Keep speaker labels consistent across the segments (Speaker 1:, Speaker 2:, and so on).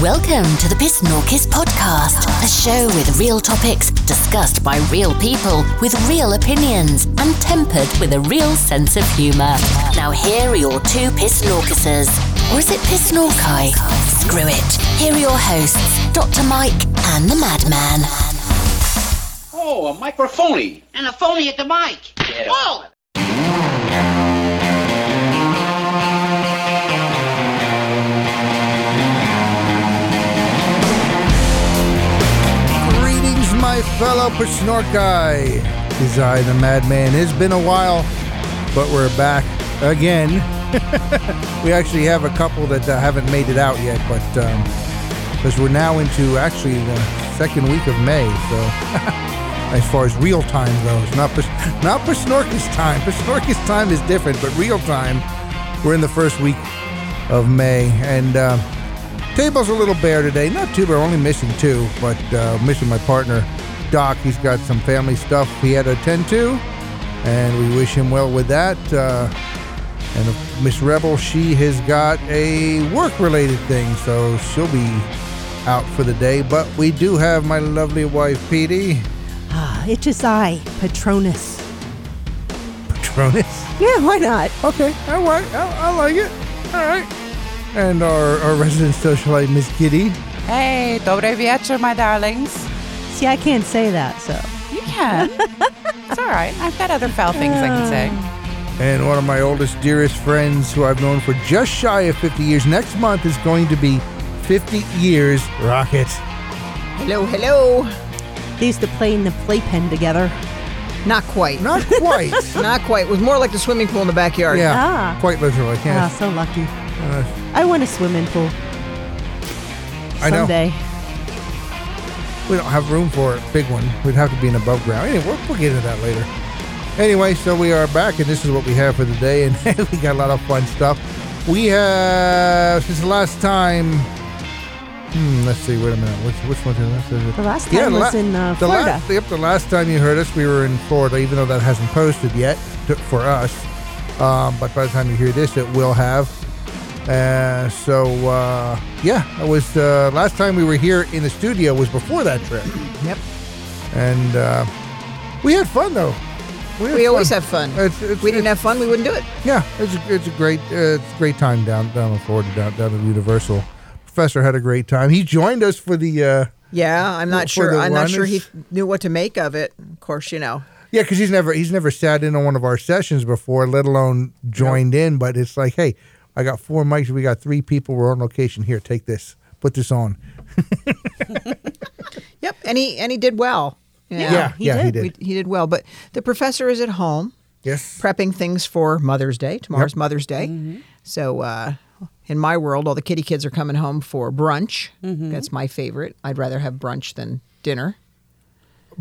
Speaker 1: Welcome to the Piss Norkis podcast, a show with real topics discussed by real people with real opinions and tempered with a real sense of humour. Now, here are your two Piss Norkises. Or is it Piss Norkai? Screw it. Here are your hosts, Dr. Mike and the Madman.
Speaker 2: Oh, a microphony.
Speaker 3: and a phony at the mic. Whoa!
Speaker 4: Greetings, my fellow Pashnorkai. Is I the Madman? It's been a while, but we're back again. we actually have a couple that uh, haven't made it out yet, but because we're now into actually the second week of May, so as far as real time goes, not Pas- not Pashnorkis time. Pashnorkis time is different, but real time, we're in the first week of May, and. Uh, Table's a little bare today. Not too bare, only missing two, but uh, missing my partner, Doc. He's got some family stuff he had to attend to, and we wish him well with that. Uh, and uh, Miss Rebel, she has got a work related thing, so she'll be out for the day. But we do have my lovely wife, Petey.
Speaker 5: Ah, it is I, Patronus.
Speaker 4: Patronus.
Speaker 5: Yeah, why not?
Speaker 4: Okay, all right, I, I like it. All right. And our, our resident socialite, Miss Giddy.
Speaker 6: Hey, dobre wieczór, my darlings.
Speaker 5: See, I can't say that, so.
Speaker 6: You can. it's all right. I've got other foul things I can say.
Speaker 4: Um. And one of my oldest, dearest friends who I've known for just shy of 50 years. Next month is going to be 50 years. Rocket.
Speaker 6: Hello, hello.
Speaker 5: They used to play in the playpen together.
Speaker 7: Not quite.
Speaker 4: Not quite.
Speaker 7: Not quite. It was more like the swimming pool in the backyard.
Speaker 4: yeah.
Speaker 5: Ah.
Speaker 4: Quite literally.
Speaker 5: Ah,
Speaker 4: Yes.
Speaker 5: so lucky. I want a swimming pool
Speaker 4: Uh, I know.
Speaker 5: Ah, someday.
Speaker 4: We don't have room for a big one. We'd have to be an above ground. Anyway, we'll, we'll get into that later. Anyway, so we are back, and this is what we have for the day, and we got a lot of fun stuff. We have since the last time. Hmm, let's see. Wait a minute. Which which one? The
Speaker 5: The last time was in, uh,
Speaker 4: the
Speaker 5: Florida.
Speaker 4: Last, yep, the last time you heard us, we were in Florida, even though that hasn't posted yet to, for us. Um, but by the time you hear this, it will have. Uh, so uh, yeah, it was uh, last time we were here in the studio was before that trip.
Speaker 7: Yep.
Speaker 4: and uh, we had fun though. had
Speaker 7: We always
Speaker 4: fun.
Speaker 7: have fun.
Speaker 4: It's- it's-
Speaker 7: we didn't have fun, we wouldn't do it.
Speaker 4: Yeah, it's a, it's a great uh, it's a great time down down in Florida down down at Universal. Professor had a great time. He joined us for the uh,
Speaker 7: Yeah,
Speaker 4: Well,
Speaker 7: I'm
Speaker 4: for
Speaker 7: not
Speaker 4: the
Speaker 7: sure. I'm not sure he
Speaker 4: runners-
Speaker 7: knew what to make of it. Of course, you know.
Speaker 4: yeah because he's never he's never sat in on one of our sessions before, let alone joined in. But it's like, hey, I got four mics. We got three people. We're on location here. Take this. Put this on.
Speaker 7: Yep. And he and he did well.
Speaker 4: Yeah,
Speaker 5: he
Speaker 4: yeah, he
Speaker 5: did.
Speaker 4: did.
Speaker 7: We, he did well. But the professor is at home
Speaker 4: yes.
Speaker 7: prepping things for Mother's Day. Tomorrow's Mother's Day.
Speaker 5: Mm-hmm.
Speaker 7: So uh, in my world, all the kitty kids are coming home for brunch.
Speaker 5: Mm-hmm.
Speaker 7: That's my favorite. I'd rather have brunch than dinner.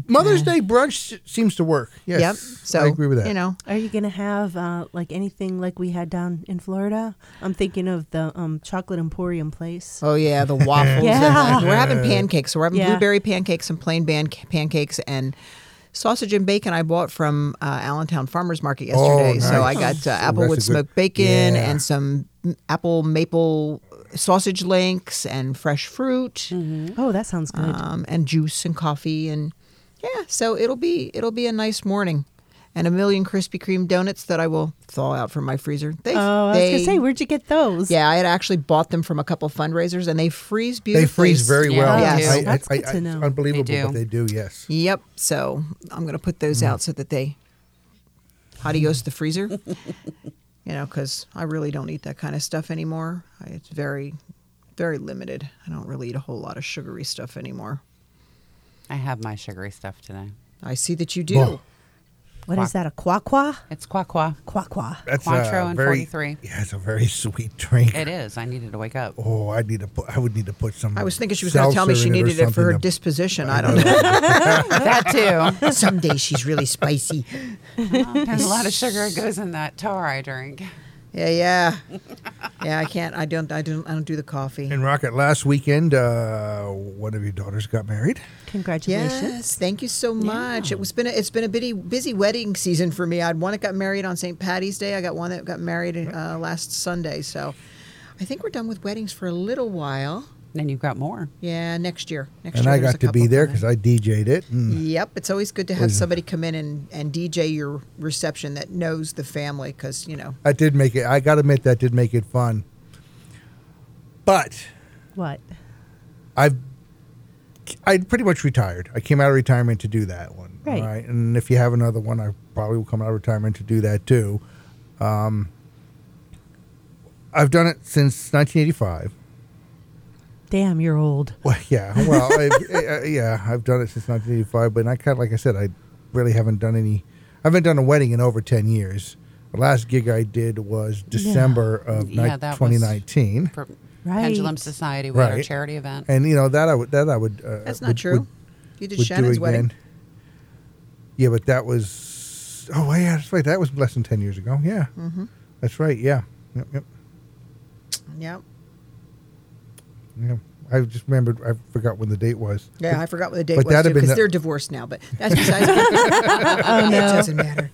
Speaker 4: Mother's Day brunch s- seems to work. Yes.
Speaker 7: Yep. So
Speaker 4: I agree with that.
Speaker 7: You know,
Speaker 5: Are you going to have uh, like anything like we had down in Florida? I'm thinking of the um, Chocolate Emporium place.
Speaker 7: Oh yeah, the waffles.
Speaker 5: Yeah.
Speaker 7: and the- we're having pancakes. So we're having
Speaker 5: Yeah.
Speaker 7: blueberry pancakes and plain ban- pancakes and sausage and bacon. I bought from uh, Allentown Farmers Market yesterday. So I
Speaker 4: Oh, nice. Ooh,
Speaker 7: got uh,
Speaker 4: that's a
Speaker 7: applewood
Speaker 4: good-
Speaker 7: smoked bacon
Speaker 4: Yeah.
Speaker 7: and some m- apple maple sausage links and fresh fruit
Speaker 5: Oh, that sounds good.
Speaker 4: Ah,
Speaker 7: um, and juice and coffee and yeah. So it'll be it'll be a nice morning. And a million Krispy Kreme donuts that I will thaw out from my freezer. They,
Speaker 5: oh, I was going to
Speaker 7: they-
Speaker 5: say, where'd you get those?
Speaker 7: yeah, I had actually bought them from a couple fundraisers, and they freeze beautifully.
Speaker 4: They freeze very
Speaker 6: Yeah,
Speaker 4: well.
Speaker 7: they Yes. do.
Speaker 4: I- I-
Speaker 5: That's
Speaker 4: I-
Speaker 5: good to
Speaker 4: I-
Speaker 5: know.
Speaker 4: Unbelievable,
Speaker 6: They do.
Speaker 4: but they do. Yes.
Speaker 7: Yep. So I'm going to put
Speaker 4: Mm.
Speaker 7: those out so that they adios the freezer. you know, because I really don't eat that kind of stuff anymore. I, it's very, very limited. I don't really eat a whole lot of sugary stuff anymore.
Speaker 6: I have my sugary stuff today.
Speaker 7: I see that you do.
Speaker 4: Well,
Speaker 5: What is that, a quaqua?
Speaker 6: It's qua qua.
Speaker 5: Quaqua.
Speaker 4: That's
Speaker 6: Cointreau
Speaker 4: a
Speaker 6: and
Speaker 4: very,
Speaker 6: 43.
Speaker 4: Yeah, it's a very sweet drink.
Speaker 6: It is. I needed to wake up.
Speaker 4: Oh, I need to put. I would need to put some.
Speaker 7: I was thinking she was going to tell me
Speaker 4: seltzer
Speaker 7: she
Speaker 4: in or
Speaker 7: needed it for her
Speaker 4: something to-
Speaker 7: disposition. I don't know.
Speaker 6: that too.
Speaker 7: Someday she's really spicy.
Speaker 6: There's a lot of sugar goes in that tar I drink.
Speaker 7: Yeah, yeah, yeah. I can't. I don't. I don't. I don't do the coffee.
Speaker 4: And Rocket, last weekend, uh, one of your daughters got married.
Speaker 5: Congratulations.
Speaker 7: Yes, thank you so much. It was been a, it's been a busy busy wedding season for me. I had one that got married on St. Patty's Day. I got one that got married uh, last Sunday. So I think we're done with weddings for a little while.
Speaker 8: Then you've got more.
Speaker 7: Yeah, next year. Next
Speaker 4: And
Speaker 7: year
Speaker 4: I
Speaker 7: there's a
Speaker 4: got to be
Speaker 7: couple
Speaker 4: there
Speaker 7: coming.
Speaker 4: because I DJ'd it. And
Speaker 7: Yep, it's always good to have somebody come in and, and DJ your reception that knows the family because you know
Speaker 4: that did make it, I got to admit, that did make it fun. But
Speaker 5: What?
Speaker 4: I've I pretty much retired. I came out of retirement to do that one.
Speaker 5: Right.
Speaker 4: all And if you have another one, I probably will come out of retirement to do that too. Um, I've done it since 1985.
Speaker 5: Damn, you're old.
Speaker 4: Well, yeah. Well, I've, uh, yeah, I've done it since 1985, but I kind of, like I said, I really haven't done any. I haven't done a wedding in over 10 years. The last gig I did was December of ni-
Speaker 8: Yeah, that was-
Speaker 4: 2019.
Speaker 8: For
Speaker 5: Right.
Speaker 8: Pendulum Society, we had our
Speaker 4: Right.
Speaker 8: charity event.
Speaker 4: and you know that I would that I would. Uh,
Speaker 7: that's not
Speaker 4: would-
Speaker 7: true.
Speaker 4: would-
Speaker 7: you did
Speaker 4: would
Speaker 7: Shannon's
Speaker 4: do
Speaker 7: wedding.
Speaker 4: again. Yeah, but that was oh yeah, that's right. That was less than ten years ago. Yeah,
Speaker 7: Mm-hmm.
Speaker 4: that's right. Yeah, yep, yep,
Speaker 7: Yep.
Speaker 4: yep. I just remembered. I forgot when the date was.
Speaker 7: Yeah, I forgot what the date
Speaker 4: But
Speaker 7: was
Speaker 4: that'd have been
Speaker 7: because
Speaker 4: the-
Speaker 7: they're divorced now. But that's besides. oh, It doesn't matter.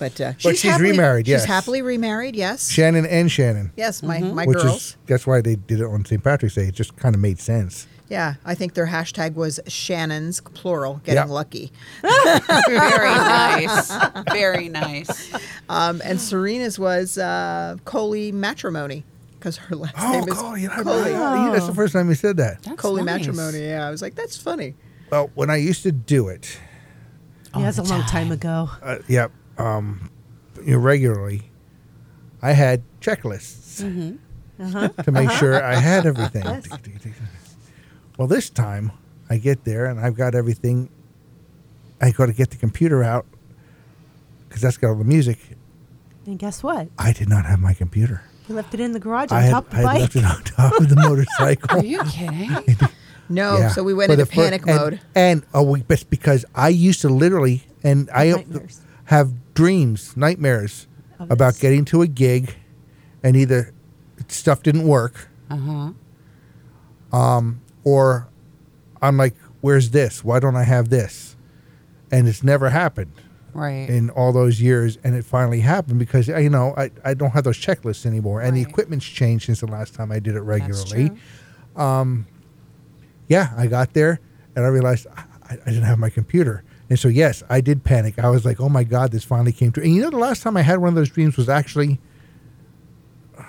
Speaker 7: But uh, she's,
Speaker 4: she's
Speaker 7: happily,
Speaker 4: remarried, yes.
Speaker 7: She's happily remarried. Yes.
Speaker 4: Shannon and Shannon,
Speaker 7: yes, my my
Speaker 4: which
Speaker 7: girls.
Speaker 4: is that's why they did it on St. Patrick's Day. It just kind of made sense.
Speaker 7: Yeah, I think their hashtag was Shannon's plural getting
Speaker 4: Yeah.
Speaker 7: lucky.
Speaker 8: Very nice. Very nice.
Speaker 7: Um, and Serena's was uh, Coley matrimony because her last
Speaker 4: Oh,
Speaker 7: name is
Speaker 4: God, yeah, I
Speaker 7: Coley.
Speaker 4: remember- yeah, that's the first time you said that.
Speaker 8: That's
Speaker 7: Coley
Speaker 8: nice.
Speaker 7: matrimony. Yeah, I was like, that's funny.
Speaker 4: Well, when I used to do it,
Speaker 5: yeah, that's a long time ago.
Speaker 4: Oh, uh, yep, um, you know, regularly, I had checklists to make sure I had everything. well, this time I get there and I've got everything. I got to get the computer out because that's got all the music.
Speaker 5: And guess what?
Speaker 4: I did not have my computer.
Speaker 5: You left it in the garage
Speaker 4: I
Speaker 5: on
Speaker 4: had,
Speaker 5: top
Speaker 4: I
Speaker 5: of the
Speaker 4: had
Speaker 5: bike.
Speaker 4: left it on top of the motorcycle.
Speaker 8: Are you kidding?
Speaker 7: No,
Speaker 4: Yeah.
Speaker 7: so we went
Speaker 4: For
Speaker 7: into
Speaker 4: the fir-
Speaker 7: panic
Speaker 4: and-
Speaker 7: mode.
Speaker 4: And oh, we, but because I used to literally, and I
Speaker 5: Nightmares.
Speaker 4: have dreams, nightmares
Speaker 5: Of
Speaker 4: about
Speaker 5: this.
Speaker 4: getting to a gig, and either stuff didn't work, um,
Speaker 8: Uh huh.
Speaker 7: Uh-huh.
Speaker 4: or I'm like, "Where's this? Why don't I have this?" And it's never happened
Speaker 8: Right.
Speaker 4: in all those years, and it finally happened because uh, you know I, I don't have those checklists anymore, and the
Speaker 8: Right.
Speaker 4: equipment's changed since the last time I did it regularly. Um,
Speaker 8: That's true.
Speaker 4: yeah, I got there and I realized I, I didn't have my computer. And so, yes, I did panic. I was like, oh my God, this finally came true. And you know, the last time I had one of those dreams was actually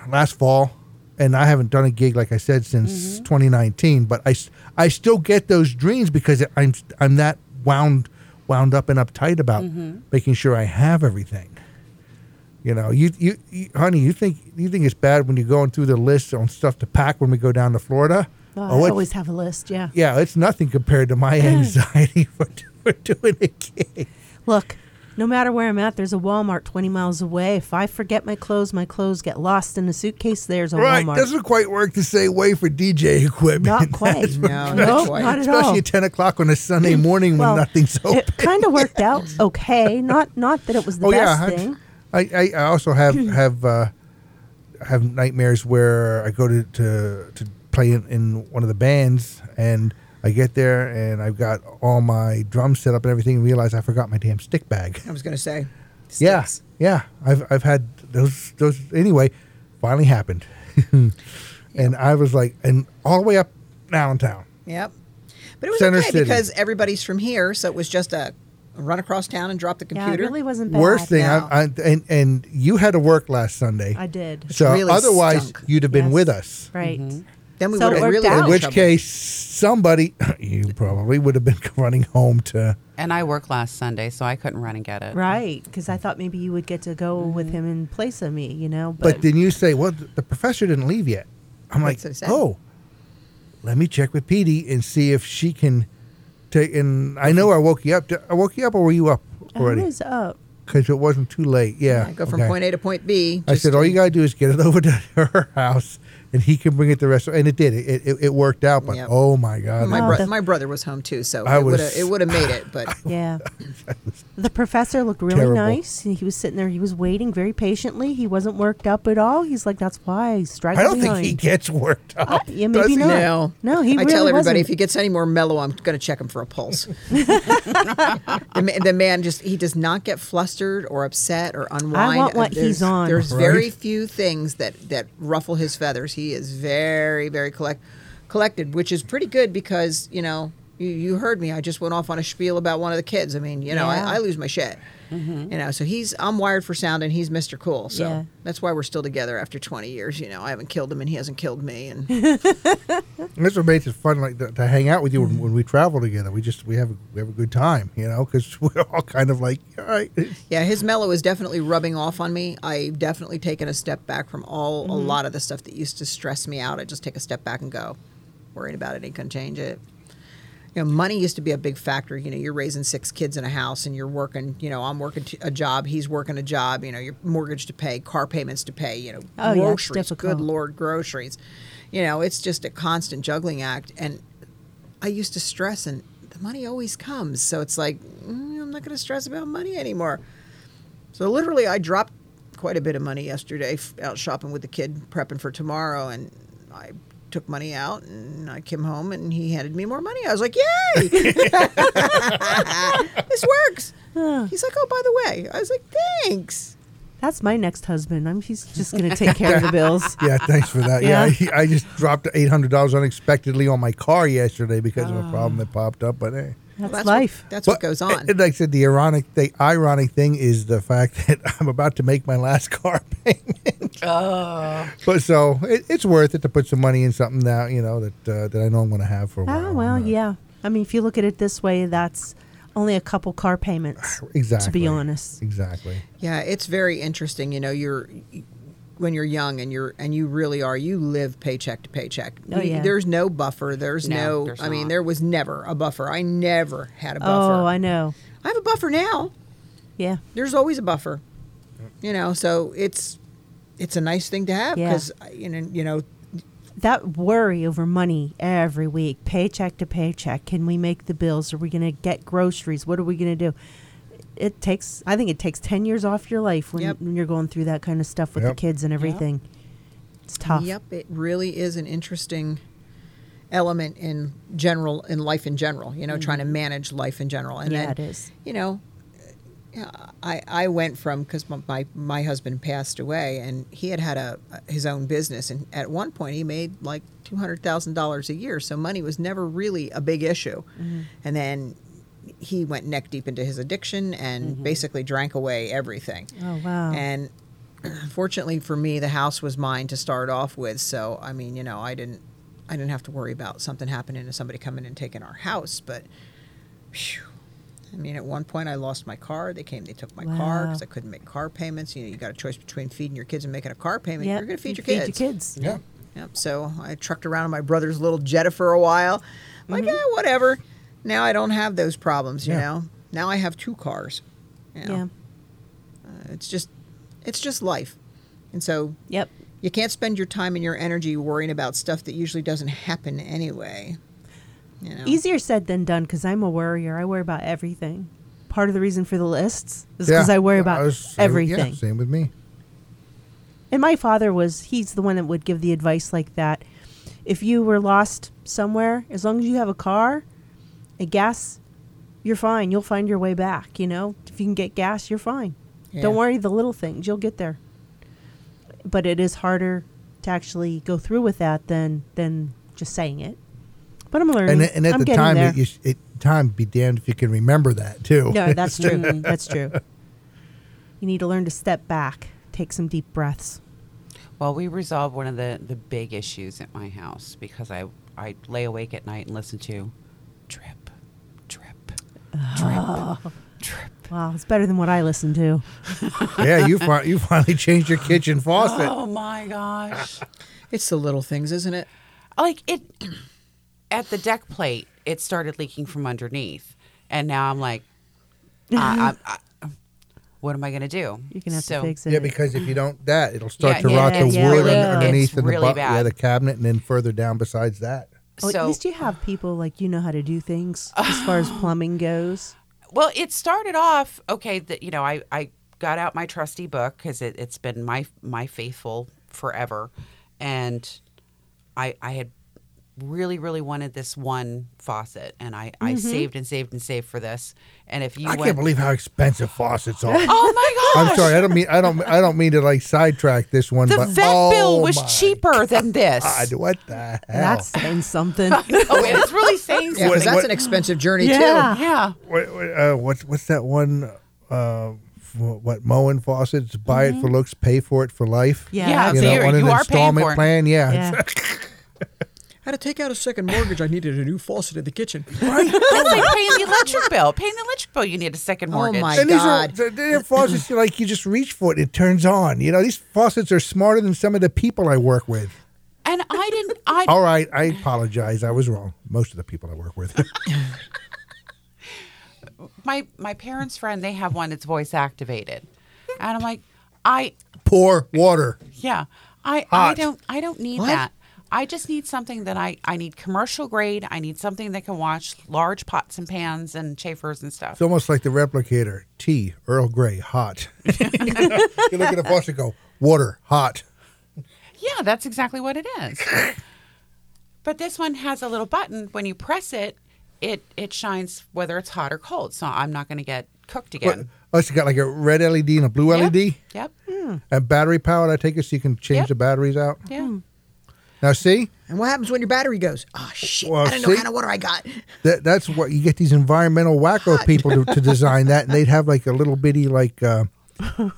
Speaker 4: last fall. And I haven't done a gig, like I said, since
Speaker 5: Mm-hmm.
Speaker 4: 2019. But I, s- I still get those dreams because I'm, I'm that wound, wound up and uptight about
Speaker 5: Mm-hmm.
Speaker 4: making sure I have everything. You know, you, you, you, honey, you think you think it's bad when you're going through the list on stuff to pack when we go down to Florida?
Speaker 5: Oh,
Speaker 4: it's-
Speaker 5: I always have a list. Yeah.
Speaker 4: yeah, it's nothing compared to my anxiety for, for doing a gig.
Speaker 5: Look, no matter where I'm at, there's a Walmart 20 miles away. If I forget my clothes, my clothes get lost in a suitcase. There's a
Speaker 4: Right,
Speaker 5: Walmart.
Speaker 4: doesn't quite work the same way for DJ equipment.
Speaker 5: Not quite.
Speaker 7: No, not quite.
Speaker 5: not at all. Mm.
Speaker 4: Especially at 10 o'clock on a Sunday morning when
Speaker 5: Well,
Speaker 4: nothing's open.
Speaker 5: It kind of worked out okay. Not not that it was the
Speaker 4: oh,
Speaker 5: best
Speaker 4: yeah. I-
Speaker 5: thing.
Speaker 4: I, I, I also have, have, uh, have nightmares where I go to, to, to play in, in one of the bands and I get there and I've got all my drums set up and everything and realize I forgot my damn stick bag.
Speaker 7: I was going to say.
Speaker 4: Yeah,
Speaker 7: sticks.
Speaker 4: yeah. I've I've had those those anyway. Finally happened, and I was like, and all the way up downtown.
Speaker 7: Yep. But it was
Speaker 4: Center
Speaker 7: okay
Speaker 4: City.
Speaker 7: because everybody's from here, so it was just a run across town and drop the
Speaker 5: Yeah, it
Speaker 7: computer.
Speaker 5: really wasn't bad.
Speaker 4: Worst thing,
Speaker 7: now.
Speaker 4: I, I and and you had to work last Sunday.
Speaker 5: I did.
Speaker 4: So
Speaker 7: really
Speaker 4: otherwise,
Speaker 7: stunk.
Speaker 4: you'd have been
Speaker 5: Yes.
Speaker 4: with us.
Speaker 5: Right.
Speaker 4: Mm-hmm.
Speaker 7: then we
Speaker 5: So
Speaker 7: would
Speaker 5: it
Speaker 7: have
Speaker 5: worked
Speaker 7: really
Speaker 5: out.
Speaker 7: been
Speaker 4: In
Speaker 7: in
Speaker 4: which
Speaker 7: trouble.
Speaker 4: case, somebody you probably would have been running home to.
Speaker 8: And I worked last Sunday, so I couldn't run and get it.
Speaker 5: Right. Because I thought maybe you would get to go with him in place of me, you know?
Speaker 4: Mm-hmm. But,
Speaker 5: But,
Speaker 4: then you say, well, th- the professor didn't leave yet. I'm like,
Speaker 7: That's so sad.
Speaker 4: oh, let me check with Petey and see if she can take. And I know I woke you up. Did I woke you up, or were you up already?
Speaker 5: I was up.
Speaker 4: because it wasn't too late. Yeah,
Speaker 7: I go from
Speaker 4: okay.
Speaker 7: point A to point B.
Speaker 4: I said, "Oh, all you gotta do is get it over to her house, and he can bring it the rest. And it did. It it, it worked out. But
Speaker 7: Yep.
Speaker 4: oh my god,
Speaker 7: my,
Speaker 5: Oh,
Speaker 7: bro-
Speaker 5: the-
Speaker 7: my brother was home too, so
Speaker 4: I
Speaker 7: it would
Speaker 4: was-
Speaker 7: have it would have made it, but
Speaker 5: Yeah. The professor looked really
Speaker 4: Terrible.
Speaker 5: nice. He was sitting there. He was waiting very patiently. He wasn't worked up at all. He's like, that's why I struggled
Speaker 4: I don't think
Speaker 5: behind.
Speaker 4: he gets worked up.
Speaker 5: yeah,
Speaker 4: does
Speaker 5: maybe
Speaker 4: he?
Speaker 5: not.
Speaker 7: no,
Speaker 5: No, he
Speaker 7: I tell
Speaker 5: really
Speaker 7: everybody
Speaker 5: wasn't.
Speaker 7: if he gets any more mellow, I'm going to check him for a pulse. the, man, the man just he does not get flustered or upset or unwind. Uh,
Speaker 5: want what
Speaker 7: There's-
Speaker 5: he's on.
Speaker 7: There's
Speaker 4: Right.
Speaker 7: very few things that that ruffle his feathers. He is very very collect collected, which is pretty good because you know you, you heard me. I just went off on a spiel about one of the kids. I mean, you know,
Speaker 8: Yeah.
Speaker 7: I, I lose my shit. You know, so he's I'm wired for sound and he's Mr. Cool. So
Speaker 5: Mm-hmm. Yeah.
Speaker 7: that's why we're still together after 20 years. You know, I haven't killed him and he hasn't killed me. And
Speaker 4: That's what makes it fun, like to, to hang out with you when, when we travel together. We just we have a, we have a good time, you know, because we're all kind of like, all right,
Speaker 7: Yeah, his mellow is definitely rubbing off on me. I've definitely taken a step back from all
Speaker 5: Mm-hmm.
Speaker 7: a lot of the stuff that used to stress me out. I just take a step back and go, worrying about it ain't gonna change it. You know, money used to be a big factor. You know, you're raising six kids in a house and you're working. You know, I'm working t- a job, he's working a job. You know, your mortgage to pay, car payments to pay. You know,
Speaker 5: Oh, yeah, it's
Speaker 7: groceries. good
Speaker 5: difficult.
Speaker 7: lord, groceries. You know, it's just a constant juggling act. And I used to stress, and the money always comes. So it's like, mm, I'm not going to stress about money anymore. So literally, I dropped quite a bit of money yesterday f- out shopping with the kid, prepping for tomorrow, and I took money out and I came home and he handed me more money. I was like, "Yay, this works!" He's like, "Oh, by the way," I was like, "Thanks."
Speaker 5: That's my next husband. I'm he's just gonna take care of the bills.
Speaker 4: yeah, thanks for that. Yeah,
Speaker 5: Yeah.
Speaker 4: I, I just dropped eight hundred dollars unexpectedly on my car yesterday because of a problem that popped up, but hey.
Speaker 5: That's,
Speaker 7: Well,
Speaker 5: life.
Speaker 7: What, that's
Speaker 4: But-
Speaker 7: what goes on.
Speaker 4: And like I said, the ironic, the ironic thing is the fact that I'm about to make my last car payment. Oh. But so it, it's worth it to put some money in something now, you know, that uh, that I know I'm going to have for a while.
Speaker 5: oh well, yeah. I mean, if you look at it this way, that's only a couple car payments.
Speaker 4: Exactly.
Speaker 5: To be honest.
Speaker 4: Exactly.
Speaker 7: Yeah, it's very interesting. You know, you're when you're young and you're and you really are you live paycheck to paycheck.
Speaker 5: Oh,
Speaker 7: You-
Speaker 5: yeah.
Speaker 7: There's no buffer. There's
Speaker 8: No,
Speaker 7: no.
Speaker 8: there's
Speaker 7: I mean,
Speaker 8: not.
Speaker 7: there was never a buffer. I never had a buffer.
Speaker 5: Oh,
Speaker 7: I,
Speaker 5: I know.
Speaker 7: have a buffer now.
Speaker 5: Yeah.
Speaker 7: There's always a buffer. You know, so it's it's a nice thing to have
Speaker 5: Yeah.
Speaker 7: because you know you know
Speaker 5: That worry over money every week, paycheck to paycheck. Can we make the bills? Are we going to get groceries? What are we going to do? It takes, I think it takes 10 years off your life when,
Speaker 7: Yep.
Speaker 5: when you're going through that kind of stuff with
Speaker 4: Yep.
Speaker 5: the kids and everything. It's tough.
Speaker 7: Yep, it really is an interesting element in general in life in general. You know, trying to manage life in general, and
Speaker 5: Mm-hmm. Yeah,
Speaker 7: then,
Speaker 5: it is.
Speaker 7: You know, yeah, I I went from because my, my my husband passed away, and he had had a his own business, and at one point he made like two hundred thousand dollars a year, so money was never really a big issue,
Speaker 5: Mm-hmm.
Speaker 7: and then. He went neck deep into his addiction and basically drank away everything.
Speaker 5: Mm-hmm. Oh, wow.
Speaker 7: And fortunately for me, the house was mine to start off with. So I mean, you know, I didn't, I didn't have to worry about something happening to somebody coming and taking our house. But, phew, I mean, at one point I lost my car. They came, they took my car 'cause car
Speaker 5: Wow.
Speaker 7: because I couldn't make car payments. You know, you got a choice between feeding your kids and making a car payment.
Speaker 5: Yep.
Speaker 7: You're going to feed
Speaker 5: You
Speaker 7: your kids.
Speaker 4: Yeah.
Speaker 7: Yep. So I trucked around in my brother's little Jetta for a while. I'm
Speaker 5: Mm-hmm.
Speaker 7: Like, eh, whatever. Now I don't have those problems. You
Speaker 4: Yeah.
Speaker 7: know, now I have two cars. you know?
Speaker 5: Yeah.
Speaker 7: It's just it's just life. And so
Speaker 5: Yep.
Speaker 7: you can't spend your time and your energy worrying about stuff that usually doesn't happen anyway. You know.
Speaker 5: Easier said than done because I'm a worrier. I worry about everything. Part of the reason for the lists is because
Speaker 4: Yeah.
Speaker 5: I worry about
Speaker 4: was- same- yeah,
Speaker 5: everything. Mm-hmm.
Speaker 4: same with me.
Speaker 5: And my father was, he's the one that would give the advice like that. If you were lost somewhere, as long as you have a car and gas, you're fine. You'll find your way back, you know? If you can get gas, you're fine. Don't
Speaker 7: Yeah.
Speaker 5: worry the little things, you'll get there. But it is harder to actually go through with that than than just saying it. But I'm
Speaker 4: And,
Speaker 5: learning.
Speaker 4: and at
Speaker 5: I'm
Speaker 4: the
Speaker 5: getting
Speaker 4: time,
Speaker 5: there.
Speaker 4: it, you, sh- it time be damned if you can remember that too.
Speaker 5: No, that's true. that's true. You need to learn to step back, take some deep breaths.
Speaker 8: Well, we resolved one of the, the big issues at my house because I, I lay awake at night and listen to drip, drip, drip, drip.
Speaker 5: Wow, it's better than what I listen to.
Speaker 4: yeah, you fi- you finally changed your kitchen faucet.
Speaker 8: Oh my gosh.
Speaker 7: it's the little things, isn't it?
Speaker 8: like it at the deck plate it started leaking from underneath and now i'm like I, I, I, what am i going to do
Speaker 5: Mm-hmm. You're gonna have
Speaker 8: So-
Speaker 5: to fix it.
Speaker 4: Yeah, because if you don't that, it'll start
Speaker 8: Yeah,
Speaker 4: to
Speaker 8: yeah,
Speaker 4: rot the
Speaker 5: it's
Speaker 4: wood
Speaker 5: really-
Speaker 4: un- underneath
Speaker 8: it's
Speaker 4: in the
Speaker 8: really
Speaker 4: bu- yeah
Speaker 8: bad.
Speaker 4: the cabinet, and then further down. Besides that,
Speaker 5: Oh,
Speaker 8: so
Speaker 5: at least you have people like you know how to do things as far as plumbing goes.
Speaker 8: well it started off okay that you know i i got out my trusty book because it, it's been my my faithful forever and i i had really, really wanted this one faucet, and I,
Speaker 5: Mm-hmm.
Speaker 8: I saved and saved and saved for this. And if you
Speaker 4: I
Speaker 8: went,
Speaker 4: can't believe how expensive faucets are.
Speaker 8: oh my gosh,
Speaker 4: I'm sorry. I don't mean. I don't. I don't mean to like sidetrack this one.
Speaker 6: The
Speaker 4: but
Speaker 6: vet
Speaker 4: oh
Speaker 6: bill was
Speaker 4: my
Speaker 6: cheaper than this.
Speaker 4: God, what the hell?
Speaker 5: That's saying something.
Speaker 8: oh, and it's really saying
Speaker 7: Yeah, because
Speaker 4: What-
Speaker 7: that's
Speaker 4: what-
Speaker 7: an expensive journey
Speaker 5: Yeah.
Speaker 8: yeah.
Speaker 4: what, what, uh, what's what's that one? Uh, f- what Moen faucets? Buy it for looks, pay for it for life.
Speaker 5: Yeah.
Speaker 8: Yeah,
Speaker 4: you
Speaker 8: so
Speaker 4: know,
Speaker 8: you're-
Speaker 4: on an
Speaker 8: you are paying
Speaker 4: installment
Speaker 8: for it.
Speaker 4: plan. Yeah,
Speaker 5: Yeah.
Speaker 7: too. Had to take out a second mortgage. I needed a new faucet in the kitchen.
Speaker 8: That's like paying the electric bill. Paying the electric bill, you need a second
Speaker 7: Oh
Speaker 8: mortgage.
Speaker 7: my
Speaker 4: and these are
Speaker 7: God.
Speaker 4: they're- they're faucets. you like you just reach for it, it turns on. You know, these faucets are smarter than some of the people I work with.
Speaker 8: And I didn't. I
Speaker 4: All right, I apologize. I was wrong. Most of the people I work with.
Speaker 8: my my parents' friend they have one that's voice activated, and I'm like, I
Speaker 4: Pour water.
Speaker 8: yeah, I I
Speaker 4: Hot.
Speaker 8: don't I don't need
Speaker 7: What?
Speaker 8: that. I just need something that I I need commercial grade. I need something that can wash large pots and pans and chafers and stuff.
Speaker 4: It's almost like the replicator. Tea, Earl Grey, hot. you look at the faucet, go water, hot.
Speaker 8: yeah, that's exactly what it is. but this one has a little button. When you press it, it it shines whether it's hot or cold. So I'm not going to get cooked again.
Speaker 4: Oh, it's got like a red LED and a blue
Speaker 7: E
Speaker 4: E
Speaker 8: Yep,
Speaker 4: LED.
Speaker 8: Yep.
Speaker 4: And battery powered, I take it, so you can change
Speaker 8: Yep.
Speaker 4: the batteries out.
Speaker 8: Yeah.
Speaker 7: Mm-hmm.
Speaker 4: Now, see,
Speaker 7: And what happens when your battery goes? Oh shit!
Speaker 4: Well,
Speaker 7: I don't know what
Speaker 4: see?
Speaker 7: kind of water I got.
Speaker 4: that that's what you get these environmental wacko people to, to design that, and they'd have like a little bitty like uh,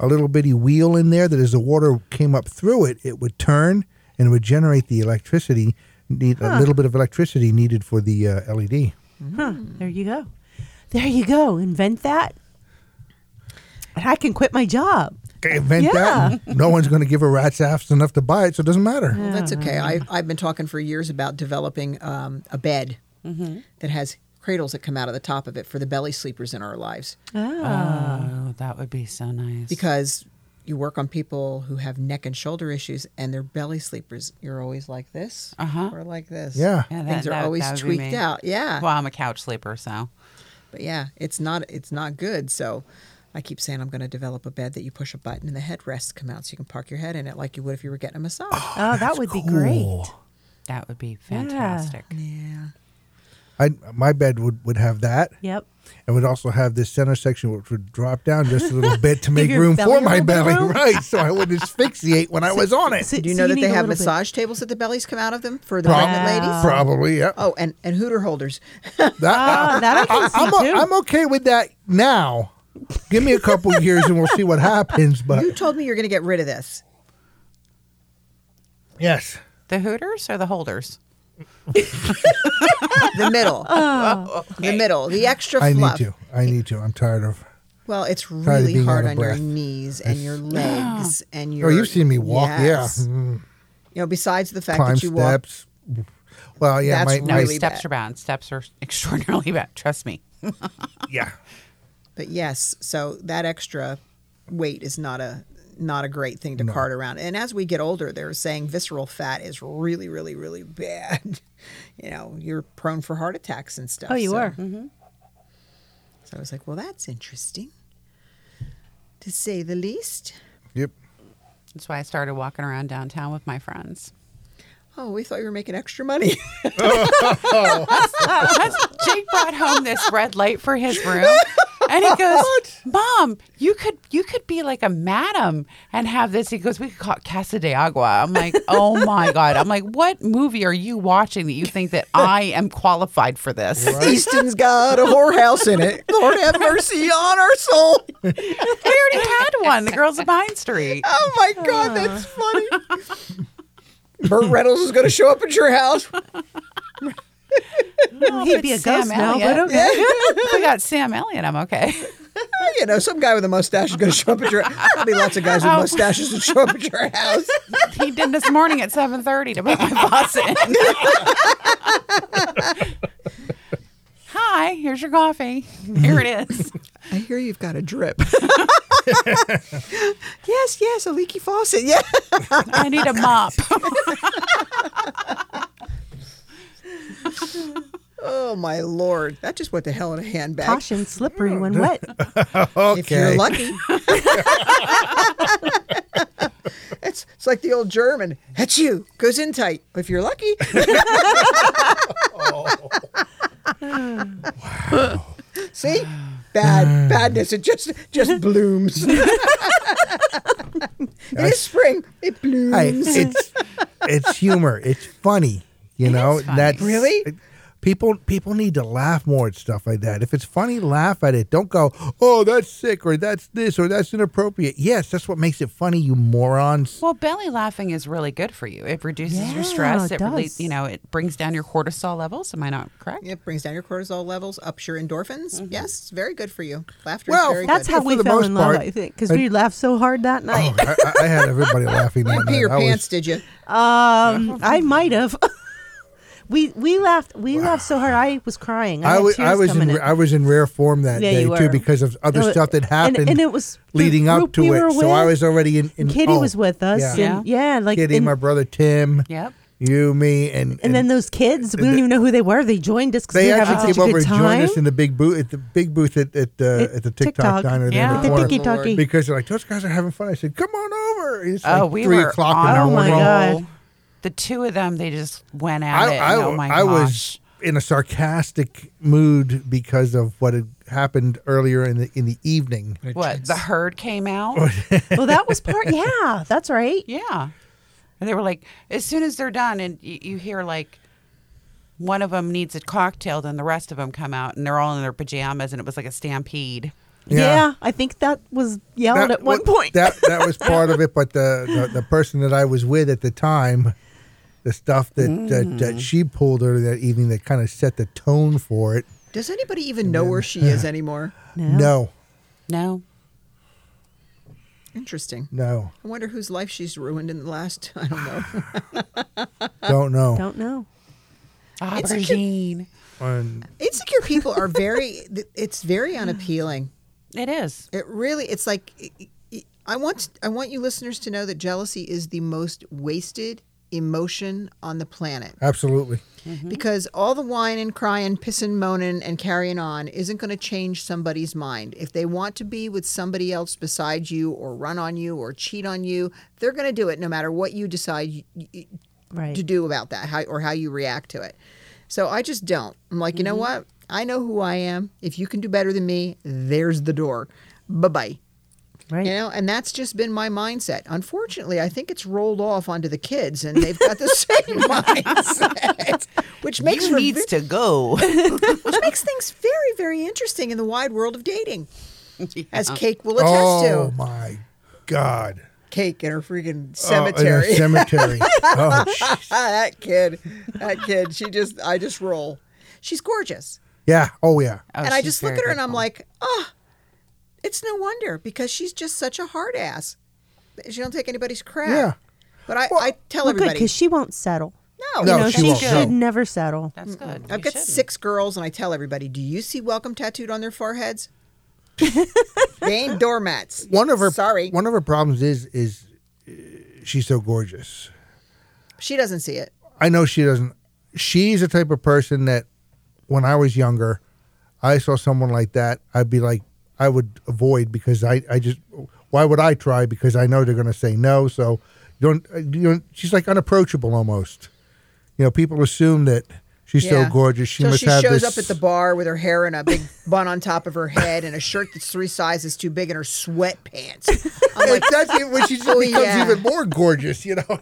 Speaker 4: a little bitty wheel in there that as the water came up through it, it would turn and it would generate the electricity, need a little bit of electricity needed for the uh, LED.
Speaker 5: Huh, there you go. There you go. Invent that. And I can quit my job.
Speaker 4: Okay, invent that. No one's going to give a rat's ass enough to buy it, so it doesn't matter.
Speaker 7: Well, that's okay. I've, I've been talking for years about developing um, a bed that has cradles that come out of the top of it for the belly sleepers in our lives
Speaker 8: Oh, that would be so
Speaker 7: Ah.
Speaker 8: nice.
Speaker 7: because you work on people who have neck and shoulder issues and their belly sleepers. You're always like this
Speaker 8: Uh-huh.
Speaker 7: or like this.
Speaker 4: Yeah.
Speaker 8: Yeah,
Speaker 7: Things are always
Speaker 8: would be
Speaker 7: tweaked
Speaker 8: me.
Speaker 7: out. Yeah.
Speaker 8: Well, I'm a couch sleeper, so
Speaker 7: But yeah, it's not it's not good. So I keep saying I'm going to develop a bed that you push a button and the headrests come out so you can park your head in it like you would if you were getting a massage.
Speaker 5: Oh, that would be great.
Speaker 8: that would be fantastic.
Speaker 7: Yeah.
Speaker 4: I my bed would, would have that.
Speaker 5: Yep.
Speaker 4: and would also have this center section which would drop down just a little bit to make
Speaker 5: your
Speaker 4: room
Speaker 5: belly
Speaker 4: for
Speaker 5: a
Speaker 4: my
Speaker 5: little bit of
Speaker 4: belly,
Speaker 5: room.
Speaker 4: right? So I would asphyxiate when I was on it.
Speaker 5: So-
Speaker 7: Do you
Speaker 5: so
Speaker 7: know that
Speaker 5: need
Speaker 7: they
Speaker 5: a
Speaker 7: have
Speaker 5: little bit-
Speaker 7: massage tables that the bellies come out of them for the
Speaker 4: Prob-
Speaker 7: pregnant ladies?
Speaker 4: Probably, yeah.
Speaker 7: Oh, and, and hooter holders.
Speaker 4: That-
Speaker 5: Oh, that I can see
Speaker 4: I'm, o-
Speaker 5: too.
Speaker 4: I'm okay with that now. Give me a couple years and we'll see what happens. But
Speaker 7: you told me you're going to get rid of this.
Speaker 4: yes,
Speaker 8: The Hooters or the Holders?
Speaker 7: The middle. The middle. The extra
Speaker 4: I
Speaker 7: fluff.
Speaker 4: need to. I need to. I'm tired of.
Speaker 7: Well, it's
Speaker 4: of
Speaker 7: really
Speaker 4: being
Speaker 7: hard
Speaker 4: out of
Speaker 7: on
Speaker 4: breath.
Speaker 7: your knees and your legs and your.
Speaker 4: Oh, you've seen me walk.
Speaker 7: Yes.
Speaker 4: Yeah, Mm,
Speaker 7: You know, besides the fact
Speaker 4: climb
Speaker 7: that you walk.
Speaker 4: steps. Well, yeah, my,
Speaker 7: That's
Speaker 4: my
Speaker 7: really-
Speaker 8: Steps
Speaker 7: bad.
Speaker 8: are bad. Steps are extraordinarily bad. Trust me.
Speaker 4: yeah.
Speaker 7: But yes, so that extra weight is not a not a great thing to cart around. And as we get older, they're saying visceral fat is really, really, really bad. you know, you're prone for heart attacks and stuff.
Speaker 5: Oh, you
Speaker 7: so- Mm-hmm.
Speaker 5: are.
Speaker 7: So I was like, well, that's interesting, to say the least.
Speaker 4: Yep.
Speaker 8: That's why I started walking around downtown with my friends.
Speaker 7: Oh, we thought you were making extra money.
Speaker 8: Jake brought home this red light for his room, and he goes, "Mom, you could you could be like a madam and have this." He goes, "We could call it Casa de Agua." I'm like, "Oh my god!" I'm like, "What movie are you watching that you think that I am qualified for this?"
Speaker 7: Easton's got a whorehouse in it. Lord have mercy on our soul.
Speaker 8: We already had one. The girls of Pine Street.
Speaker 7: Oh my God, that's funny. Burt Reynolds is going to show up at your house.
Speaker 5: Well, he'd Oh, be a ghost now, but okay.
Speaker 8: we got Sam Elliott. I'm okay.
Speaker 7: You know, some guy with a mustache is going to show up at your house. There'll be lots of guys with mustaches that show up at your house.
Speaker 8: He did this morning at 7:30 to put my boss in. Hi, here's your coffee. Here it is.
Speaker 7: I hear you've got a drip. yes, yes, a leaky faucet. Yeah.
Speaker 8: I need a mop.
Speaker 7: Oh my Lord. That's just what the hell in a handbag.
Speaker 5: Caution, slippery when wet.
Speaker 4: Okay.
Speaker 7: If you're lucky. It's, it's like the old German. At you goes in tight if you're lucky.
Speaker 4: Oh.
Speaker 7: See, bad badness. It just just blooms. it is spring. It blooms.
Speaker 4: Hey, it's it's humor. It's funny. You know that's
Speaker 7: Really?
Speaker 4: it- people people need to laugh more at stuff like that. If it's funny, laugh at it. Don't go, oh, that's sick or that's this or that's inappropriate. Yes, that's what makes it funny, you morons.
Speaker 8: Well, belly laughing is really good for you. It reduces
Speaker 5: Yeah,
Speaker 8: your stress.
Speaker 5: it
Speaker 8: It, really,
Speaker 5: does.
Speaker 8: you know, it brings down your cortisol levels. Am I not correct?
Speaker 7: It brings down your cortisol levels, ups your endorphins. Yes, it's very good for you.
Speaker 4: Mm-hmm.
Speaker 7: Laughter
Speaker 4: Well,
Speaker 7: is very
Speaker 5: That's
Speaker 7: good.
Speaker 5: how
Speaker 4: For
Speaker 5: we
Speaker 4: the
Speaker 5: fell
Speaker 4: most
Speaker 5: in love,
Speaker 4: part,
Speaker 5: I think, because
Speaker 4: I-
Speaker 5: we laughed so hard that night.
Speaker 4: Oh, I, I- I had everybody laughing that
Speaker 7: you pee
Speaker 4: night.
Speaker 7: your
Speaker 4: I was-
Speaker 7: pants, did you?
Speaker 5: Um, I might have. we we laughed. We laughed so hard. I was crying. I,
Speaker 4: I
Speaker 5: had
Speaker 4: was
Speaker 5: tears
Speaker 4: I was
Speaker 5: coming
Speaker 4: in,
Speaker 5: in.
Speaker 4: I was in rare form that
Speaker 5: Yeah,
Speaker 4: day
Speaker 5: you
Speaker 4: too
Speaker 5: were.
Speaker 4: because of other
Speaker 5: No, it-
Speaker 4: stuff that
Speaker 5: and-
Speaker 4: happened
Speaker 5: and it was the
Speaker 4: leading up
Speaker 5: group
Speaker 4: to
Speaker 5: we
Speaker 4: it.
Speaker 5: were
Speaker 4: So I
Speaker 5: with.
Speaker 4: was already in. in
Speaker 5: Kitty
Speaker 4: oh,
Speaker 5: was with us.
Speaker 4: Yeah,
Speaker 5: and- yeah. like
Speaker 4: Kitty,
Speaker 5: and,
Speaker 4: my brother Tim.
Speaker 8: Yep.
Speaker 4: You, me, and
Speaker 5: and then those kids. We don't even know who they were. They joined us because we
Speaker 4: they
Speaker 5: were
Speaker 4: actually
Speaker 5: having
Speaker 4: came
Speaker 5: such a
Speaker 4: over
Speaker 5: good
Speaker 4: and
Speaker 5: time.
Speaker 4: joined us in the big booth at the big booth at at, uh,
Speaker 5: At
Speaker 4: at the TikTok,
Speaker 5: TikTok.
Speaker 4: diner there
Speaker 8: Yeah.
Speaker 4: in the
Speaker 8: At the
Speaker 4: corner
Speaker 5: Tiki Talkie.
Speaker 4: because they're like those guys are having fun. I said, "Come on over." It's
Speaker 8: Oh,
Speaker 4: like
Speaker 8: we
Speaker 4: three
Speaker 8: were
Speaker 4: o'clock
Speaker 8: on
Speaker 4: in our
Speaker 5: Oh my
Speaker 4: morning.
Speaker 5: God.
Speaker 8: The two of them, they just went at
Speaker 4: I,
Speaker 8: it.
Speaker 4: I,
Speaker 8: and oh my
Speaker 4: I was
Speaker 8: gosh.
Speaker 4: in a sarcastic mood because of what had happened earlier in the in the evening.
Speaker 8: What? The herd came out?
Speaker 4: Oh,
Speaker 5: well, that was part. Yeah, that's right.
Speaker 8: Yeah. And they were like, as soon as they're done, and you, you hear like one of them needs a cocktail, then the rest of them come out, and they're all in their pajamas, and it was like a stampede.
Speaker 5: Yeah.
Speaker 4: Yeah.
Speaker 5: I think that was yelled at one
Speaker 4: wa-
Speaker 5: point.
Speaker 4: That that was part of it, but the, the the person that I was with at the time, the stuff that that, that she pulled earlier that evening that kind of set the tone for it.
Speaker 7: Does anybody even know where she is anymore?
Speaker 4: No,
Speaker 8: No.
Speaker 7: Interesting.
Speaker 4: no,
Speaker 7: I wonder whose life she's ruined in the last. I don't know.
Speaker 4: don't know.
Speaker 5: Don't know.
Speaker 8: Aubergine.
Speaker 4: And
Speaker 7: Insecure people are very. th- It's very unappealing.
Speaker 8: It is.
Speaker 7: It really. It's like. i- i- I want. I want you listeners to know that jealousy is the most wasted emotion on the planet.
Speaker 4: absolutely.
Speaker 7: because all the whining, crying, pissing, moaning, and carrying on isn't going to change somebody's mind. If they want to be with somebody else beside you, or run on you, or cheat on you, they're going to do it no matter what you decide y- y-
Speaker 5: Right.
Speaker 7: to do about that, how, or how you react to it. So I just don't. I'm like, you know what? I know who I am. If you can do better than me, there's the door. Bye bye.
Speaker 5: Right.
Speaker 7: You know, and that's just been my mindset. Unfortunately, I think it's rolled off onto the kids, and they've got the same mindset, which makes for
Speaker 8: needs to go.
Speaker 7: which makes things very, very interesting in the wide world of dating, as Cake will attest
Speaker 4: Oh
Speaker 7: to.
Speaker 4: my God!
Speaker 7: Cake in her freaking
Speaker 4: Oh, in a
Speaker 7: cemetery. Ah,
Speaker 4: cemetery. oh, jeez.
Speaker 7: that kid, that kid. She just, I just roll. She's gorgeous,
Speaker 4: yeah. Oh, yeah.
Speaker 7: and I just look at her and I'm like, oh, it's no wonder because she's just such a hard ass. She don't take anybody's crap.
Speaker 4: Yeah.
Speaker 7: But I, I tell
Speaker 5: Well, good
Speaker 7: everybody,
Speaker 5: because she won't settle.
Speaker 7: no,
Speaker 4: No,
Speaker 5: you know,
Speaker 4: she
Speaker 5: she,
Speaker 4: won't.
Speaker 5: should
Speaker 4: No.
Speaker 5: never settle.
Speaker 8: That's good.
Speaker 7: I've
Speaker 8: You
Speaker 7: got
Speaker 8: shouldn't.
Speaker 7: six girls, and I tell everybody, do you see welcome tattooed on their foreheads? they ain't doormats.
Speaker 4: One of her
Speaker 7: Sorry.
Speaker 4: One of her problems is is uh, she's so gorgeous.
Speaker 7: She doesn't see it.
Speaker 4: I know she doesn't. She's the type of person that when I was younger, I saw someone like that, I'd be like, I would avoid because I, I just, why would I try? Because I know they're going to say no. So you don't, uh, you don't, she's like unapproachable almost. You know, people assume that she's
Speaker 7: Yeah.
Speaker 4: so gorgeous. She
Speaker 7: Till
Speaker 4: must
Speaker 7: she
Speaker 4: have
Speaker 7: shows
Speaker 4: this.
Speaker 7: up at the bar with her hair in a big bun on top of her head and a shirt that's three sizes too big and her sweatpants. I'm like,
Speaker 4: Like, that's it, when she just becomes
Speaker 7: Oh, yeah.
Speaker 4: even more gorgeous, you know.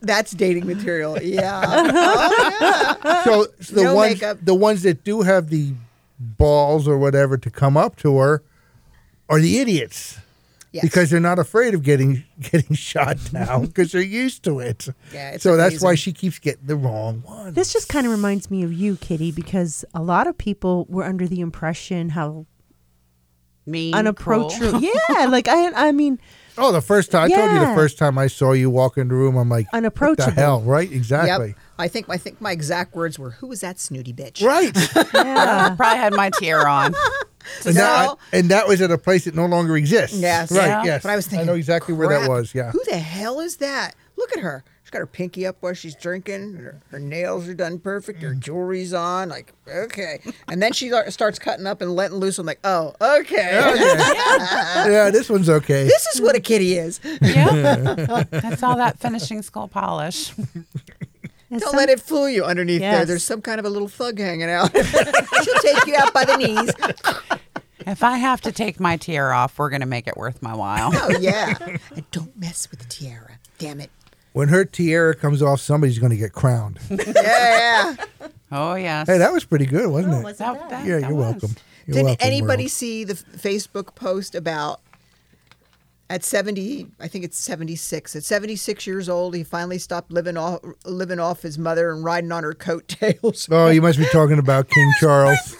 Speaker 7: that's dating material. Yeah. Oh, yeah.
Speaker 4: so so the
Speaker 7: No
Speaker 4: ones
Speaker 7: makeup.
Speaker 4: the ones that do have the balls or whatever to come up to her are the idiots.
Speaker 7: Yes.
Speaker 4: because they're not afraid of getting getting shot now because they're used to it.
Speaker 7: Yeah, it's
Speaker 4: so that's why
Speaker 7: amazing.
Speaker 4: she keeps getting the wrong one.
Speaker 5: This just kind of reminds me of you, Kitty, because a lot of people were under the impression how
Speaker 8: Mean, cruel.
Speaker 5: unapproachable. yeah, like I, I mean,
Speaker 4: oh, the first time I told you
Speaker 5: Yeah.
Speaker 4: the first time I saw you walk in the room, I'm like What
Speaker 5: Unapproachable.
Speaker 4: the hell, right? Exactly.
Speaker 7: Yep. I think I think my exact words were, "Who was that snooty bitch?"
Speaker 4: Right.
Speaker 5: yeah.
Speaker 8: Probably had my tear on.
Speaker 4: and, that,
Speaker 7: So-
Speaker 4: and that was at a place that no longer exists.
Speaker 7: Yes.
Speaker 4: Right.
Speaker 8: Yeah.
Speaker 4: Yes.
Speaker 7: But I was thinking,
Speaker 4: I know exactly where that
Speaker 7: crap,
Speaker 4: was. Yeah.
Speaker 7: Who the hell is that? Look at her. She's got her pinky up while she's drinking. Her, her nails are done perfect.
Speaker 4: Mm.
Speaker 7: Her jewelry's on. Like, okay. And then she lar- starts cutting up and letting loose. I'm like, oh, okay.
Speaker 4: yeah, this one's okay.
Speaker 7: this is what a kitty is.
Speaker 8: Yeah. That's all that finishing school polish.
Speaker 5: And
Speaker 7: Don't
Speaker 5: some-
Speaker 7: let it fool you underneath there.
Speaker 5: Yes.
Speaker 7: There's some kind of a little thug hanging out. She'll take you out by the knees.
Speaker 8: If I have to take my tear off, we're going to make it worth my while.
Speaker 7: Oh, yeah. And don't mess with the tiara. Damn it.
Speaker 4: When her tiara comes off, somebody's going to get crowned. hey,
Speaker 7: Yeah, yeah.
Speaker 8: Oh, yes.
Speaker 4: that was pretty good, wasn't it?
Speaker 5: wasn't
Speaker 8: That-
Speaker 5: bad.
Speaker 8: that-
Speaker 4: yeah,
Speaker 8: that
Speaker 4: you're
Speaker 8: was.
Speaker 4: welcome. You're
Speaker 7: Did
Speaker 4: welcome,
Speaker 7: anybody
Speaker 4: world.
Speaker 7: see the f- Facebook post about at 70, I think it's 76. At 76 years old, he finally stopped living off living off his mother and riding on her coattails.
Speaker 4: Oh, you must be talking about King Charles.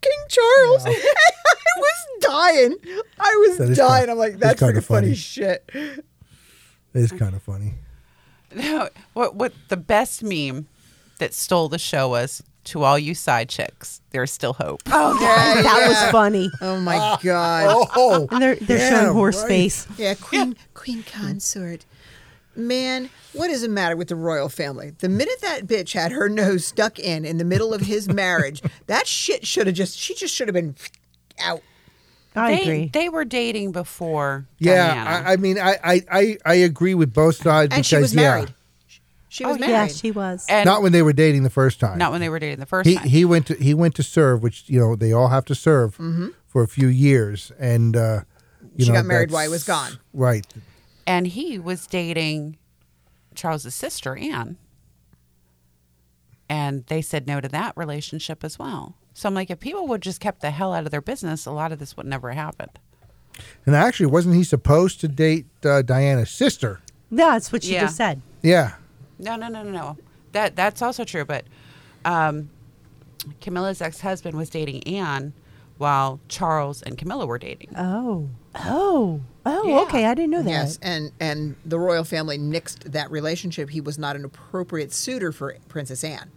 Speaker 7: King Charles. I was dying. I was
Speaker 4: That is
Speaker 7: dying.
Speaker 4: kind-
Speaker 7: I'm like,
Speaker 4: that's
Speaker 7: that's
Speaker 4: kinda
Speaker 7: pretty funny.
Speaker 4: funny.
Speaker 7: shit.
Speaker 4: It's kind of funny.
Speaker 8: No, what what the best meme that stole the show was to all you side chicks, there's still hope. Oh,
Speaker 7: Yeah,
Speaker 5: That was
Speaker 7: yeah.
Speaker 5: funny.
Speaker 7: Oh my god.
Speaker 4: Oh,
Speaker 5: And they're they're
Speaker 4: Yeah,
Speaker 5: showing horse
Speaker 4: right.
Speaker 5: face.
Speaker 7: Yeah, queen queen consort. Man, what is the matter with the royal family? The minute that bitch had her nose stuck in in the middle of his marriage, that shit should have just she just should have been out.
Speaker 5: I
Speaker 8: they,
Speaker 5: agree.
Speaker 8: They were dating before.
Speaker 4: yeah.
Speaker 8: Diana.
Speaker 4: I, I mean, I, I, I, I agree with both sides
Speaker 7: And
Speaker 4: because
Speaker 7: she was
Speaker 4: yeah,
Speaker 7: married. She was
Speaker 5: yeah,
Speaker 7: married.
Speaker 5: she was.
Speaker 8: and
Speaker 4: not when they were dating the first time.
Speaker 8: not when they were dating the first
Speaker 4: he
Speaker 8: time.
Speaker 4: he went to he went to serve, which you know they all have to serve for a few years, and uh, you
Speaker 7: Mm-hmm. She
Speaker 4: know
Speaker 7: got married
Speaker 4: that's-
Speaker 7: while he was gone.
Speaker 4: Right.
Speaker 8: and he was dating Charles's sister Anne, and they said no to that relationship as well. So I'm like, if people would just kept the hell out of their business, a lot of this would never have happened.
Speaker 4: And actually, wasn't he supposed to date uh, Diana's sister?
Speaker 5: That's what she
Speaker 8: Yeah.
Speaker 5: just said.
Speaker 4: Yeah.
Speaker 8: No, no, no, no, no. That that's also true. But um, Camilla's ex-husband was dating Anne while Charles and Camilla were dating.
Speaker 5: Oh, oh, oh.
Speaker 8: Yeah.
Speaker 5: Okay, I didn't know that.
Speaker 7: Yes, and and the royal family nixed that relationship. He was not an appropriate suitor for Princess Anne.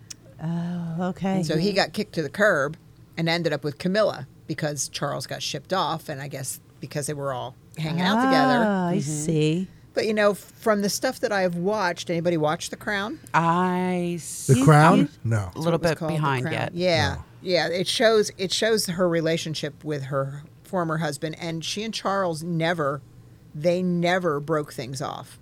Speaker 5: Okay.
Speaker 7: So he got kicked to the curb and ended up with Camilla because Charles got shipped off and I guess because they were all hanging out together. Mm-hmm.
Speaker 5: Ah, I see.
Speaker 7: But you know, from the stuff that I have watched, anybody watch The Crown?
Speaker 8: I s-
Speaker 4: The
Speaker 8: a
Speaker 4: crown? no.
Speaker 7: That's what
Speaker 8: little
Speaker 7: it was
Speaker 8: bit
Speaker 7: called, The
Speaker 8: behind
Speaker 7: Crown.
Speaker 8: yet.
Speaker 7: Yeah, yeah. It shows it shows her relationship with her former husband, and she and Charles never, they never broke things off.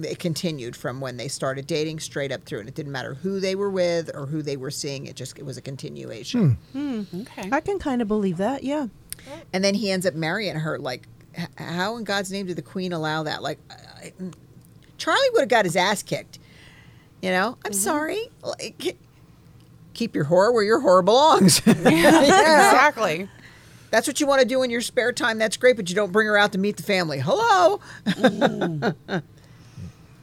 Speaker 7: It continued from when they started dating straight up through, and it didn't matter who they were with or who they were seeing. It just it was a continuation.
Speaker 8: Okay.
Speaker 5: I can kind of believe that. Yeah.
Speaker 7: and then he ends up marrying her. Like, h- how in God's name did the queen allow that? Like, I- mm, Charlie would have got his ass kicked. You know, I'm sorry. Like, keep your horror where your horror belongs.
Speaker 8: exactly.
Speaker 7: That's what you want to do in your spare time. That's great, but you don't bring her out to meet the family. Hello. if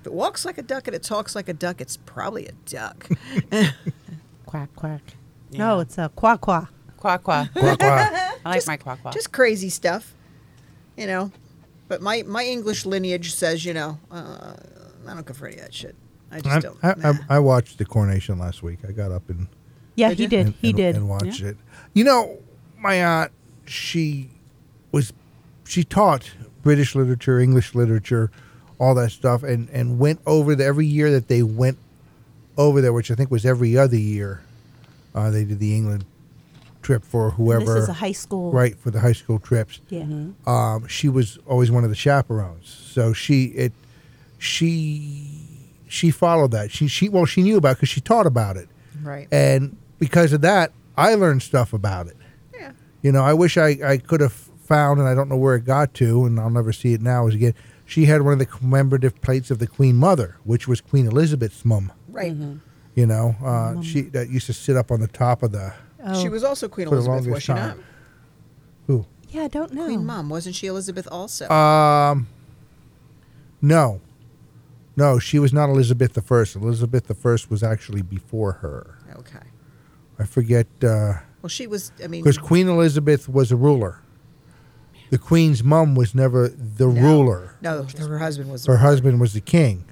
Speaker 7: it walks like a duck and it talks like a duck, it's probably a duck.
Speaker 5: Quack quack. No, it's a quack quack.
Speaker 8: Qua qua.
Speaker 4: Quack, quack.
Speaker 8: I like my qua qua.
Speaker 7: just crazy stuff, you know. But my my English lineage says, you know, uh, I don't go for any of that shit. I just
Speaker 4: I,
Speaker 7: don't.
Speaker 4: I,
Speaker 7: nah.
Speaker 4: I, I watched the coronation last week. I got up and
Speaker 5: Yeah, he did.
Speaker 4: and,
Speaker 5: he
Speaker 4: and-
Speaker 5: did.
Speaker 4: and watched it. You know, my aunt, she was she taught British literature, English literature, all that stuff, and and went over the, every year that they went over there, which I think was every other year. Uh, they did the England trip for whoever.
Speaker 5: This is a high school.
Speaker 4: right for the high school trips
Speaker 5: Yeah. Mm-hmm.
Speaker 4: um, she was always one of the chaperones. So she it she she followed that. She she well she knew about because she taught about it,
Speaker 7: right.
Speaker 4: and because of that, I learned stuff about it.
Speaker 7: Yeah.
Speaker 4: You know, I wish I I could have found, and I don't know where it got to, and I'll never see it now. Is again, she had one of the commemorative plates of the Queen Mother, which was Queen Elizabeth's mum.
Speaker 7: Right.
Speaker 4: You know, uh, she that used to sit up on the top of the
Speaker 5: Oh.
Speaker 7: She was also Queen
Speaker 4: For the
Speaker 7: Uh, Elizabeth,
Speaker 4: longest
Speaker 7: was she not?
Speaker 4: time. who
Speaker 5: Yeah, I don't know.
Speaker 7: Queen Mom, wasn't she Elizabeth also?
Speaker 4: Uh, No. No, she was not Elizabeth the First. Elizabeth the First was actually before her.
Speaker 7: okay.
Speaker 4: I forget uh, because
Speaker 7: Well, she was. I mean,
Speaker 4: Queen Elizabeth was a ruler. The Queen's mum was never the ruler.
Speaker 7: no, her husband was.
Speaker 4: Her husband was the king,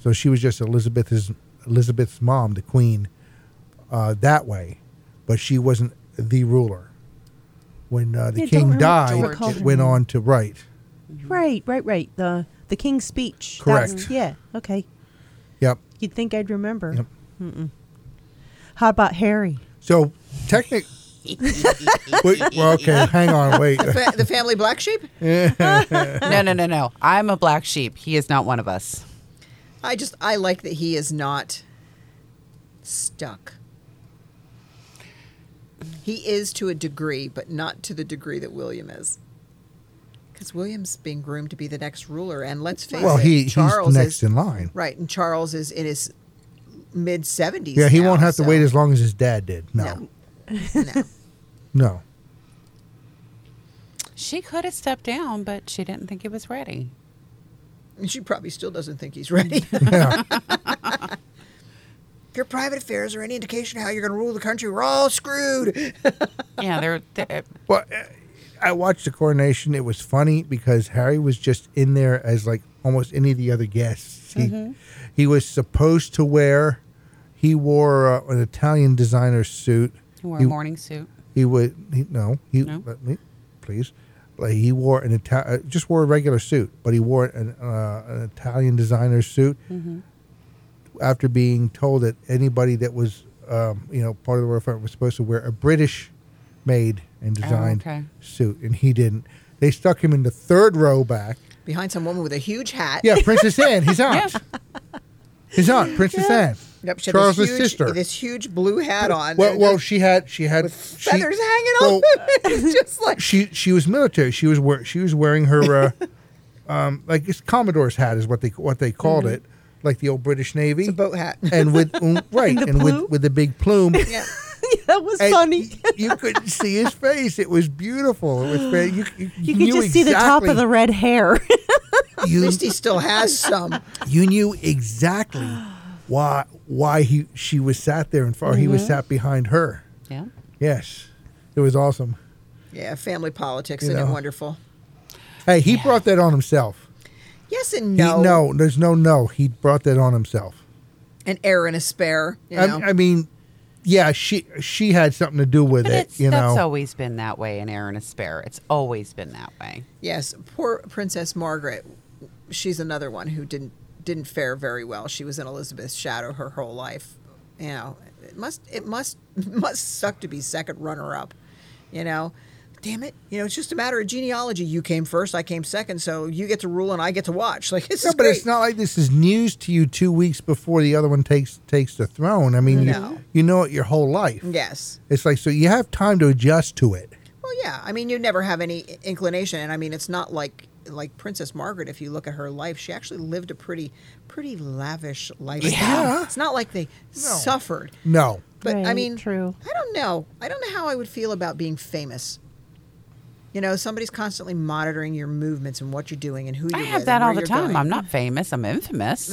Speaker 4: so she was just Elizabeth's Elizabeth's mom, the Queen, uh, that way. But she wasn't the ruler. When uh, the
Speaker 5: Yeah, don't
Speaker 4: king
Speaker 5: remember-
Speaker 4: died,
Speaker 5: recall
Speaker 4: it
Speaker 5: her
Speaker 4: went on to right.
Speaker 5: Right, right, right. The the King's Speech.
Speaker 4: Correct.
Speaker 5: yeah. Okay.
Speaker 4: Yep.
Speaker 5: You'd think I'd remember.
Speaker 4: Yep.
Speaker 5: How about Harry?
Speaker 4: So technic. wait, well, okay. Hang on. Wait.
Speaker 7: Fa- the family black sheep?
Speaker 8: no, no, no, no. I'm a black sheep. He is not one of us.
Speaker 7: I just I like that he is not stuck. He is to a degree, but not to the degree that William is. Because William's being groomed to be the next ruler, and let's face
Speaker 4: Well,
Speaker 7: it,
Speaker 4: he- he's
Speaker 7: Charles
Speaker 4: next
Speaker 7: is,
Speaker 4: in line.
Speaker 7: right? And Charles is in his mid seventies.
Speaker 4: Yeah, he won't have to wait as long as his dad did. No.
Speaker 7: No, no.
Speaker 4: No.
Speaker 8: She could have stepped down, but she didn't think he was ready.
Speaker 7: And she probably still doesn't think he's ready.
Speaker 4: Yeah.
Speaker 7: if your private affairs are any indication of how you're going to rule the country, we're all screwed.
Speaker 8: Yeah, they're, uh, they're
Speaker 4: Well, eh, I watched the coronation. It was funny because Harry was just in there as like almost any of the other guests. He,
Speaker 8: Mm-hmm.
Speaker 4: he was supposed to wear. He wore uh, an Italian designer suit.
Speaker 8: he wore
Speaker 4: He-
Speaker 8: a morning suit.
Speaker 4: He would he, no he
Speaker 8: No?
Speaker 4: let me please. Like he wore an Ita- uh, just wore a regular suit, but he wore an, uh, an Italian designer suit.
Speaker 8: Mm-hmm.
Speaker 4: After being told that anybody that was um, you know part of the royal family was supposed to wear a British made and designed
Speaker 8: Oh, okay.
Speaker 4: suit, and he didn't. They stuck him in the third row back.
Speaker 7: Behind some woman with a huge hat.
Speaker 4: Yeah, Princess Anne, his aunt. His aunt, Princess Anne.
Speaker 7: Yep, she had this
Speaker 4: Charles'
Speaker 7: huge-
Speaker 4: sister.
Speaker 7: This huge blue hat on.
Speaker 4: well,
Speaker 7: and
Speaker 4: well,
Speaker 7: just
Speaker 4: she had she had she-
Speaker 7: feathers hanging
Speaker 4: well,
Speaker 7: off. it's just like
Speaker 4: she she was military. She was wear, she was wearing her uh, um, like it's Commodore's hat is what they what they called
Speaker 5: Mm-hmm.
Speaker 4: it, like the old British Navy
Speaker 7: a boat hat.
Speaker 4: and with mm, right
Speaker 5: the
Speaker 4: and
Speaker 5: plume?
Speaker 4: with with the big plume.
Speaker 7: yeah.
Speaker 5: that was
Speaker 4: And
Speaker 5: funny.
Speaker 4: y- You couldn't see his face. It was beautiful. It was very, you, you,
Speaker 5: You could
Speaker 4: knew
Speaker 5: just see the top of the
Speaker 4: exactly-
Speaker 5: red hair.
Speaker 4: You,
Speaker 7: Misty still has some.
Speaker 4: you knew exactly why why he she was sat there and far he
Speaker 5: Mm-hmm.
Speaker 4: was sat behind her.
Speaker 8: Yeah.
Speaker 4: Yes, it was awesome.
Speaker 7: Yeah, family politics
Speaker 4: You
Speaker 7: isn't it
Speaker 4: know.
Speaker 7: wonderful?
Speaker 4: Hey, he brought that on himself.
Speaker 7: Yes and
Speaker 4: He-
Speaker 7: no.
Speaker 4: no, there's no no. He brought that on himself.
Speaker 7: An heir and a spare. You
Speaker 4: I,
Speaker 7: know?
Speaker 4: I mean, yeah, she she had something to do with
Speaker 8: But
Speaker 4: it,
Speaker 8: it's,
Speaker 4: you
Speaker 8: that's
Speaker 4: know.
Speaker 8: always been that way in Aaron Aspare. It's always been that way.
Speaker 7: yes, poor Princess Margaret. She's another one who didn't didn't fare very well. She was in Elizabeth's shadow her whole life. You know, it must it must must suck to be second runner up. You know, damn it. You know, it's just a matter of genealogy. You came first, I came second, so you get to rule and I get to watch. Like it's
Speaker 4: No, but it's not like this is news to you two weeks before the other one takes takes the throne. I mean,
Speaker 7: No.
Speaker 4: you, you know it your whole life.
Speaker 7: Yes.
Speaker 4: It's like so you have time to adjust to it.
Speaker 7: Well, yeah. I mean, you never have any inclination, and I mean, it's not like like Princess Margaret. If you look at her life, she actually lived a pretty, pretty lavish lifestyle.
Speaker 4: Yeah.
Speaker 7: It's not like they suffered.
Speaker 4: No,
Speaker 7: But I
Speaker 5: Right,
Speaker 7: mean,
Speaker 5: true.
Speaker 7: I don't know. I don't know how I would feel about being famous. You know, somebody's constantly monitoring your movements and what you're doing and who you're
Speaker 8: I
Speaker 7: with
Speaker 8: have that
Speaker 7: and
Speaker 8: all
Speaker 7: where
Speaker 8: the
Speaker 7: you're
Speaker 8: time.
Speaker 7: going.
Speaker 8: I'm not famous. I'm infamous.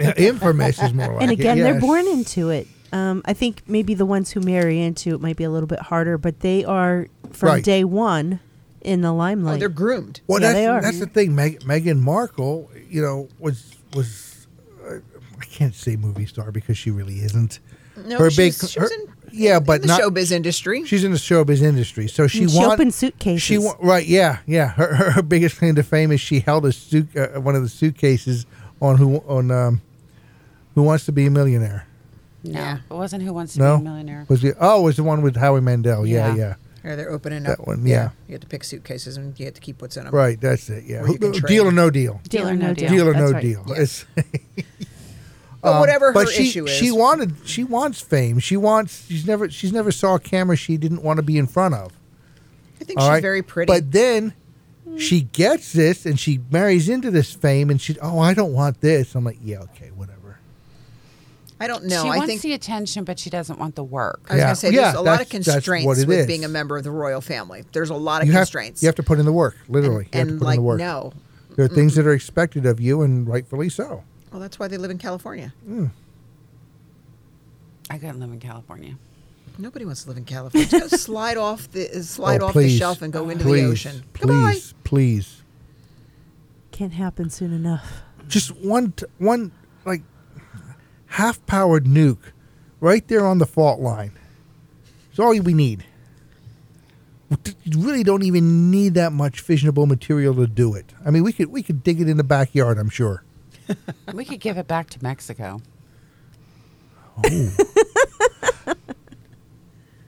Speaker 4: infamous is more like.
Speaker 5: and
Speaker 4: it,
Speaker 5: again, they're
Speaker 4: yes.
Speaker 5: born into it. Um, I think maybe the ones who marry into it might be a little bit harder, but they are from
Speaker 4: Right.
Speaker 5: day one in the
Speaker 7: Oh,
Speaker 5: limelight.
Speaker 7: they're groomed.
Speaker 4: Well,
Speaker 5: Yeah,
Speaker 4: that's,
Speaker 5: they are.
Speaker 4: that's the thing. Meg, Meghan Markle, you know, was was uh, I can't say movie star because she really isn't.
Speaker 7: No,
Speaker 4: her
Speaker 7: she's-
Speaker 4: big,
Speaker 7: she's
Speaker 4: her-
Speaker 7: in-
Speaker 4: yeah, but
Speaker 7: in the
Speaker 4: not,
Speaker 7: showbiz industry.
Speaker 4: She's in the showbiz industry, so she
Speaker 5: And Mm, she
Speaker 4: won-
Speaker 5: opened suitcases.
Speaker 4: She won, right, yeah, yeah. Her, her her biggest claim to fame is she held a suit uh, one of the suitcases on who on um, Who Wants to Be a Millionaire.
Speaker 8: No,
Speaker 7: Yeah.
Speaker 8: it wasn't Who Wants to
Speaker 4: No,
Speaker 8: Be a Millionaire.
Speaker 4: was the oh it was the one with Howie Mandel? Yeah, yeah.
Speaker 8: Yeah.
Speaker 7: Or they're opening up.
Speaker 4: That one, yeah.
Speaker 7: You have to pick suitcases and you have to keep what's in them.
Speaker 4: Right, that's it. Yeah,
Speaker 7: Or you can
Speaker 4: Who-
Speaker 7: trade.
Speaker 4: deal or no deal.
Speaker 8: Deal or No Deal.
Speaker 4: Deal or
Speaker 5: That's
Speaker 4: no
Speaker 5: right.
Speaker 4: deal. It's-
Speaker 7: But whatever her
Speaker 4: Um, but she
Speaker 7: issue is.
Speaker 4: she wanted she wants fame. She wants she's never she's never saw a camera she didn't want to be in front of.
Speaker 7: I think
Speaker 4: All
Speaker 7: she's
Speaker 4: right?
Speaker 7: very pretty.
Speaker 4: But then she gets this and she marries into this fame and she oh I don't want this. I'm like yeah okay whatever.
Speaker 7: I don't know.
Speaker 8: she
Speaker 7: I
Speaker 8: wants
Speaker 7: think
Speaker 8: the attention, but she doesn't want the work.
Speaker 7: I was
Speaker 4: Yeah.
Speaker 7: going to say
Speaker 4: Yeah,
Speaker 7: there's a lot of
Speaker 4: that's- that's what
Speaker 7: constraints
Speaker 4: it
Speaker 7: with
Speaker 4: is.
Speaker 7: being a member of the royal family. There's a lot of
Speaker 4: You have,
Speaker 7: constraints.
Speaker 4: you have to put in the work literally. you have to
Speaker 7: and
Speaker 4: put
Speaker 7: like
Speaker 4: in the work.
Speaker 7: no.
Speaker 4: There are things that are expected of you and rightfully so.
Speaker 7: Well, that's why they live in California.
Speaker 8: I couldn't live in California.
Speaker 7: Nobody wants to live in California. Just go slide off the uh, slide
Speaker 4: Oh,
Speaker 7: off the
Speaker 4: please,
Speaker 7: shelf and go into
Speaker 4: please,
Speaker 7: the ocean. Goodbye.
Speaker 4: Please, please.
Speaker 5: Can't happen soon enough.
Speaker 4: just one t- one like half powered nuke right there on the fault line. It's all we need. you really don't even need that much fissionable material to do it. I mean, we could we could dig it in the backyard. I'm sure.
Speaker 8: We could give it back to Mexico.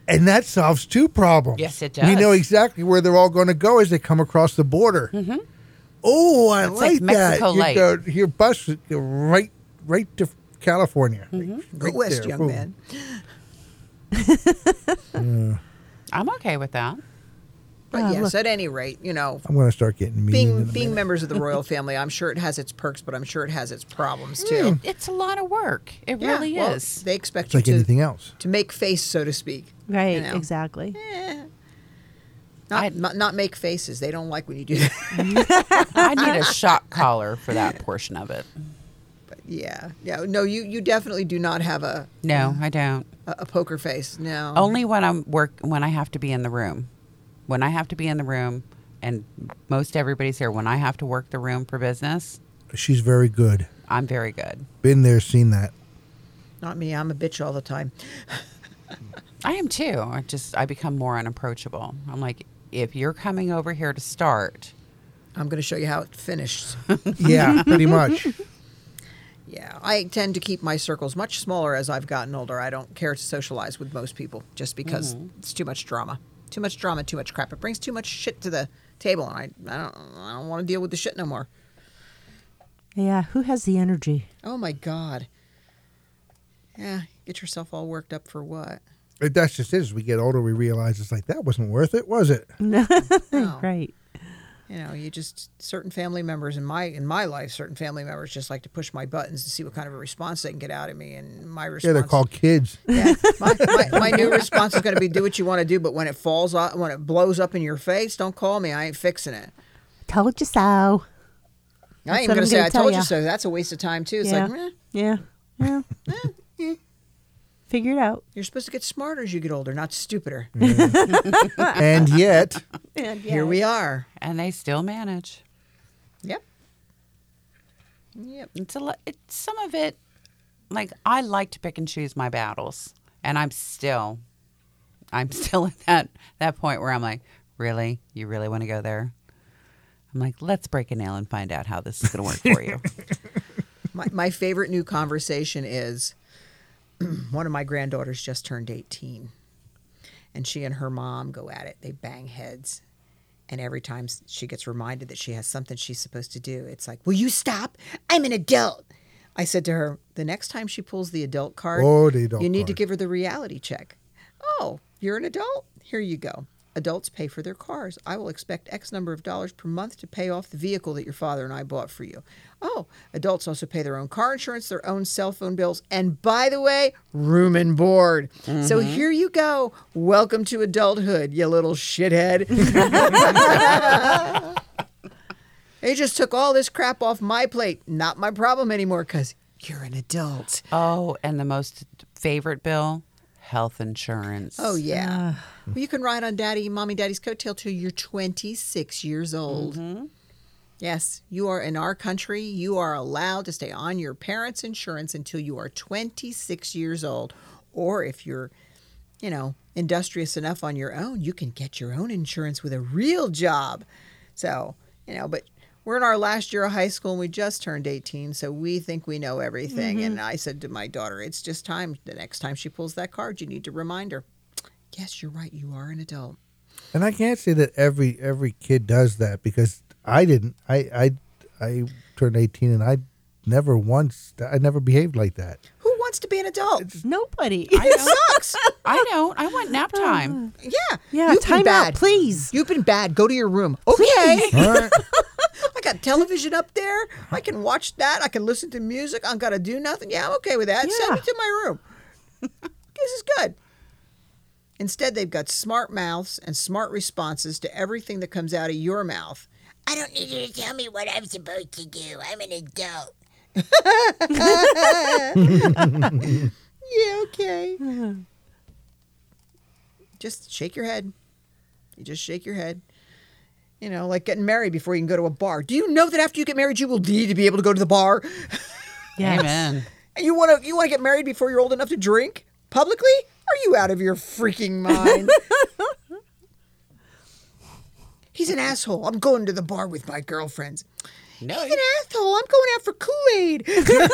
Speaker 4: And that solves two problems.
Speaker 8: Yes, it
Speaker 4: We know
Speaker 8: does. Mm-hmm.
Speaker 4: exactly where they're all going to go as they come across the border. Oh, I
Speaker 8: like
Speaker 4: like, that.
Speaker 8: Mexico
Speaker 4: You
Speaker 8: Light.
Speaker 4: go- your bus is right, right to California.
Speaker 8: Mm-hmm.
Speaker 4: Right-
Speaker 7: Go
Speaker 4: right
Speaker 7: west,
Speaker 4: there.
Speaker 7: young
Speaker 4: Boom.
Speaker 7: man.
Speaker 8: I'm okay with that.
Speaker 7: But
Speaker 8: Ah,
Speaker 7: yes, at any rate, you know,
Speaker 4: I'm going to start getting mean. in
Speaker 7: being
Speaker 4: a
Speaker 7: being
Speaker 4: minute.
Speaker 7: members of the royal family, I'm sure it has its perks, but I'm sure it has its problems too.
Speaker 8: It's a lot of work. It
Speaker 7: Yeah,
Speaker 8: Hmm. really
Speaker 7: well,
Speaker 8: is.
Speaker 7: They expect
Speaker 4: it's like
Speaker 7: you to,
Speaker 4: anything else.
Speaker 7: to make face, so to speak.
Speaker 5: Right,
Speaker 7: you know.
Speaker 5: exactly.
Speaker 7: Not,
Speaker 8: I-
Speaker 7: not not make faces. They don't like when you do that.
Speaker 8: I need a shock collar for that portion of it.
Speaker 7: But yeah, yeah. No, you you definitely do not have a
Speaker 8: No, I don't.
Speaker 7: a, a poker face. No.
Speaker 8: Only when I'm work when I have to be in the room. When I have to be in the room and most everybody's here when I have to work the room for business,
Speaker 4: She's very good.
Speaker 8: I'm very good.
Speaker 4: Been there, seen that.
Speaker 7: not me. I'm a bitch all the time.
Speaker 8: I am too. I just I become more unapproachable. I'm like if you're coming over here to start,
Speaker 7: I'm going to show you how it finished.
Speaker 4: Yeah, pretty much.
Speaker 7: yeah, I tend to keep my circles much smaller as I've gotten older. I don't care to socialize with most people just because it's too much drama. Too much drama, too much crap. It brings too much shit to the table, and I, I don't, I don't want to deal with the shit no more.
Speaker 5: Yeah, who has the energy?
Speaker 7: Oh my god. Yeah, get yourself all worked up for what?
Speaker 4: But That's just it. As we get older, we realize it's like that wasn't worth it, was it?
Speaker 7: No.
Speaker 5: Right.
Speaker 7: You know, you just certain family members in my in my life, certain family members just like to push my buttons to see what kind of a response they can get out of me, and my response.
Speaker 4: Yeah, they're called kids.
Speaker 7: Yeah, my, my, my new response is going to be do what you want to do, but when it falls o- when it blows up in your face, don't call me. I ain't fixing it.
Speaker 5: Told you so.
Speaker 7: I
Speaker 5: That's
Speaker 7: ain't going
Speaker 5: what
Speaker 7: to
Speaker 5: I'm
Speaker 7: say
Speaker 5: gonna
Speaker 7: I
Speaker 5: tell
Speaker 7: told you
Speaker 5: ya."
Speaker 7: so. That's a waste of time too. It's
Speaker 5: yeah.
Speaker 7: like, meh,
Speaker 5: yeah. Yeah. Figure it out.
Speaker 7: you're supposed to get smarter as you get older, not stupider.
Speaker 4: and yet,
Speaker 7: Here we are.
Speaker 8: and they still manage.
Speaker 7: Yep. Yep.
Speaker 8: It's a lot. It's some of it. Like I like to pick and choose my battles, and I'm still, I'm still at that that point where I'm like, really, you really want to go there? I'm like, let's break a nail and find out how this is going to work for you.
Speaker 7: My, my favorite new conversation is one of my granddaughters just turned 18 and she and her mom go at it. They bang heads. And every time s- she gets reminded that she has something she's supposed to do, it's like, Will you stop? I'm an adult. I said to her, The next time she pulls the adult card,
Speaker 4: Oh, the adult
Speaker 7: you need to
Speaker 4: card.
Speaker 7: give her the reality check. Oh, you're an adult? Here you go. Adults pay for their cars. I will expect X number of dollars per month to pay off the vehicle that your father and I bought for you. Oh, adults also pay their own car insurance, their own cell phone bills, and by the way, room and board. So here you go. Welcome to adulthood, you little shithead. they just took all this crap off my plate. Not my problem anymore because you're an adult.
Speaker 8: oh, and the most favorite bill, health insurance.
Speaker 7: Oh yeah. Well, you can ride on daddy, mommy, daddy's coattail till you're 26 years old. Yes, you are in our country. You are allowed to stay on your parents' insurance until you are 26 years old, or if you're, you know, industrious enough on your own, you can get your own insurance with a real job. So you know, but. We're in our last year of high school and we just turned 18, so we think we know everything. And I said to my daughter, It's just time. The next time she pulls that card, you need to remind her. Yes, you're right. You are an adult.
Speaker 4: and I can't say that every every kid does that because I didn't. I I I turned eighteen and I never once. I never behaved like that.
Speaker 7: Who wants to be an adult?
Speaker 5: Nobody.
Speaker 8: I don't.
Speaker 7: Sucks.
Speaker 8: I don't. I want nap
Speaker 7: Oh,
Speaker 8: time.
Speaker 7: Yeah.
Speaker 5: yeah,
Speaker 7: You've been
Speaker 5: time out,
Speaker 7: bad.
Speaker 5: please.
Speaker 7: You've been bad. Go to your room. Okay.
Speaker 4: All right.
Speaker 7: I got television up there. I can watch that. I can listen to music. I'm gonna do nothing. Yeah, I'm okay with that. Send me
Speaker 5: Yeah.
Speaker 7: to my room. this is good. Instead, they've got smart mouths and smart responses to everything that comes out of your mouth.
Speaker 9: I don't need you to tell me what I'm supposed to do. I'm an adult.
Speaker 7: Yeah, okay. Just shake your head. You just shake your head. You know, like getting married before you can go to a bar. Do you know that after you get married, you will need to be able to go to the bar?
Speaker 5: Yes.
Speaker 8: Amen.
Speaker 7: And you want to you want to get married before you're old enough to drink publicly? Are you out of your freaking mind? He's an asshole. I'm going to the bar with my girlfriends.
Speaker 10: No,
Speaker 7: He's an asshole. I'm going out for Kool Aid. Gonna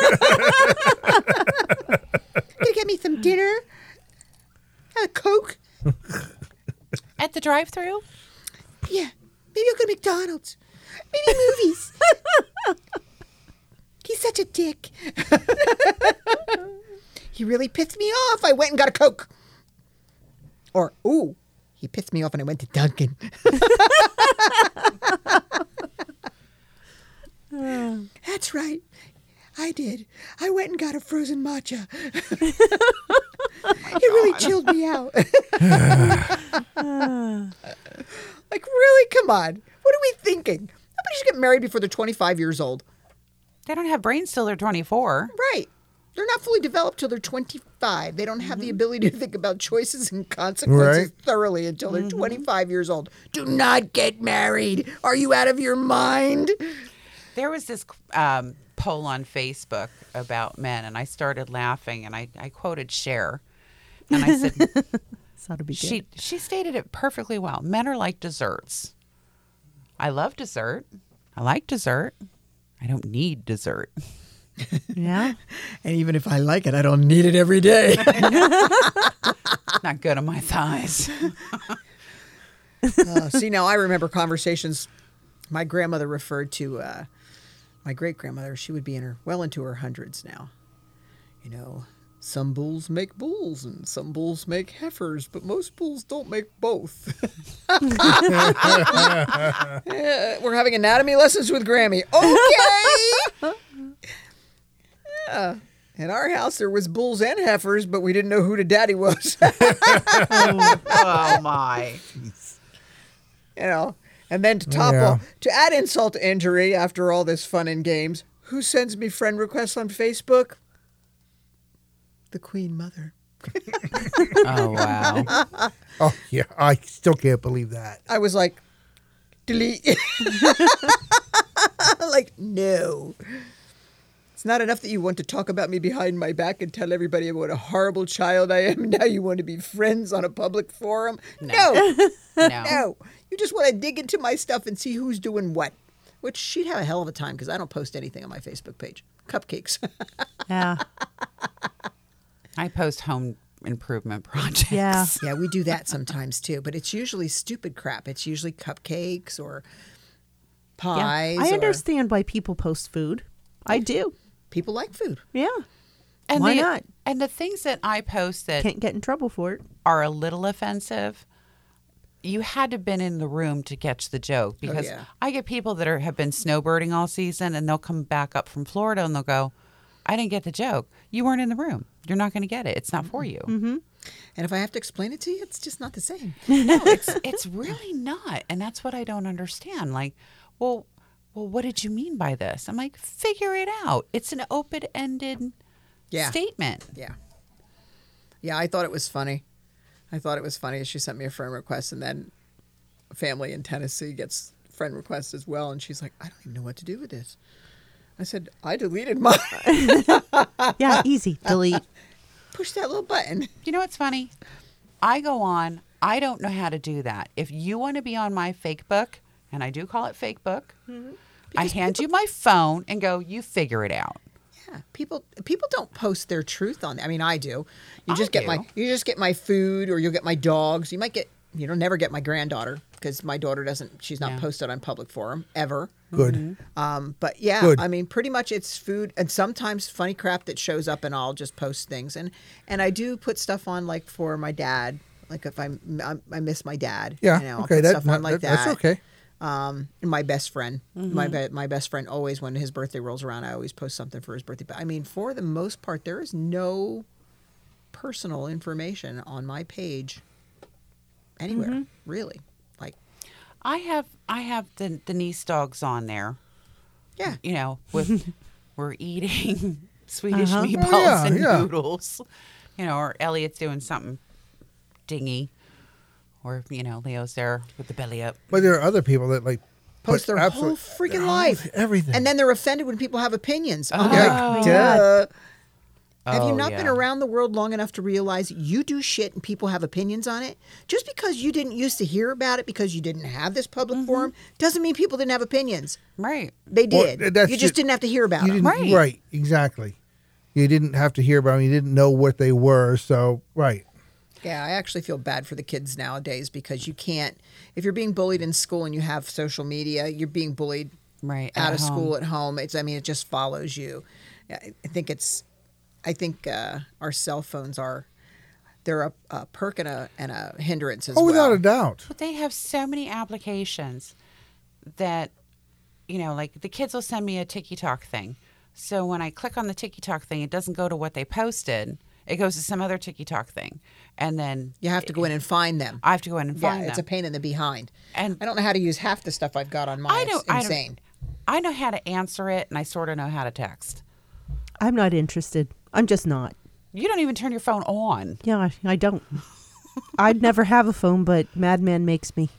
Speaker 7: get me some dinner. A Coke.
Speaker 8: At the drive-through?
Speaker 7: Yeah. Maybe I'll go to McDonald's. Maybe movies. He's such a dick. he really pissed me off. I went and got a Coke. Or, ooh, he pissed me off and I went to Dunkin'. That's right. I did. I went and got a frozen matcha. it really chilled me out. like, really? Come on. What are we thinking? Nobody should get married before they're 25 years old.
Speaker 8: They don't have brains till they're 24.
Speaker 7: Right. They're not fully developed till they're 25. They don't have the ability to think about choices and
Speaker 4: Right.
Speaker 7: consequences thoroughly until they're 25 years old. Do not get married. Are you out of your mind?
Speaker 8: There was this um, poll on Facebook about men, and I started laughing, and I, I quoted Cher, and I said,
Speaker 5: It's ought to be good.
Speaker 8: she she stated it perfectly well. Men are like desserts. I love dessert. I like dessert. I don't need dessert.
Speaker 5: yeah.
Speaker 7: And even if I like it, I don't need it every day.
Speaker 8: It's not good on my thighs.
Speaker 7: Uh, see, now I remember conversations my grandmother referred to. Uh, my great grandmother, she would be in her well into her hundreds now. You know, some bulls make bulls and some bulls make heifers, but most bulls don't make both. Yeah, we're having anatomy lessons with Grammy. Okay. yeah. In our house, there was bulls and heifers, but we didn't know who the daddy was.
Speaker 8: oh my.
Speaker 7: you know. And then to top
Speaker 4: Yeah.
Speaker 7: all, to add insult to injury after all this fun and games, who sends me friend requests on Facebook? The Queen Mother.
Speaker 8: Oh wow.
Speaker 4: Oh yeah, I still can't believe that.
Speaker 7: I was like, delete. like, no. It's not enough that you want to talk about me behind my back and tell everybody what a horrible child I am. Now you want to be friends on a public forum? no.
Speaker 8: No.
Speaker 7: No, you just want to dig into my stuff and see who's doing what. Which she'd have a hell of a time because I don't post anything on my Facebook page. Cupcakes.
Speaker 5: Yeah.
Speaker 8: I post home improvement projects.
Speaker 5: Yeah.
Speaker 7: yeah, we do that sometimes too, but it's usually stupid crap. It's usually cupcakes or pies.
Speaker 5: I
Speaker 7: or-
Speaker 5: understand why people post food. I do.
Speaker 7: People like food.
Speaker 5: Yeah.
Speaker 8: And
Speaker 5: Why
Speaker 8: the,
Speaker 5: not?
Speaker 8: And the things that I post that
Speaker 5: Can't get in trouble for it.
Speaker 8: are a little offensive, you had to been in the room to catch the joke because
Speaker 7: Oh, yeah.
Speaker 8: I get people that are have been snowbirding all season and they'll come back up from Florida and they'll go, "I didn't get the joke. You weren't in the room. You're not going to get it. It's not for you.
Speaker 7: Mm-hmm. And if I have to explain it to you, it's just not the same.
Speaker 8: No, it's it's really not. And that's what I don't understand. Like, well, well, what did you mean by this? I'm like, figure it out. It's an open-ended
Speaker 7: Yeah.
Speaker 8: statement.
Speaker 7: Yeah. Yeah, I thought it was funny. I thought it was funny. She sent me a friend request, and then a family in Tennessee gets friend requests as well. And she's like, I don't even know what to do with this. I said, I deleted mine.
Speaker 5: Yeah. Easy. Delete.
Speaker 7: Push that little button.
Speaker 8: You know what's funny? I go on. I don't know how to do that. If you want to be on my fake book, and I do call it fake book, I hand you my phone and go, you figure it out.
Speaker 7: Yeah, people people don't post their truth on. I mean, I do. You just get my
Speaker 8: do.
Speaker 7: you just get my food, or you'll get my dogs. You might get you don't never get my granddaughter because my daughter doesn't. She's not posted on public forum ever.
Speaker 4: Good.
Speaker 7: Um, but yeah,
Speaker 4: Good.
Speaker 7: I mean, pretty much it's food and sometimes funny crap that shows up, and I'll just post things. And and I do put stuff on like for my dad, like if I'm, I I miss my dad.
Speaker 4: Yeah.
Speaker 7: you know, I'll
Speaker 4: okay.
Speaker 7: put
Speaker 4: That,
Speaker 7: stuff on
Speaker 4: that-
Speaker 7: like
Speaker 4: That's
Speaker 7: that.
Speaker 4: okay.
Speaker 7: Um, and my best friend, my be- my best friend, always when his birthday rolls around, I always post something for his birthday. But I mean, for the most part, there is no personal information on my page anywhere, really. Like,
Speaker 8: I have I have the, the niece dogs on there.
Speaker 7: yeah,
Speaker 8: You know, with we're eating Swedish meatballs
Speaker 4: Oh, yeah,
Speaker 8: and
Speaker 4: yeah.
Speaker 8: noodles. You know, or Elliot's doing something dingy, or you know, Leo's there with the belly up.
Speaker 4: But there are other people that like
Speaker 7: post
Speaker 4: put
Speaker 7: their whole
Speaker 4: absolute-
Speaker 7: freaking
Speaker 4: their whole-
Speaker 7: life,
Speaker 4: everything,
Speaker 7: and then they're offended when people have opinions. I'm
Speaker 4: Yeah.
Speaker 7: like, duh. uh, Have you
Speaker 8: Oh,
Speaker 7: not been
Speaker 8: yeah.
Speaker 7: around the world long enough to realize you do shit and people have opinions on it? Just because you didn't used to hear about it because you didn't have this public forum doesn't mean people didn't have opinions.
Speaker 8: Right.
Speaker 7: They
Speaker 4: Mm-hmm. Well,
Speaker 7: did.
Speaker 4: that's
Speaker 7: you
Speaker 4: ju-
Speaker 7: just didn't have to hear about
Speaker 4: You
Speaker 7: it.
Speaker 4: didn't,
Speaker 8: Right.
Speaker 4: exactly. You didn't have to hear about them. You didn't know what they were. So, right.
Speaker 7: Yeah, I actually feel bad for the kids nowadays because you can't. If you're being bullied in school and you have social media, you're being bullied
Speaker 8: Right,
Speaker 7: out of
Speaker 8: at home.
Speaker 7: school at home. It's I mean it just follows you. I I think it's. I think uh, our cell phones are. They're a, a perk and a and a hindrance as
Speaker 4: Oh,
Speaker 7: well.
Speaker 4: without a doubt.
Speaker 8: But they have so many applications that, you know, like the kids will send me a TikTok thing. So when I click on the TikTok thing, it doesn't go to what they posted. It goes to some other TikTok thing, and then
Speaker 7: You have to go in and find them.
Speaker 8: I have to go in and
Speaker 7: yeah,
Speaker 8: find
Speaker 7: it's a
Speaker 8: them.
Speaker 7: pain in the behind.
Speaker 8: And-
Speaker 7: I don't know how to use half the stuff I've got on mine.
Speaker 8: I know.
Speaker 7: it's
Speaker 8: I
Speaker 7: insane.
Speaker 8: don't. I know how to answer it, and I sort of know how to text.
Speaker 5: I'm not interested. I'm just not.
Speaker 8: You don't even turn your phone on.
Speaker 5: Yeah, I- I don't. I'd never have a phone, but Madman makes me.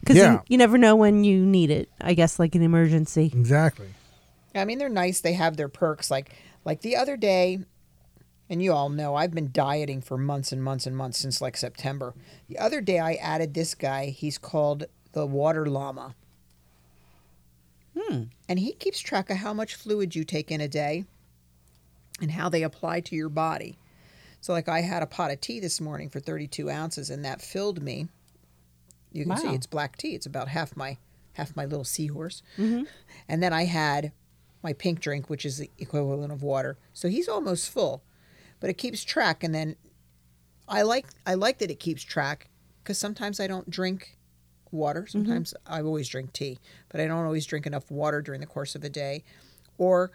Speaker 5: Because
Speaker 4: Yeah.
Speaker 5: you, you never know when you need it. I guess like an emergency.
Speaker 4: Exactly.
Speaker 7: I mean, they're nice. They have their perks. Like like the other day, and you all know I've been dieting for months and months and months since like September. The other day, I added this guy. He's called the Water Llama. Hmm. And he keeps track of how much fluid you take in a day, and how they apply to your body. So, like, I had a pot of tea this morning for 32 ounces, and that filled me. You can see
Speaker 8: Wow.
Speaker 7: it's black tea. It's about half my half my little seahorse.
Speaker 5: Mm-hmm.
Speaker 7: And then I had my pink drink, which is the equivalent of water. So he's almost full, but it keeps track. And then I like I like that it keeps track because sometimes I don't drink
Speaker 5: Mm-hmm.
Speaker 7: water. Sometimes I always drink tea, but I don't always drink enough water during the course of a day, or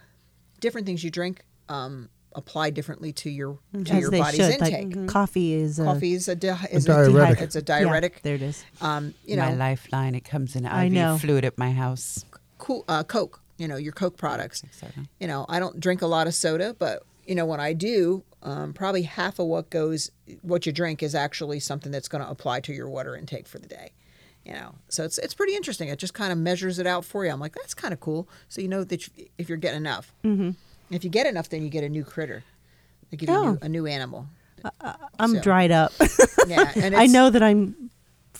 Speaker 7: different things you drink um, apply differently to your to
Speaker 5: As
Speaker 7: your
Speaker 5: they
Speaker 7: body's
Speaker 5: should. Like mm-hmm.
Speaker 7: intake.
Speaker 5: coffee is a,
Speaker 7: Coffee is a, di- is a
Speaker 4: diuretic.
Speaker 7: dehy- it's a
Speaker 5: yeah,
Speaker 7: diuretic.
Speaker 5: there it is.
Speaker 7: Um, you know,
Speaker 8: my lifeline. It comes in
Speaker 5: I
Speaker 8: IV
Speaker 5: know.
Speaker 8: fluid at my house.
Speaker 7: cool uh, Coke. You know your Coke products. You know I don't drink a lot of soda, but you know when I do, um, probably half of what goes what you drink is actually something that's going to apply to your water intake for the day. You know, so it's it's pretty interesting. It just kind of measures it out for you. I'm like that's kind of cool. So you know that you, if you're getting enough, mm-hmm. if you get enough, then you get a new critter. They give you a new, a new animal.
Speaker 5: I'm
Speaker 7: so-
Speaker 5: dried up.
Speaker 7: Yeah, and
Speaker 5: I
Speaker 7: it's-
Speaker 5: know that I'm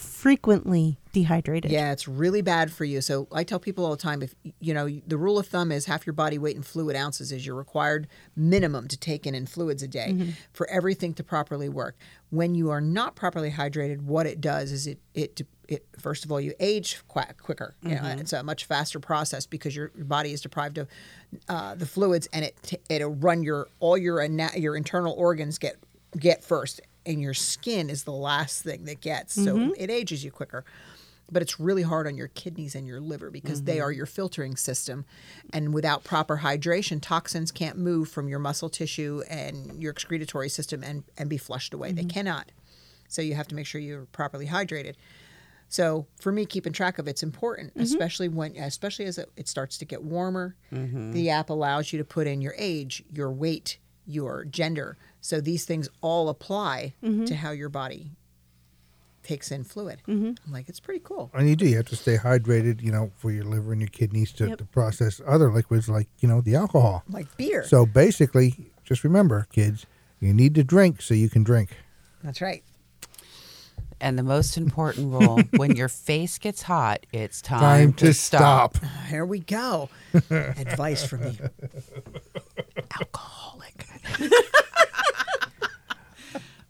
Speaker 5: frequently dehydrated.
Speaker 7: Yeah, it's really bad for you. So I tell people all the time if you know, the rule of thumb is half your body weight in fluid ounces is your required minimum to take in in fluids a day for everything to properly work. When you are not properly hydrated, what it does is it it it first of all you age qua- quicker. You know, and it's a much faster process because your, your body is deprived of uh, the fluids and it t- it'll run your all your ana- your internal organs get get first and your skin is the last thing that gets. So it ages you quicker but it's really hard on your kidneys and your liver because they are your filtering system and without proper hydration toxins can't move from your muscle tissue and your excretory system and, and be flushed away they cannot so you have to make sure you're properly hydrated so for me keeping track of it's important especially when especially as it, it starts to get warmer the app allows you to put in your age your weight your gender so these things all apply to how your body takes in fluid i'm like it's pretty cool
Speaker 4: And you do. You have to stay hydrated, you know, for your liver and your kidneys to, to process other liquids like, you know, the alcohol.
Speaker 7: like beer.
Speaker 4: So basically, just remember, kids, you need to drink so you can drink.
Speaker 7: that's right.
Speaker 8: And the most important rule: when your face gets hot, it's time,
Speaker 4: Time to stop.
Speaker 7: Here we go. Advice from me. Alcoholic.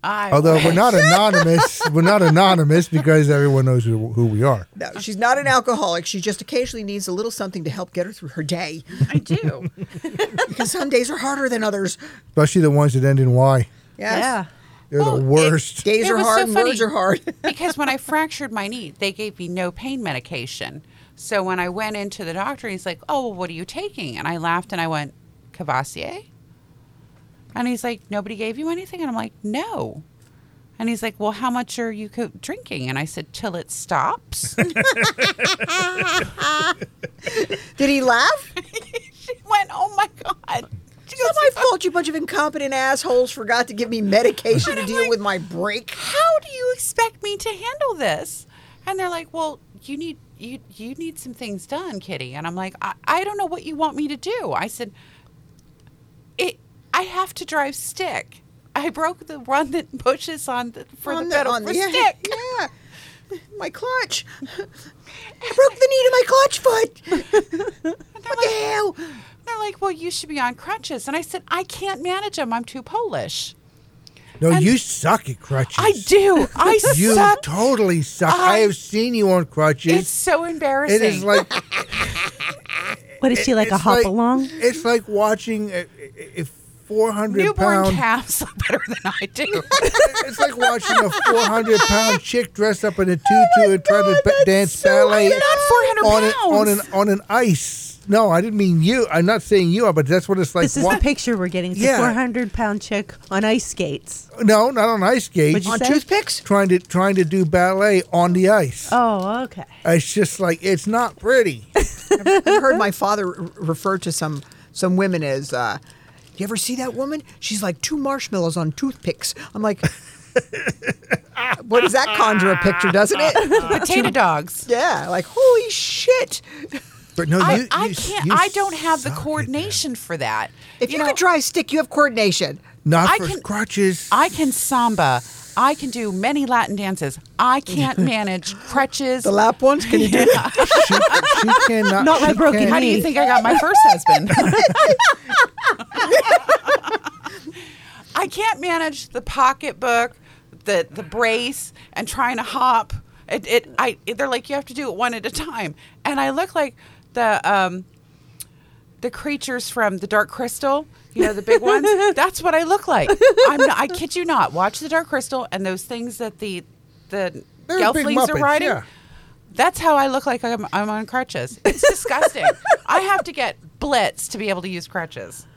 Speaker 8: I
Speaker 4: Although we're not anonymous, we're not anonymous because everyone knows who, who we are.
Speaker 7: No, she's not an alcoholic. She just occasionally needs a little something to help get her through her day
Speaker 8: I do.
Speaker 7: because some days are harder than others.
Speaker 4: Especially the ones that end in Y.
Speaker 7: Yes.
Speaker 4: They're
Speaker 8: Well,
Speaker 4: the
Speaker 8: it-
Speaker 4: worst.
Speaker 7: Days
Speaker 8: It
Speaker 7: are
Speaker 8: was so
Speaker 7: hard, and words
Speaker 8: funny.
Speaker 7: are hard.
Speaker 8: because when I fractured my knee, they gave me no pain medication. So when I went into the doctor, he's like, "Oh, well, what are you taking?" And I laughed and I went, "Cavassier." And he's like, "Nobody gave you anything?" And I'm like, "No." And he's like, "Well, how much are you co- drinking?" And I said, "Till it stops."
Speaker 7: Did he laugh? It's
Speaker 8: she went, "Oh my god." She goes,
Speaker 7: not my fault you bunch of incompetent assholes forgot to give me medication to deal with my break.
Speaker 8: how do you expect me to handle this? And they're like, well, you need you you need some things done, Kitty. And I'm like, I, I don't know what you want me to do. I said, it. I I have to drive stick. I broke the one that pushes on the, for
Speaker 7: On
Speaker 8: the pedal for
Speaker 7: yeah,
Speaker 8: stick.
Speaker 7: Yeah. My clutch. I broke the knee to my clutch foot.
Speaker 8: And they're
Speaker 7: What
Speaker 8: like,
Speaker 7: the hell?
Speaker 8: they're like, well, you should be on crutches. And I said, I can't manage them. I'm too Polish.
Speaker 4: No, you suck at crutches.
Speaker 8: I do. I
Speaker 4: You
Speaker 8: suck.
Speaker 4: totally suck. I,
Speaker 8: I-
Speaker 4: have seen you on crutches.
Speaker 8: It's so embarrassing.
Speaker 4: It is like
Speaker 5: What is she like a
Speaker 4: it's
Speaker 5: hop along?
Speaker 4: It's like watching a, a- a four hundred
Speaker 8: newborn
Speaker 4: pound.
Speaker 8: calves are better than I do.
Speaker 4: it's like watching a four hundred pound chick dressed up in a
Speaker 8: Oh
Speaker 4: tutu and try to ba- dance ballet.
Speaker 8: I'm not
Speaker 4: on
Speaker 8: 400
Speaker 4: an, on an
Speaker 8: pounds.
Speaker 4: on an ice. No, I didn't mean you. I'm not saying you are, but that's what it's like.
Speaker 5: This is
Speaker 4: wa-
Speaker 5: the picture we're getting. It's
Speaker 4: Yeah.
Speaker 5: a 400 pound chick on ice skates.
Speaker 4: no, not on ice skates.
Speaker 5: What'd you
Speaker 7: On
Speaker 5: say?
Speaker 7: toothpicks?
Speaker 4: Trying to trying to do ballet on the ice.
Speaker 5: Oh, okay.
Speaker 4: It's just like it's not pretty.
Speaker 7: I heard my father re- refer to some some women as. Uh, you ever see that woman? She's like two marshmallows on toothpicks. I'm like, what does that conjure a picture, doesn't it?
Speaker 8: Potato dogs.
Speaker 7: yeah, like holy shit!
Speaker 4: But no,
Speaker 8: I,
Speaker 4: you,
Speaker 8: I
Speaker 4: you-
Speaker 8: can't.
Speaker 4: you
Speaker 8: I don't have the
Speaker 4: suck at that.
Speaker 8: coordination for that.
Speaker 7: If you,
Speaker 8: know,
Speaker 7: could dry stick, you have coordination.
Speaker 4: Not
Speaker 8: I
Speaker 4: for
Speaker 8: can-
Speaker 4: crutches.
Speaker 8: I can samba. I can do many Latin dances. I can't manage crutches.
Speaker 7: The lap ones, can you do?
Speaker 4: she, she cannot.
Speaker 5: Not my
Speaker 4: she
Speaker 5: broken
Speaker 4: can't-
Speaker 8: How do you think I got my first husband? I can't manage the pocketbook, the the brace, and trying to hop. It, it I they're like you have to do it one at a time, and I look like the um the creatures from the Dark Crystal. You know the big ones. That's what I look like. I'm not, I kid you not. Watch the Dark Crystal and those things that the the
Speaker 4: They're big
Speaker 8: gelflings are
Speaker 4: Muppets,
Speaker 8: riding.
Speaker 4: yeah.
Speaker 8: That's how I look like I'm, I'm on crutches. It's disgusting. I have to get blitz to be able to use crutches.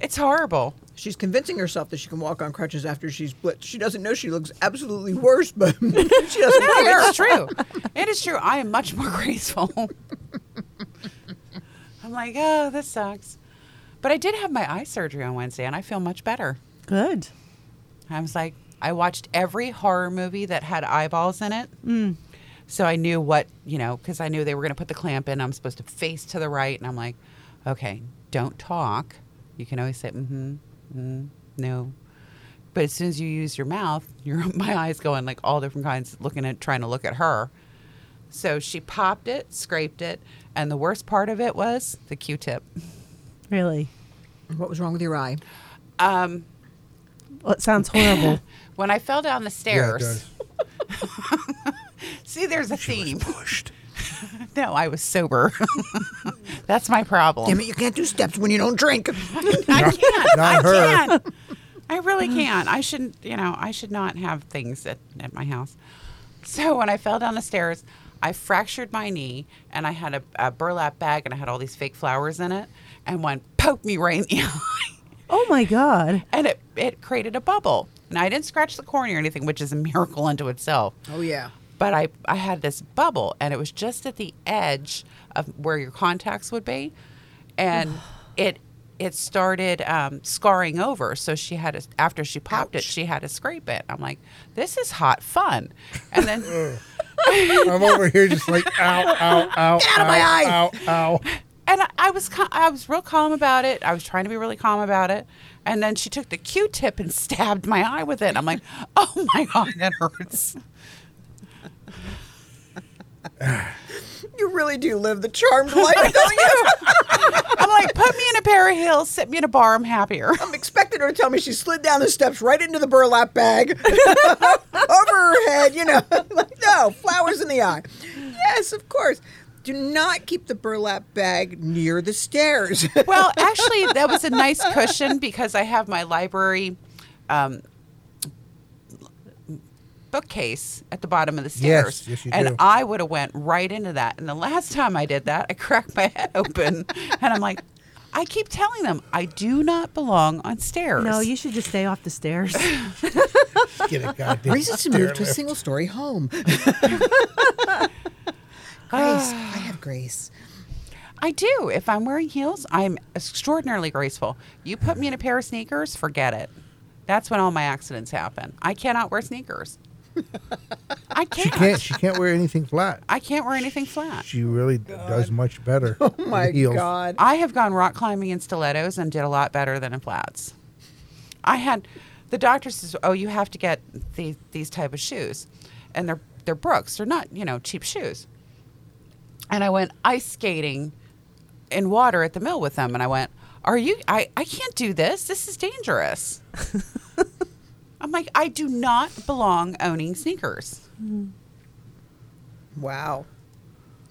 Speaker 8: It's horrible.
Speaker 7: She's convincing herself that she can walk on crutches after she's blitzed. She doesn't know she looks absolutely worse, but she doesn't
Speaker 8: No,
Speaker 7: care.
Speaker 8: it's true. It is true. I am much more graceful. I'm like, oh, this sucks. But I did have my eye surgery on Wednesday, and I feel much better.
Speaker 5: Good.
Speaker 8: I was like, I watched every horror movie that had eyeballs in it. Mm. So I knew what, you know, because I knew they were going to put the clamp in. I'm supposed to face to the right. And I'm like, okay, don't talk. You can always say, mm hmm, mm, no. But as soon as you use your mouth, your my eyes going like all different kinds, looking at, trying to look at her. So she popped it, scraped it. And the worst part of it was the Q tip.
Speaker 5: Really.
Speaker 7: What was wrong with your eye?
Speaker 8: Um,
Speaker 5: Well, it sounds horrible.
Speaker 8: when I fell down the
Speaker 4: Yeah, it
Speaker 8: stairs,
Speaker 4: does.
Speaker 8: see, there's a theme.
Speaker 4: Pushed.
Speaker 8: No, I was sober. That's my problem.
Speaker 7: Damn it, you can't do steps when you don't drink.
Speaker 8: I can't.
Speaker 4: Not
Speaker 8: I
Speaker 4: her.
Speaker 8: can't. I really can't. I shouldn't, you know, I should not have things at, at my house. So when I fell down the stairs, I fractured my knee and I had a, a burlap bag and I had all these fake flowers in it. And one poked me right in the eye
Speaker 5: oh my God.
Speaker 8: and it, it created a bubble. And I didn't scratch the cornea or anything, which is a miracle unto itself.
Speaker 7: Oh yeah.
Speaker 8: but I, I had this bubble and it was just at the edge of where your contacts would be and it it started um, scarring over so she had a, after she popped it she had to scrape it i'm like this is hot fun and then
Speaker 4: I'm over here just like ow, ow, ow,
Speaker 7: Get out of my
Speaker 4: ow,
Speaker 7: eye!
Speaker 4: ow, ow.
Speaker 8: and I, I was ca- i was real calm about it i was trying to be really calm about it and then she took the q-tip and stabbed my eye with it i'm like oh my god that hurts
Speaker 7: You really do live the charmed life, don't you?
Speaker 8: i'm like put me in a pair of heels sit me in a bar i'm happier
Speaker 7: I'm expecting her to tell me she slid down the steps right into the burlap bag, over her head. You know, no flowers in the eye. Yes, of course. Do not keep the burlap bag near the stairs.
Speaker 8: Well, actually, that was a nice cushion because I have my library um, bookcase at the bottom of the
Speaker 4: Yes,
Speaker 8: stairs,
Speaker 4: yes, you
Speaker 8: and
Speaker 4: do.
Speaker 8: I would have went right into that. And the last time I did that, I cracked my head open, and I'm like, I keep telling them I do not belong on stairs.
Speaker 5: No, you should just stay off the stairs.
Speaker 4: Just Get a goddamn.
Speaker 7: Reasons to move to a single story home. Grace, I have grace.
Speaker 8: I do. If I'm wearing heels, I'm extraordinarily graceful. You put me in a pair of sneakers, forget it. That's when all my accidents happen. I cannot wear sneakers. I can't.
Speaker 4: She can't. She can't wear anything flat.
Speaker 8: I can't wear anything flat.
Speaker 4: She really d- does much better. Oh
Speaker 7: My God.
Speaker 8: I have gone rock climbing in stilettos and did a lot better than in flats. I had the doctor says, "Oh, you have to get these these type of shoes, and they're they're Brooks. They're not you know cheap shoes." And I went ice skating in water at the mill with them, and I went, "Are you? I I can't do this. This is dangerous." I'm like, I do not belong owning sneakers.
Speaker 7: Wow.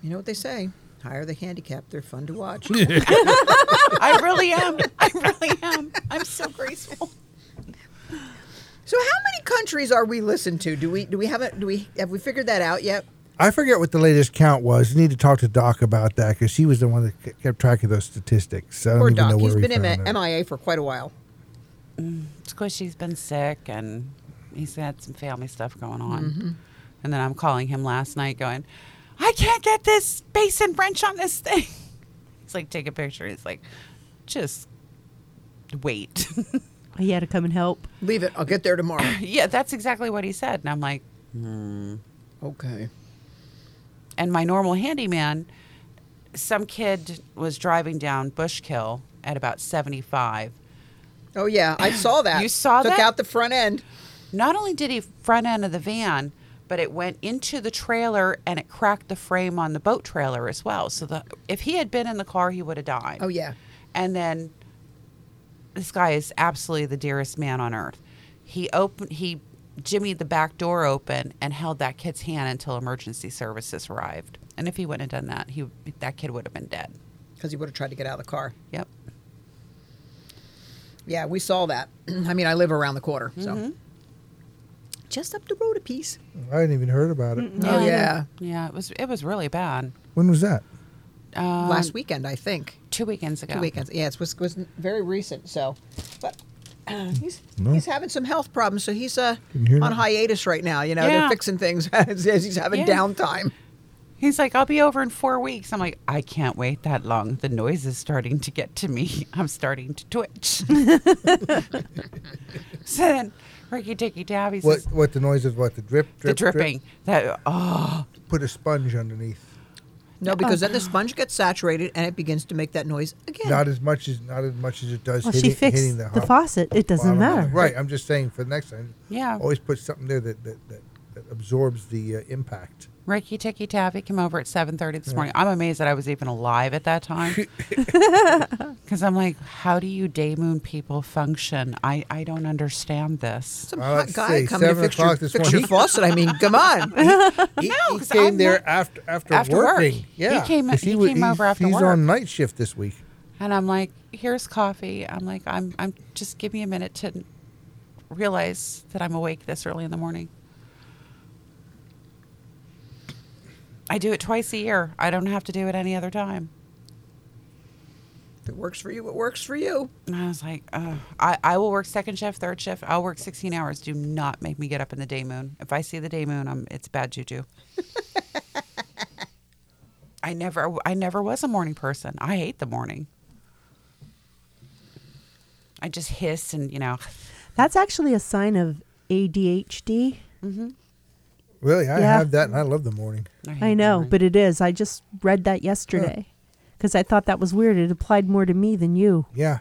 Speaker 7: You know what they say? Hire the handicapped. They're fun to watch.
Speaker 8: I really am. I really am. I'm so graceful.
Speaker 7: so, how many countries are we listened to? Do we do we have a, do we have we figured that out yet?
Speaker 4: I forget what the latest count was. You need to talk to Doc about that because she was the one that ke- kept track of those statistics. So I don't
Speaker 7: Poor
Speaker 4: even
Speaker 7: Doc.
Speaker 4: know where
Speaker 7: He's
Speaker 4: we
Speaker 7: been M-
Speaker 4: found it.
Speaker 7: MIA for quite a while.
Speaker 8: Squishy's been sick and he's had some family stuff going on. And then I'm calling him last night going, I can't get this basin wrench on this thing. He's like, take a picture. He's like, just wait.
Speaker 5: He had to come and help.
Speaker 7: Leave it. I'll get there tomorrow.
Speaker 8: yeah, that's exactly what he said. And I'm like,
Speaker 7: okay.
Speaker 8: and my normal handyman, some kid was driving down Bushkill at about 75.
Speaker 7: Oh yeah, I saw that.
Speaker 8: You saw
Speaker 7: Took
Speaker 8: that?
Speaker 7: out the front end.
Speaker 8: Not only did he front end of the van, but it went into the trailer and it cracked the frame on the boat trailer as well. So the if he had been in the car, he would have died.
Speaker 7: Oh yeah.
Speaker 8: And then this guy is absolutely the dearest man on earth. He opened he jimmied the back door open and held that kid's hand until emergency services arrived. And if he wouldn't have done that, he that kid would have been dead.
Speaker 7: Because he would have tried to get out of the car.
Speaker 8: Yep.
Speaker 7: Yeah, we saw that. I mean, I live around the corner, so Mm-hmm. just up the road a piece.
Speaker 4: I hadn't even heard about it.
Speaker 7: Oh yeah,
Speaker 8: Yeah, it was it was really bad.
Speaker 4: When was that?
Speaker 8: Um,
Speaker 7: last weekend I think.
Speaker 8: two weekends ago.
Speaker 7: Two weekends. Yeah, it was was very recent. So, but uh, he's
Speaker 4: No.
Speaker 7: he's having some health problems, so he's uh
Speaker 4: Didn't hear
Speaker 7: on
Speaker 4: that.
Speaker 7: hiatus right now. You know,
Speaker 8: Yeah.
Speaker 7: they're fixing things as, as he's having
Speaker 8: Yeah.
Speaker 7: downtime.
Speaker 8: He's like, I'll be over in four weeks. I'm like, I can't wait that long. The noise is starting to get to me. I'm starting to twitch. so then Ricky Dicky Tabby
Speaker 4: What?
Speaker 8: says,
Speaker 4: What the noise of what the drip?
Speaker 8: The
Speaker 4: drip drip?
Speaker 8: dripping. That, oh,
Speaker 4: Put a sponge underneath.
Speaker 8: Uh-uh.
Speaker 7: No, because then the sponge gets saturated and it begins to make that noise again.
Speaker 4: Not as much as not as much as it does
Speaker 5: Well,
Speaker 4: hitting,
Speaker 5: she fixed
Speaker 4: hitting the,
Speaker 5: the,
Speaker 4: hot
Speaker 5: faucet. It doesn't
Speaker 4: bottom of
Speaker 5: matter.
Speaker 4: the- Right. I'm just saying for the next time.
Speaker 8: Yeah.
Speaker 4: Always put something there that that, that, that absorbs the uh, impact.
Speaker 8: Ricky Ticky Taffy came over at 7.30 this morning. I'm amazed that I was even alive at that time. Because I'm like, how do you day moon people function? I, I don't understand this.
Speaker 7: Some
Speaker 4: Well,
Speaker 7: hot
Speaker 4: let's
Speaker 7: guy
Speaker 4: see,
Speaker 7: coming to
Speaker 4: seven
Speaker 7: fix your,
Speaker 4: o'clock this
Speaker 7: fix your
Speaker 4: morning.
Speaker 7: faucet. I mean, come on.
Speaker 4: He, he
Speaker 8: 'cause
Speaker 4: came
Speaker 8: I'm
Speaker 4: there
Speaker 8: not-
Speaker 4: after after,
Speaker 8: after work.
Speaker 4: working.
Speaker 8: He
Speaker 4: Yeah.
Speaker 8: came-
Speaker 4: 'Cause
Speaker 8: he
Speaker 4: wa-
Speaker 8: came over
Speaker 4: he's-
Speaker 8: after
Speaker 4: He's
Speaker 8: work.
Speaker 4: on night shift this week.
Speaker 8: And I'm like, here's coffee. I'm like, I'm, I'm just give me a minute to realize that I'm awake this early in the morning. I do it twice a year. I don't have to do it any other time.
Speaker 7: if it works for you, it works for you.
Speaker 8: And I was like, Ugh. I, I will work second shift, third shift. I'll work 16 hours. Do not make me get up in the day moon. If I see the day moon, I'm, it's bad juju. I never, I never was a morning person. I hate the morning. I just hiss and you know,
Speaker 5: That's actually a sign of ADHD.
Speaker 4: Really, I
Speaker 5: Yeah.
Speaker 4: have that, and I love the morning.
Speaker 8: hate
Speaker 5: I know,
Speaker 8: morning.
Speaker 5: but it is. I just read that yesterday because I thought that was weird. It applied more to me than you.
Speaker 4: Yeah.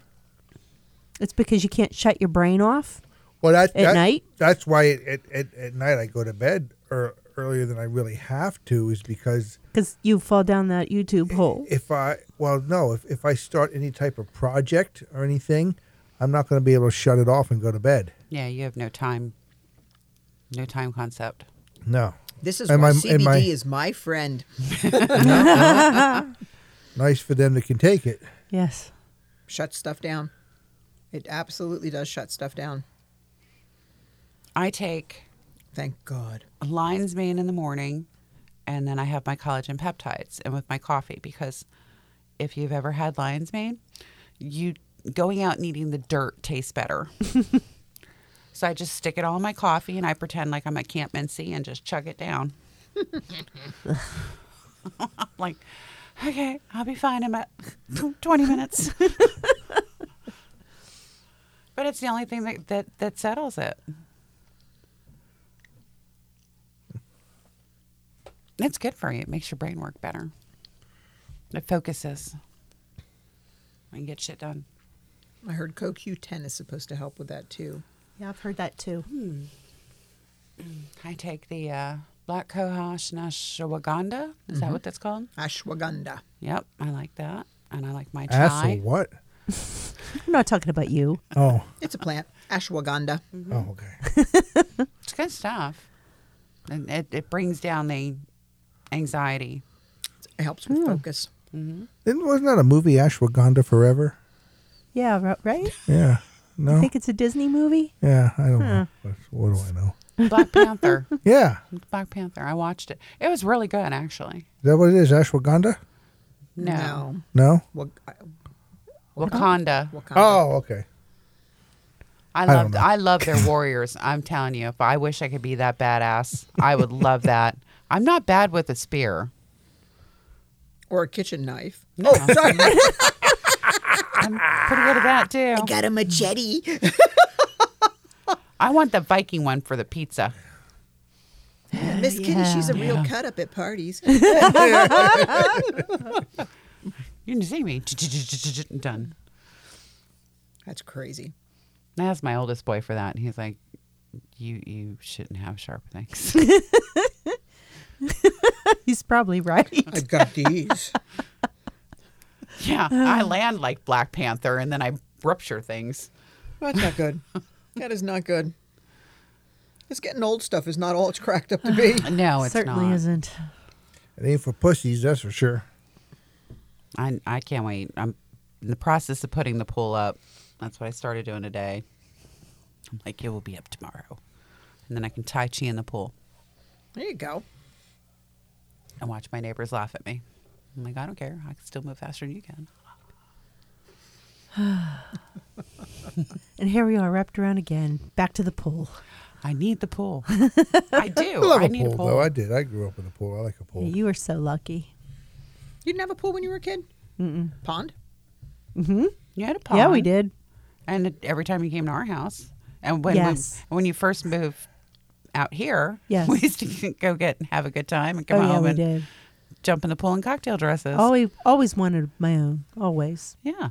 Speaker 5: It's because you can't shut your brain off.
Speaker 4: Well, that,
Speaker 5: At
Speaker 4: that-
Speaker 5: night?
Speaker 4: That's why at, at, at, at night I go to bed or earlier than I really have to, is because
Speaker 5: Because you fall down that YouTube hole.
Speaker 4: if I well no, if, if I start any type of project or anything, I'm not going to be able to shut it off and go to bed.
Speaker 8: yeah, you have no time, no time concept.
Speaker 4: No,
Speaker 7: This is
Speaker 4: And
Speaker 7: why
Speaker 4: my-
Speaker 7: CBD
Speaker 4: and my-
Speaker 7: is my friend.
Speaker 4: nice for them that can take it.
Speaker 5: Yes.
Speaker 7: Shuts stuff down. It absolutely does shut stuff down.
Speaker 8: I take
Speaker 7: Thank God.
Speaker 8: lion's mane in the morning, and then I have my collagen peptides and with my coffee because if you've ever had lion's mane, you going out and eating the dirt tastes better. so I just stick it all in my coffee and I pretend like I'm at Camp Mincy and just chug it down. I'm like, okay, I'll be fine in about 20 minutes. but it's the only thing that, that, that settles it. It's good for you. It makes your brain work better. It focuses and get shit done.
Speaker 7: I heard CoQ10 is supposed to help with that too.
Speaker 5: Yeah, I've heard that too.
Speaker 8: I take the uh, black cohosh and ashwagandha. Is that what that's called?
Speaker 7: Ashwagandha.
Speaker 8: Yep, I like that, and I like my chai.
Speaker 4: Asshole, what?
Speaker 5: I'm not talking about you.
Speaker 4: Oh,
Speaker 7: It's a plant. Ashwagandha.
Speaker 4: oh, okay.
Speaker 8: It's good stuff, and it, it brings down the anxiety.
Speaker 7: It helps
Speaker 8: Hmm.
Speaker 7: with focus.
Speaker 4: Didn't, wasn't that a movie, Ashwagandha Forever?
Speaker 5: Yeah, ri- right?
Speaker 4: Yeah. No.
Speaker 5: I think it's a Disney movie.
Speaker 4: yeah, I don't know. What, what do I know?
Speaker 8: Black Panther.
Speaker 4: Yeah,
Speaker 8: Black Panther. I watched it. It was really good, actually.
Speaker 4: is that what it is? Ashwagandha?
Speaker 8: No,
Speaker 4: No.
Speaker 7: Wag-
Speaker 8: Wakanda.
Speaker 7: Wakanda.
Speaker 4: Oh, okay.
Speaker 8: I
Speaker 4: don't
Speaker 8: love
Speaker 4: know.
Speaker 8: I love their warriors. I'm telling you, if I wish I could be that badass, I would love that. I'm not bad with a spear.
Speaker 7: Or a kitchen knife. Oh,
Speaker 8: No, I'm pretty good at that too.
Speaker 7: Got a machete.
Speaker 8: I want the Viking one for the pizza.
Speaker 7: Miss Kitty, she's a real cut up at parties.
Speaker 8: You can see me done.
Speaker 7: That's crazy.
Speaker 8: I asked my oldest boy for that, and he's like, "You you shouldn't have sharp things."
Speaker 5: He's probably right.
Speaker 7: I've got these.
Speaker 8: yeah, I land like Black Panther, and then I rupture things.
Speaker 7: That's not good. That is not good. This getting old stuff is not all it's cracked up to be.
Speaker 8: No, it's
Speaker 5: Certainly
Speaker 8: not.
Speaker 5: isn't.
Speaker 4: It ain't for pussies, that's for sure.
Speaker 8: I I can't wait. I'm in the process of putting the pool up. That's what I started doing today. I'm like, it will be up tomorrow, and then I can tai chi in the pool
Speaker 7: There you go.
Speaker 8: and watch my neighbors laugh at me. I'm like, I don't care. I can still move faster than you can.
Speaker 5: And here we are, wrapped around again, back to the pool.
Speaker 8: I need the pool. Oh, I do.
Speaker 4: I love a
Speaker 8: need
Speaker 4: pool,
Speaker 8: a pool.
Speaker 4: though. I did. I grew up in a pool. I like a pool.
Speaker 5: You are so lucky.
Speaker 7: You didn't have a pool when you were a kid? Mm-mm. Pond?
Speaker 8: you had a pond.
Speaker 5: Yeah, we did.
Speaker 8: And it- every time you came to our house, and when
Speaker 5: Yes.
Speaker 8: we, when you first moved out here,
Speaker 5: Yes.
Speaker 8: we used to go get and have a good time and come
Speaker 5: oh, yeah,
Speaker 8: home
Speaker 5: we
Speaker 8: and
Speaker 5: did. Oh,
Speaker 8: jump in the pool in cocktail dresses.
Speaker 5: Always, always wanted my own. Always.
Speaker 8: yeah.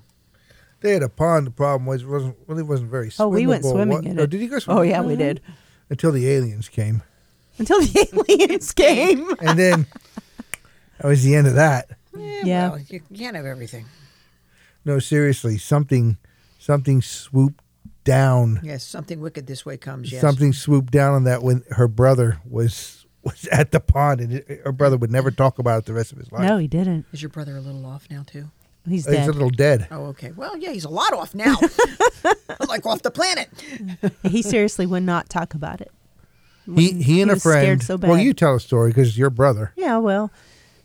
Speaker 4: They had a pond. The problem was it wasn't really wasn't very swimmable.
Speaker 5: Oh, we went swimming
Speaker 4: What-
Speaker 5: in
Speaker 4: Oh,
Speaker 5: it.
Speaker 4: did you guys?
Speaker 5: Oh, yeah, we did.
Speaker 4: Until the aliens came,
Speaker 5: Until the aliens came.
Speaker 4: and then that was the end of that.
Speaker 5: Yeah.
Speaker 7: Well, you can't have everything.
Speaker 4: No, seriously, something, something swooped down.
Speaker 7: Yes, something wicked this way comes. Yes.
Speaker 4: Something swooped down on that when her brother was was at the pond, and it, her brother would never talk about it the rest of his life.
Speaker 5: No, he didn't.
Speaker 7: Is your brother a little off now, too?
Speaker 5: He's
Speaker 4: he's a
Speaker 5: dead.
Speaker 4: little dead.
Speaker 7: Oh, okay. Well, yeah, he's a lot off now. like off the planet.
Speaker 5: he seriously would not talk about it.
Speaker 4: He he and
Speaker 5: he
Speaker 4: a
Speaker 5: was scared
Speaker 4: friend.
Speaker 5: so
Speaker 4: Well,
Speaker 5: bad.
Speaker 4: you tell a story because your brother.
Speaker 5: Yeah, well,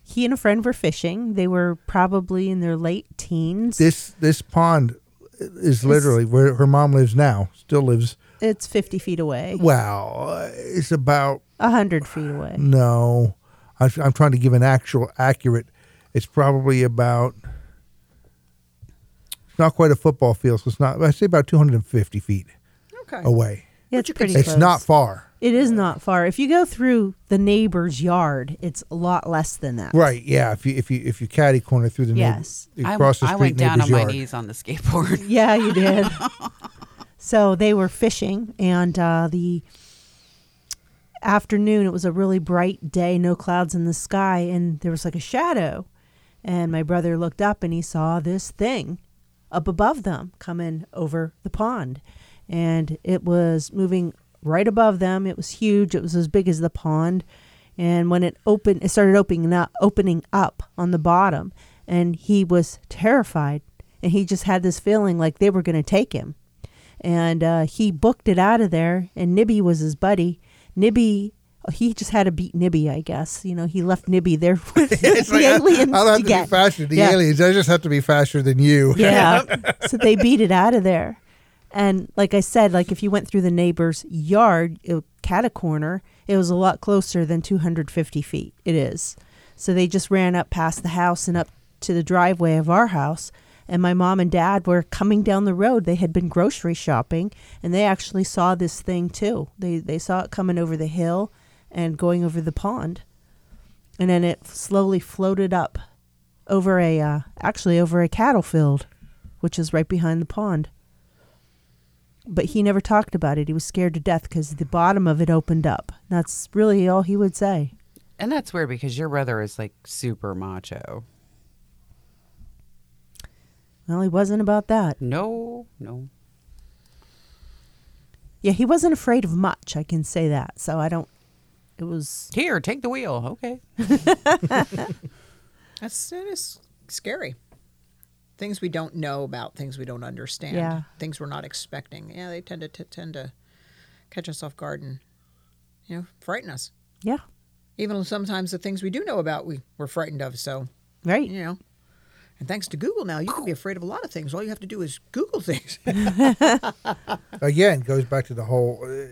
Speaker 5: he and a friend were fishing. They were probably in their late teens.
Speaker 4: This this pond is literally where her mom lives now. Still lives.
Speaker 5: it's 50 feet away,
Speaker 4: Wow, uh, it's about
Speaker 5: 100 feet away.
Speaker 4: No, I'm, I'm trying to give an actual accurate. It's probably about. It's not quite a football field, so it's not. I say about 250 feet
Speaker 7: Okay.
Speaker 4: away.
Speaker 5: It's
Speaker 7: you could
Speaker 5: pretty
Speaker 7: see-
Speaker 4: It's
Speaker 5: close.
Speaker 4: not far,
Speaker 5: It is not far. If you go through the neighbor's yard, it's a lot less than that.
Speaker 4: right? Yeah, if you if you if you caddy corner through the neighbor-
Speaker 5: Yes.
Speaker 8: I-
Speaker 4: across the
Speaker 8: I,
Speaker 4: street
Speaker 8: went down on
Speaker 4: neighbor's
Speaker 8: my
Speaker 4: yard.
Speaker 8: knees on the skateboard.
Speaker 5: Yeah, you did. so they were fishing, and uh, the afternoon, it was a really bright day, no clouds in the sky, and there was like a shadow. And my brother looked up and he saw this thing up above them coming over the pond. And it was moving right above them. It was huge, it was as big as the pond. And when it opened, it started opening up, opening up on the bottom. And he was terrified. And he just had this feeling like they were going to take him and uh, he booked it out of there. And Nibby was his buddy. Nibby, he just had to beat Nibby, I guess. You know, he left Nibby there with the
Speaker 4: Like, I-
Speaker 5: aliens
Speaker 4: I don't have to
Speaker 5: get.
Speaker 4: be faster than the
Speaker 5: Yeah.
Speaker 4: aliens. I just have to be faster than you.
Speaker 5: Yeah. so they beat it out of there. And like I said, like if you went through the neighbor's yard, it, cat a corner, it was a lot closer than 250 feet. It is. So they just ran up past the house and up to the driveway of our house. And my mom and dad were coming down the road. They had been grocery shopping and they actually saw this thing too. They, they saw it coming over the hill and going over the pond. and then it slowly floated up over a uh, actually over a cattle field, which is right behind the pond. But he never talked about it. He was scared to death because the bottom of it opened up. That's really all he would say.
Speaker 8: And that's weird because your brother is like super macho.
Speaker 5: Well, he wasn't about that.
Speaker 8: No, no.
Speaker 5: Yeah, he wasn't afraid of much. I can say that. So I don't. It was
Speaker 8: Here, take the wheel. Okay.
Speaker 7: That's that is scary. Things we don't know about, things we don't understand,
Speaker 5: Yeah.
Speaker 7: things we're not expecting. Yeah, they tend to t- tend to catch us off guard and you know frighten us.
Speaker 5: yeah,
Speaker 7: Even sometimes the things we do know about, we we're frightened of. So
Speaker 5: right.
Speaker 7: you know, and thanks to Google now, you can be afraid of a lot of things. All you have to do is Google things.
Speaker 4: Again, goes back to the whole uh,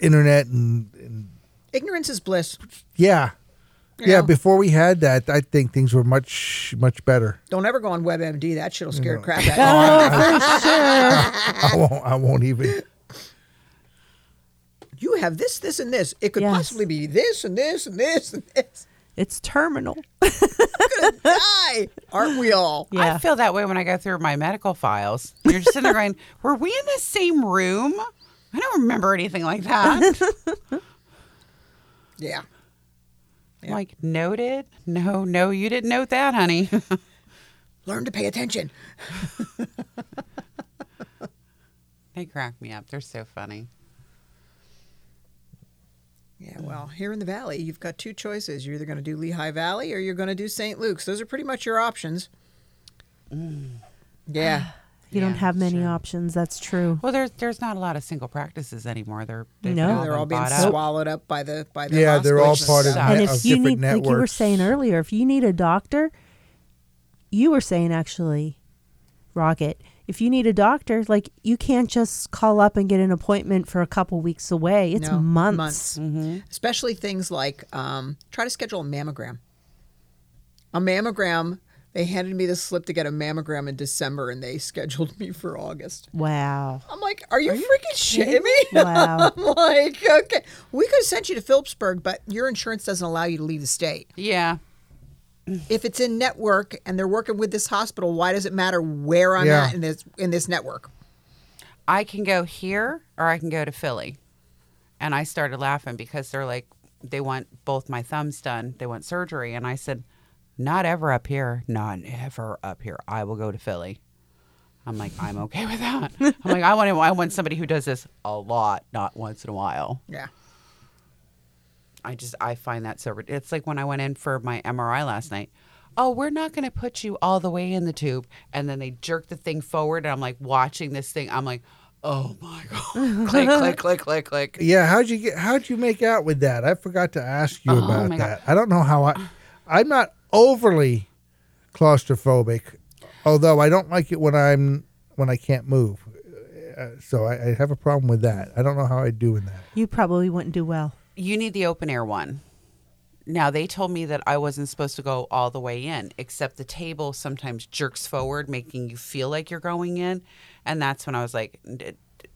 Speaker 4: internet and, and
Speaker 7: Ignorance is bliss.
Speaker 4: yeah. yeah,
Speaker 7: Yeah.
Speaker 4: Before we had that, I think things were much much better.
Speaker 7: Don't ever go on WebMD. That shit'll scare the crap out
Speaker 4: Oh,
Speaker 7: of you.
Speaker 4: I, I won't. I won't even.
Speaker 7: You have this, this, and this. It could
Speaker 5: Yes.
Speaker 7: possibly be this and this and this and this.
Speaker 5: It's terminal.
Speaker 7: Die, aren't we all?
Speaker 5: Yeah.
Speaker 8: I feel that way when I go through my medical files. You're just sitting there going, were we in the same room? I don't remember anything like that.
Speaker 7: Yeah.
Speaker 8: Like, noted? No, no, you didn't note that, honey.
Speaker 7: Learn to pay attention.
Speaker 8: they crack me up. They're so funny.
Speaker 7: Yeah, well, here in the valley, you've got two choices. You're either going to do Lehigh Valley or you're going to do St. Luke's. Those are pretty much your options. Mm. Yeah.
Speaker 5: You
Speaker 8: Yeah,
Speaker 5: don't have many options. That's true.
Speaker 8: Well, there's there's not a lot of single practices anymore. They're they've
Speaker 5: No.
Speaker 7: they're all
Speaker 8: been
Speaker 7: being
Speaker 8: bought up.
Speaker 7: swallowed up by the by the
Speaker 4: Yeah, they're all
Speaker 7: hospitals
Speaker 4: part of,
Speaker 7: and
Speaker 8: suck.
Speaker 4: net,
Speaker 5: And
Speaker 4: of
Speaker 5: if you
Speaker 4: different
Speaker 5: need,
Speaker 4: networks.
Speaker 5: like you were saying earlier, if you need a doctor, you were saying actually, Rocket, if you need a doctor, like you can't just call up and get an appointment for a couple weeks away. It's
Speaker 7: No,
Speaker 5: months.
Speaker 7: months. especially things like um, try to schedule a mammogram. A mammogram. They handed me the slip to get a mammogram in December, and they scheduled me for August.
Speaker 5: Wow.
Speaker 7: I'm like, are you freaking shitting me?
Speaker 5: Wow.
Speaker 7: I'm like, okay, we could have sent you to Phillipsburg, but your insurance doesn't allow you to leave the state.
Speaker 8: Yeah.
Speaker 7: If it's in network and they're working with this hospital, why does it matter where I'm
Speaker 4: Yeah.
Speaker 7: at in this in this network?
Speaker 8: I can go here or I can go to Philly. And I started laughing because they're like, they want both my thumbs done. They want surgery. And I said, not ever up here. Not ever up here. I will go to Philly. I'm like, I'm okay with that. I'm like, I want, I want somebody who does this a lot, not once in a while.
Speaker 7: Yeah,
Speaker 8: I just I find that so rid- it's like when I went in for my MRI last night. Oh, we're not going to put you all the way in the tube, and then they jerk the thing forward, and I'm like watching this thing. I'm like, oh my god, click, click, click, click, click.
Speaker 4: Yeah, how'd you get? How'd you make out with that? I forgot to ask you about
Speaker 8: Oh, my God.
Speaker 4: that. I don't know how I. I'm not overly claustrophobic, although I don't like it when I'm when I can't move. Uh, so I, I have a problem with that. I don't know how I do in that.
Speaker 5: You probably wouldn't do well.
Speaker 8: You need the open air one. Now they told me that I wasn't supposed to go all the way in, except the table sometimes jerks forward, making you feel like you're going in, and that's when I was like, "D- d-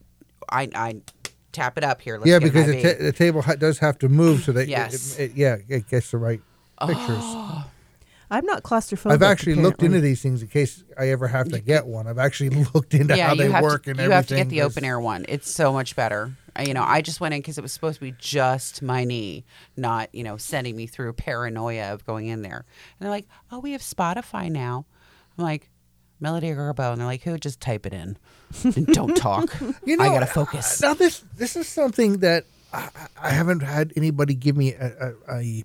Speaker 8: I, I tap it up here. Let's
Speaker 4: yeah,
Speaker 8: get
Speaker 4: because
Speaker 8: my
Speaker 4: the,
Speaker 8: baby."
Speaker 4: ta- the table ha- does have to move so that
Speaker 8: Yes. Oh,
Speaker 4: it, it, yeah it gets the right pictures.
Speaker 5: I'm not claustrophobic.
Speaker 4: I've actually looked into
Speaker 5: apparently.
Speaker 4: these things in case I ever have to get one. I've actually looked into how they
Speaker 8: you have
Speaker 4: work
Speaker 8: to,
Speaker 4: and
Speaker 8: you
Speaker 4: everything.
Speaker 8: have to get the
Speaker 4: 'cause-
Speaker 8: open air one. It's so much better. I- You know, I just went in because it was supposed to be just my knee, not you know sending me through paranoia of going in there. And they're like, "Oh, we have Spotify now." I'm like, "Melody Garbo," and they're like, "Who? Just type it in and don't talk.
Speaker 4: You know, uh,
Speaker 8: I gotta focus."
Speaker 4: Now this this is something that I, I- I haven't had anybody give me a, a, a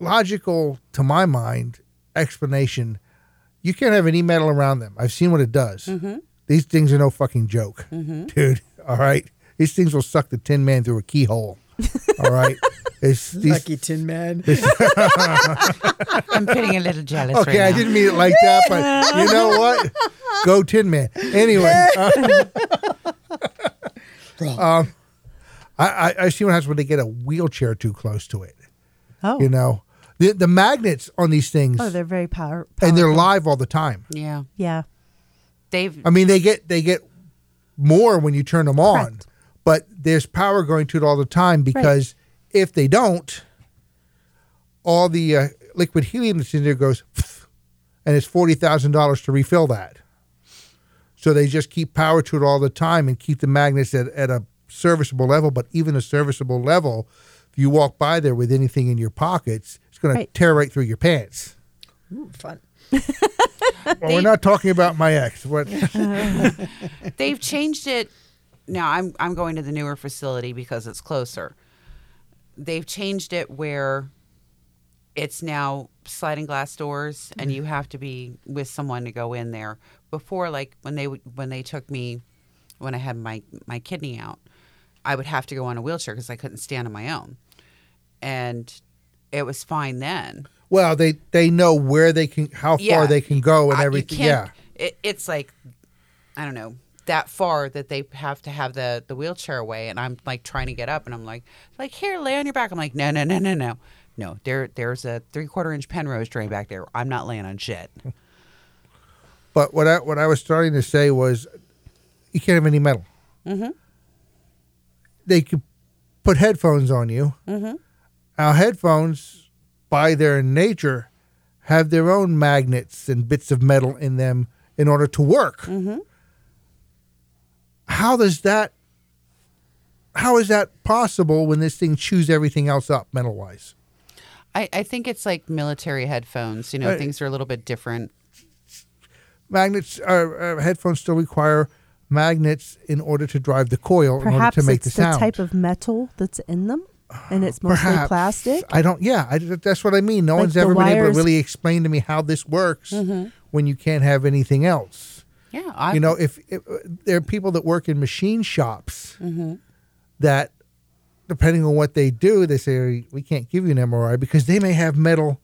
Speaker 4: logical, to my mind, explanation. You can't have any metal around them. I've seen what it does.
Speaker 8: Mm-hmm.
Speaker 4: These things are no fucking joke, dude. All right, these things will suck the Tin Man through a keyhole. All right, it's these,
Speaker 7: lucky Tin Man.
Speaker 8: I'm feeling a little jealous.
Speaker 4: Okay,
Speaker 8: right
Speaker 4: I
Speaker 8: now.
Speaker 4: didn't mean it like that, but you know what? Go Tin Man. Anyway, uh, um, I, I I see what happens when they get a wheelchair too close to it.
Speaker 5: Oh,
Speaker 4: You know, the the magnets on these things,
Speaker 5: oh, they're very power.
Speaker 4: and they're
Speaker 5: powerful.
Speaker 4: live all the time.
Speaker 8: Yeah,
Speaker 5: yeah.
Speaker 8: they've
Speaker 4: I mean, they get they get more when you turn them on,
Speaker 5: Correct.
Speaker 4: but there's power going to it all the time because If they don't, all the uh, liquid helium that's in there goes, and it's forty thousand dollars to refill that. So they just keep power to it all the time and keep the magnets at, at a serviceable level. But even a serviceable level, if you walk by there with anything in your pockets, it's going
Speaker 5: Right.
Speaker 4: to tear right through your pants.
Speaker 7: Ooh, fun.
Speaker 4: Well, we're not talking about my ex. What?
Speaker 8: They've changed it. Now I'm I'm going to the newer facility because it's closer. They've changed it where it's now sliding glass doors and you have to be with someone to go in there. Before like when they would- when they took me when I had my my kidney out, I would have to go on a wheelchair because I couldn't stand on my own. And it was fine then.
Speaker 4: Well, they they know where they can, how far they can go, and
Speaker 8: I- you
Speaker 4: everything. Yeah.
Speaker 8: can't- it, it's like I don't know that far that they have to have the the wheelchair away, and I'm like trying to get up, and I'm like like here, lay on your back. I'm like no no no no no no there there's a three quarter inch Penrose drain back there. I'm not laying on shit.
Speaker 4: But what I what I was starting to say was, you can't have any metal. Mm-hmm. They could put headphones on you. Mm-hmm. Our headphones, by their nature, have their own magnets and bits of metal in them in order to work. Mm-hmm. How does that? How is that possible when this thing chews everything else up metal wise?
Speaker 8: I I think it's like military headphones. You know
Speaker 4: Right.
Speaker 8: things are a little bit different.
Speaker 4: Magnets, uh, uh, headphones still require magnets in order to drive the coil in order
Speaker 5: Perhaps
Speaker 4: to make
Speaker 5: it's
Speaker 4: the sound.
Speaker 5: type of metal that's in them, and it's mostly
Speaker 4: Perhaps.
Speaker 5: plastic.
Speaker 4: I don't. Yeah, I, that's what I mean. No
Speaker 5: Like
Speaker 4: one's
Speaker 5: the
Speaker 4: ever been able
Speaker 5: wires- Mm-hmm.
Speaker 4: to really explain to me how this works when you can't have anything else.
Speaker 8: Yeah, I,
Speaker 4: you know, if, if uh, there are people that work in machine shops
Speaker 8: Mm-hmm.
Speaker 4: that, depending on what they do, they say we can't give you an MRI because they may have metal.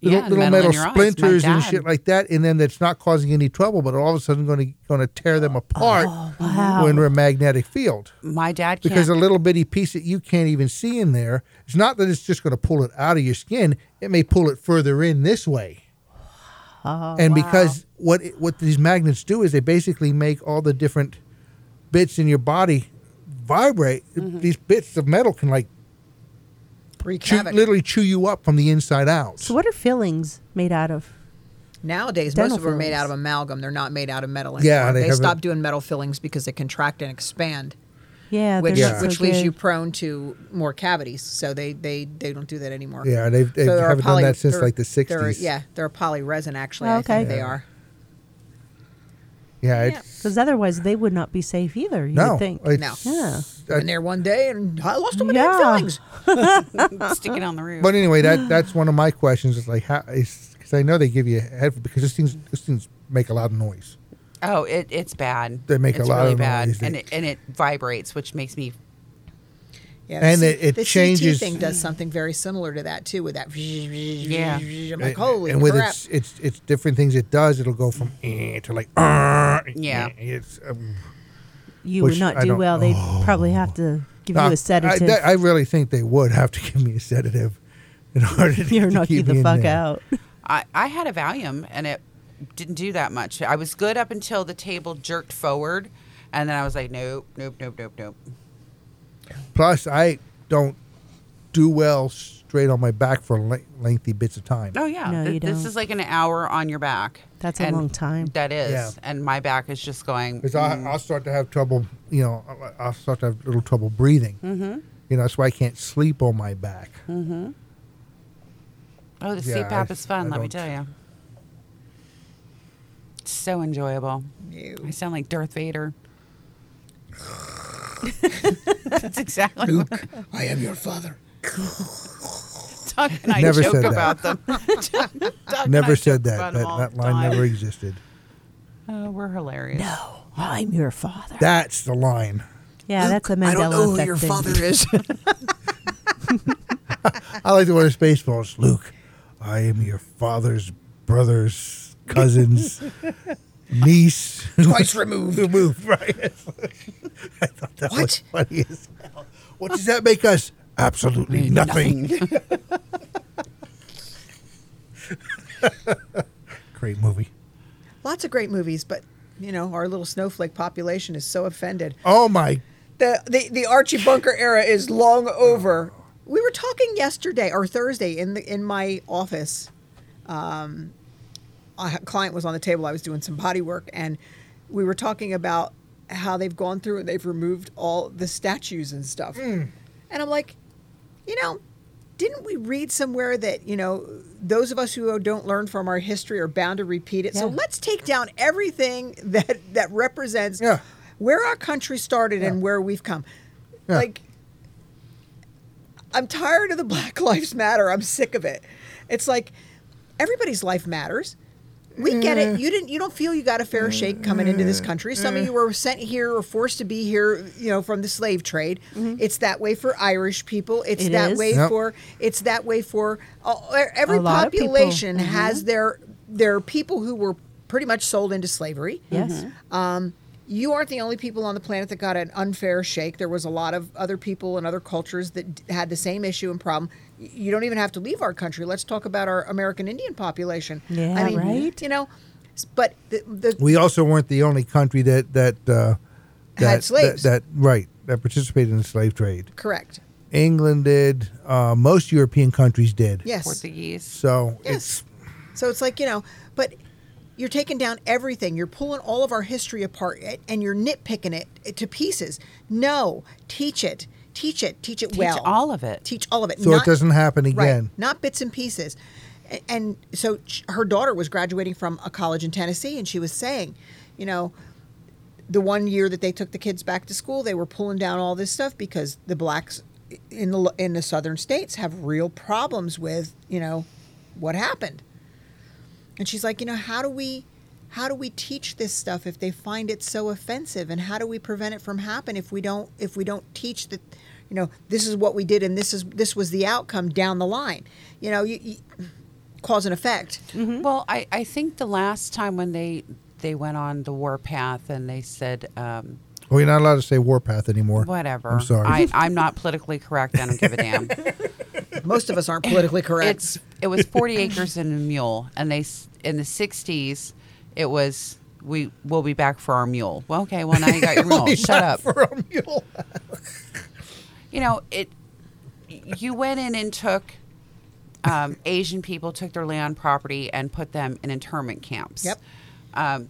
Speaker 4: Little,
Speaker 8: Yeah,
Speaker 4: little
Speaker 8: metal
Speaker 4: metal,
Speaker 8: in your eyes. My
Speaker 4: splinters and
Speaker 8: dad-
Speaker 4: shit like that in them that's not causing any trouble, but all of a sudden going to going to tear
Speaker 8: Oh,
Speaker 4: them apart when we're a magnetic field
Speaker 8: my dad can't.
Speaker 4: because a little bitty piece that you can't even see in there, it's not that it's just going to pull it out of your skin. It may pull it further in this way. and because what it- what these magnets do is they basically make all the different bits in your body vibrate. These bits of metal can like
Speaker 7: Wreak
Speaker 4: chew,
Speaker 7: havoc.
Speaker 4: literally chew you up from the inside out.
Speaker 5: So what are fillings made out of?
Speaker 7: Nowadays,
Speaker 5: Dental
Speaker 7: most of them are made
Speaker 5: fillings.
Speaker 7: out of amalgam. They're not made out of metal anymore.
Speaker 4: Yeah, they
Speaker 7: they
Speaker 4: have a-
Speaker 7: stopped doing metal fillings because they contract and expand,
Speaker 5: Yeah,
Speaker 7: which
Speaker 5: they're not
Speaker 7: which
Speaker 5: so
Speaker 7: leaves
Speaker 5: good.
Speaker 7: you prone to more cavities. So they they, they don't do that anymore.
Speaker 4: Yeah, they've- they
Speaker 7: they're a
Speaker 4: haven't done that since,
Speaker 7: they're-
Speaker 4: like, the
Speaker 7: they're-
Speaker 4: 60s.
Speaker 7: Yeah, they're a poly resin actually.
Speaker 5: Oh,
Speaker 7: I
Speaker 5: okay.
Speaker 7: think they are.
Speaker 4: yeah, it's,
Speaker 5: because otherwise they would not be safe either. You
Speaker 4: no,
Speaker 5: would think.
Speaker 4: it's-
Speaker 5: yeah.
Speaker 7: Been there one day and I lost them
Speaker 5: Yeah.
Speaker 7: yeah. fillings.
Speaker 8: stick it on the roof.
Speaker 4: But anyway, that that's one of my questions. Is like how is because I know they give you a head because these things these things make a lot of noise.
Speaker 8: oh, it, it's bad.
Speaker 4: They make a
Speaker 8: it's
Speaker 4: lot
Speaker 8: really
Speaker 4: of
Speaker 8: bad,
Speaker 4: noise. They-
Speaker 8: and it, and it vibrates, which makes me
Speaker 7: Yeah,
Speaker 4: And
Speaker 7: the
Speaker 4: it- it
Speaker 7: the
Speaker 4: changes-
Speaker 7: CT thing does something very similar to that too, with that. Yeah, I'm like,
Speaker 4: And-
Speaker 7: holy
Speaker 4: and with
Speaker 7: crap!
Speaker 4: its its its different things it does, it'll go from eh to like "Arr,"
Speaker 8: Yeah.
Speaker 4: eh, It's um,
Speaker 5: You
Speaker 4: Which
Speaker 5: would not
Speaker 4: I
Speaker 5: do
Speaker 4: don't- Oh.
Speaker 5: well. They'd probably have to give
Speaker 4: I-
Speaker 5: you a sedative.
Speaker 4: I, that- I really think they would have to give me a sedative in order to,
Speaker 5: You're
Speaker 4: to
Speaker 5: knock you
Speaker 4: keep me
Speaker 5: the
Speaker 4: in
Speaker 5: fuck
Speaker 4: there.
Speaker 5: out.
Speaker 8: I, I had a Valium and it didn't do that much. I was good up until the table jerked forward, and then I was like, nope, nope, nope, nope, nope.
Speaker 4: Plus, I don't do well straight on my back for le- lengthy bits of time.
Speaker 8: Oh yeah,
Speaker 5: No,
Speaker 8: Th-
Speaker 5: you
Speaker 8: this
Speaker 5: don't.
Speaker 8: is like an hour on your back.
Speaker 5: That's a
Speaker 8: And
Speaker 5: long time.
Speaker 8: That is,
Speaker 4: Yeah.
Speaker 8: and my back is just going. "Mm."
Speaker 4: because I, I'll start to have trouble. You know, I'll- I'll start to have a little trouble breathing. Mm-hmm. You know, that's why I can't sleep on my back.
Speaker 8: Mm-hmm. Oh, the
Speaker 4: yeah,
Speaker 8: CPAP
Speaker 4: I-
Speaker 8: is fun.
Speaker 4: I
Speaker 8: let me
Speaker 4: don't-
Speaker 8: tell you, it's so enjoyable. I sound like Darth Vader. That's exactly what
Speaker 7: Luke, I am your father.
Speaker 8: Doug and I
Speaker 4: Never
Speaker 8: joke
Speaker 4: said that.
Speaker 8: about them. Doug- Doug and I
Speaker 4: Never
Speaker 8: joke
Speaker 4: said that.
Speaker 8: about them
Speaker 4: That,
Speaker 8: all
Speaker 4: that
Speaker 8: the
Speaker 4: line
Speaker 8: time.
Speaker 4: never existed.
Speaker 8: Oh, we're hilarious.
Speaker 5: No, I'm your father.
Speaker 4: That's the line.
Speaker 5: yeah, that's a Mandela
Speaker 7: I don't know who
Speaker 5: effect
Speaker 7: your
Speaker 5: thing.
Speaker 7: father is.
Speaker 4: I like the word Spaceballs. Luke, I am your father's brother's cousin's niece.
Speaker 7: Twice removed.
Speaker 4: Removed, right. I thought that was funny as hell. What does that make us? Absolutely nothing. Great movie.
Speaker 7: Lots of great movies, but you know our little snowflake population is so offended.
Speaker 4: Oh my
Speaker 7: The the, the Archie Bunker era is long over. we were talking yesterday or Thursday in the in my office. Um, a client was on the table. I was doing some body work, and we were talking about how they've gone through and they've removed all the statues and stuff.
Speaker 4: Hmm.
Speaker 7: And I'm like, you know, didn't we read somewhere that you know those of us who don't learn from our history are bound to repeat it? So
Speaker 5: Yeah.
Speaker 7: let's take down everything that that represents
Speaker 4: Yeah.
Speaker 7: where our country started and where we've come.
Speaker 4: Yeah.
Speaker 7: Like I'm tired of the Black Lives Matter. I'm sick of it. It's like everybody's life matters. We get
Speaker 5: Mm.
Speaker 7: it. You didn't. You don't feel you got a fair shake coming into this country. Some of you were sent here or forced to be here. You know, from the slave trade. It's that way for Irish people. It's
Speaker 5: Mm-hmm. It
Speaker 7: that
Speaker 5: is.
Speaker 7: way
Speaker 4: Yep.
Speaker 7: for. It's that way for uh, every
Speaker 5: A lot of people. Mm-hmm.
Speaker 7: population has their their people who were pretty much sold into slavery.
Speaker 5: Yes.
Speaker 7: Um, you aren't the only people on the planet that got an unfair shake. There was a lot of other people and other cultures that d- had the same issue and problem. Y- You don't even have to leave our country. Let's talk about our American Indian population.
Speaker 5: Yeah,
Speaker 7: I mean,
Speaker 5: right?
Speaker 7: You know, s- but the, the
Speaker 4: We also weren't the only country that that uh, that,
Speaker 7: slaves.
Speaker 4: That, that right that participated in the slave trade.
Speaker 7: correct.
Speaker 4: England did. Uh, most European countries did.
Speaker 7: Yes.
Speaker 8: Portuguese.
Speaker 4: So
Speaker 7: Yes. So it's like, you know, but you're taking down everything. You're pulling all of our history apart a- and you're nitpicking it eh, to pieces. No, teach it. Teach it. Teach it
Speaker 8: Teach
Speaker 7: well.
Speaker 8: all of it.
Speaker 7: Teach all of it.
Speaker 4: So it doesn't happen again.
Speaker 7: Right, not bits and pieces. A- And so sh- her daughter was graduating from a college in Tennessee and she was saying, you know, the one year that they took the kids back to school, they were pulling down all this stuff because the blacks in the in the southern states have real problems with you know what happened. And she's like, you know, how do we how do we teach this stuff if they find it so offensive and how do we prevent it from happen if we don't if we don't teach that you know this is what we did and this is this was the outcome down the line you know you, you, cause and effect
Speaker 8: Well, I, I think the last time when they they went on the war path and they said um,
Speaker 4: well, you're not allowed to say warpath anymore.
Speaker 8: whatever.
Speaker 4: I'm sorry.
Speaker 8: I, I'm not politically correct. I don't give a damn.
Speaker 7: most of us aren't politically correct
Speaker 8: it's it was 40 acres and a mule and they s- in the 60s it was we will be back for our mule well okay well now you got your mule shut up you know it you went in and took um, asian people took their land property and put them in internment camps
Speaker 7: Yep.
Speaker 8: um,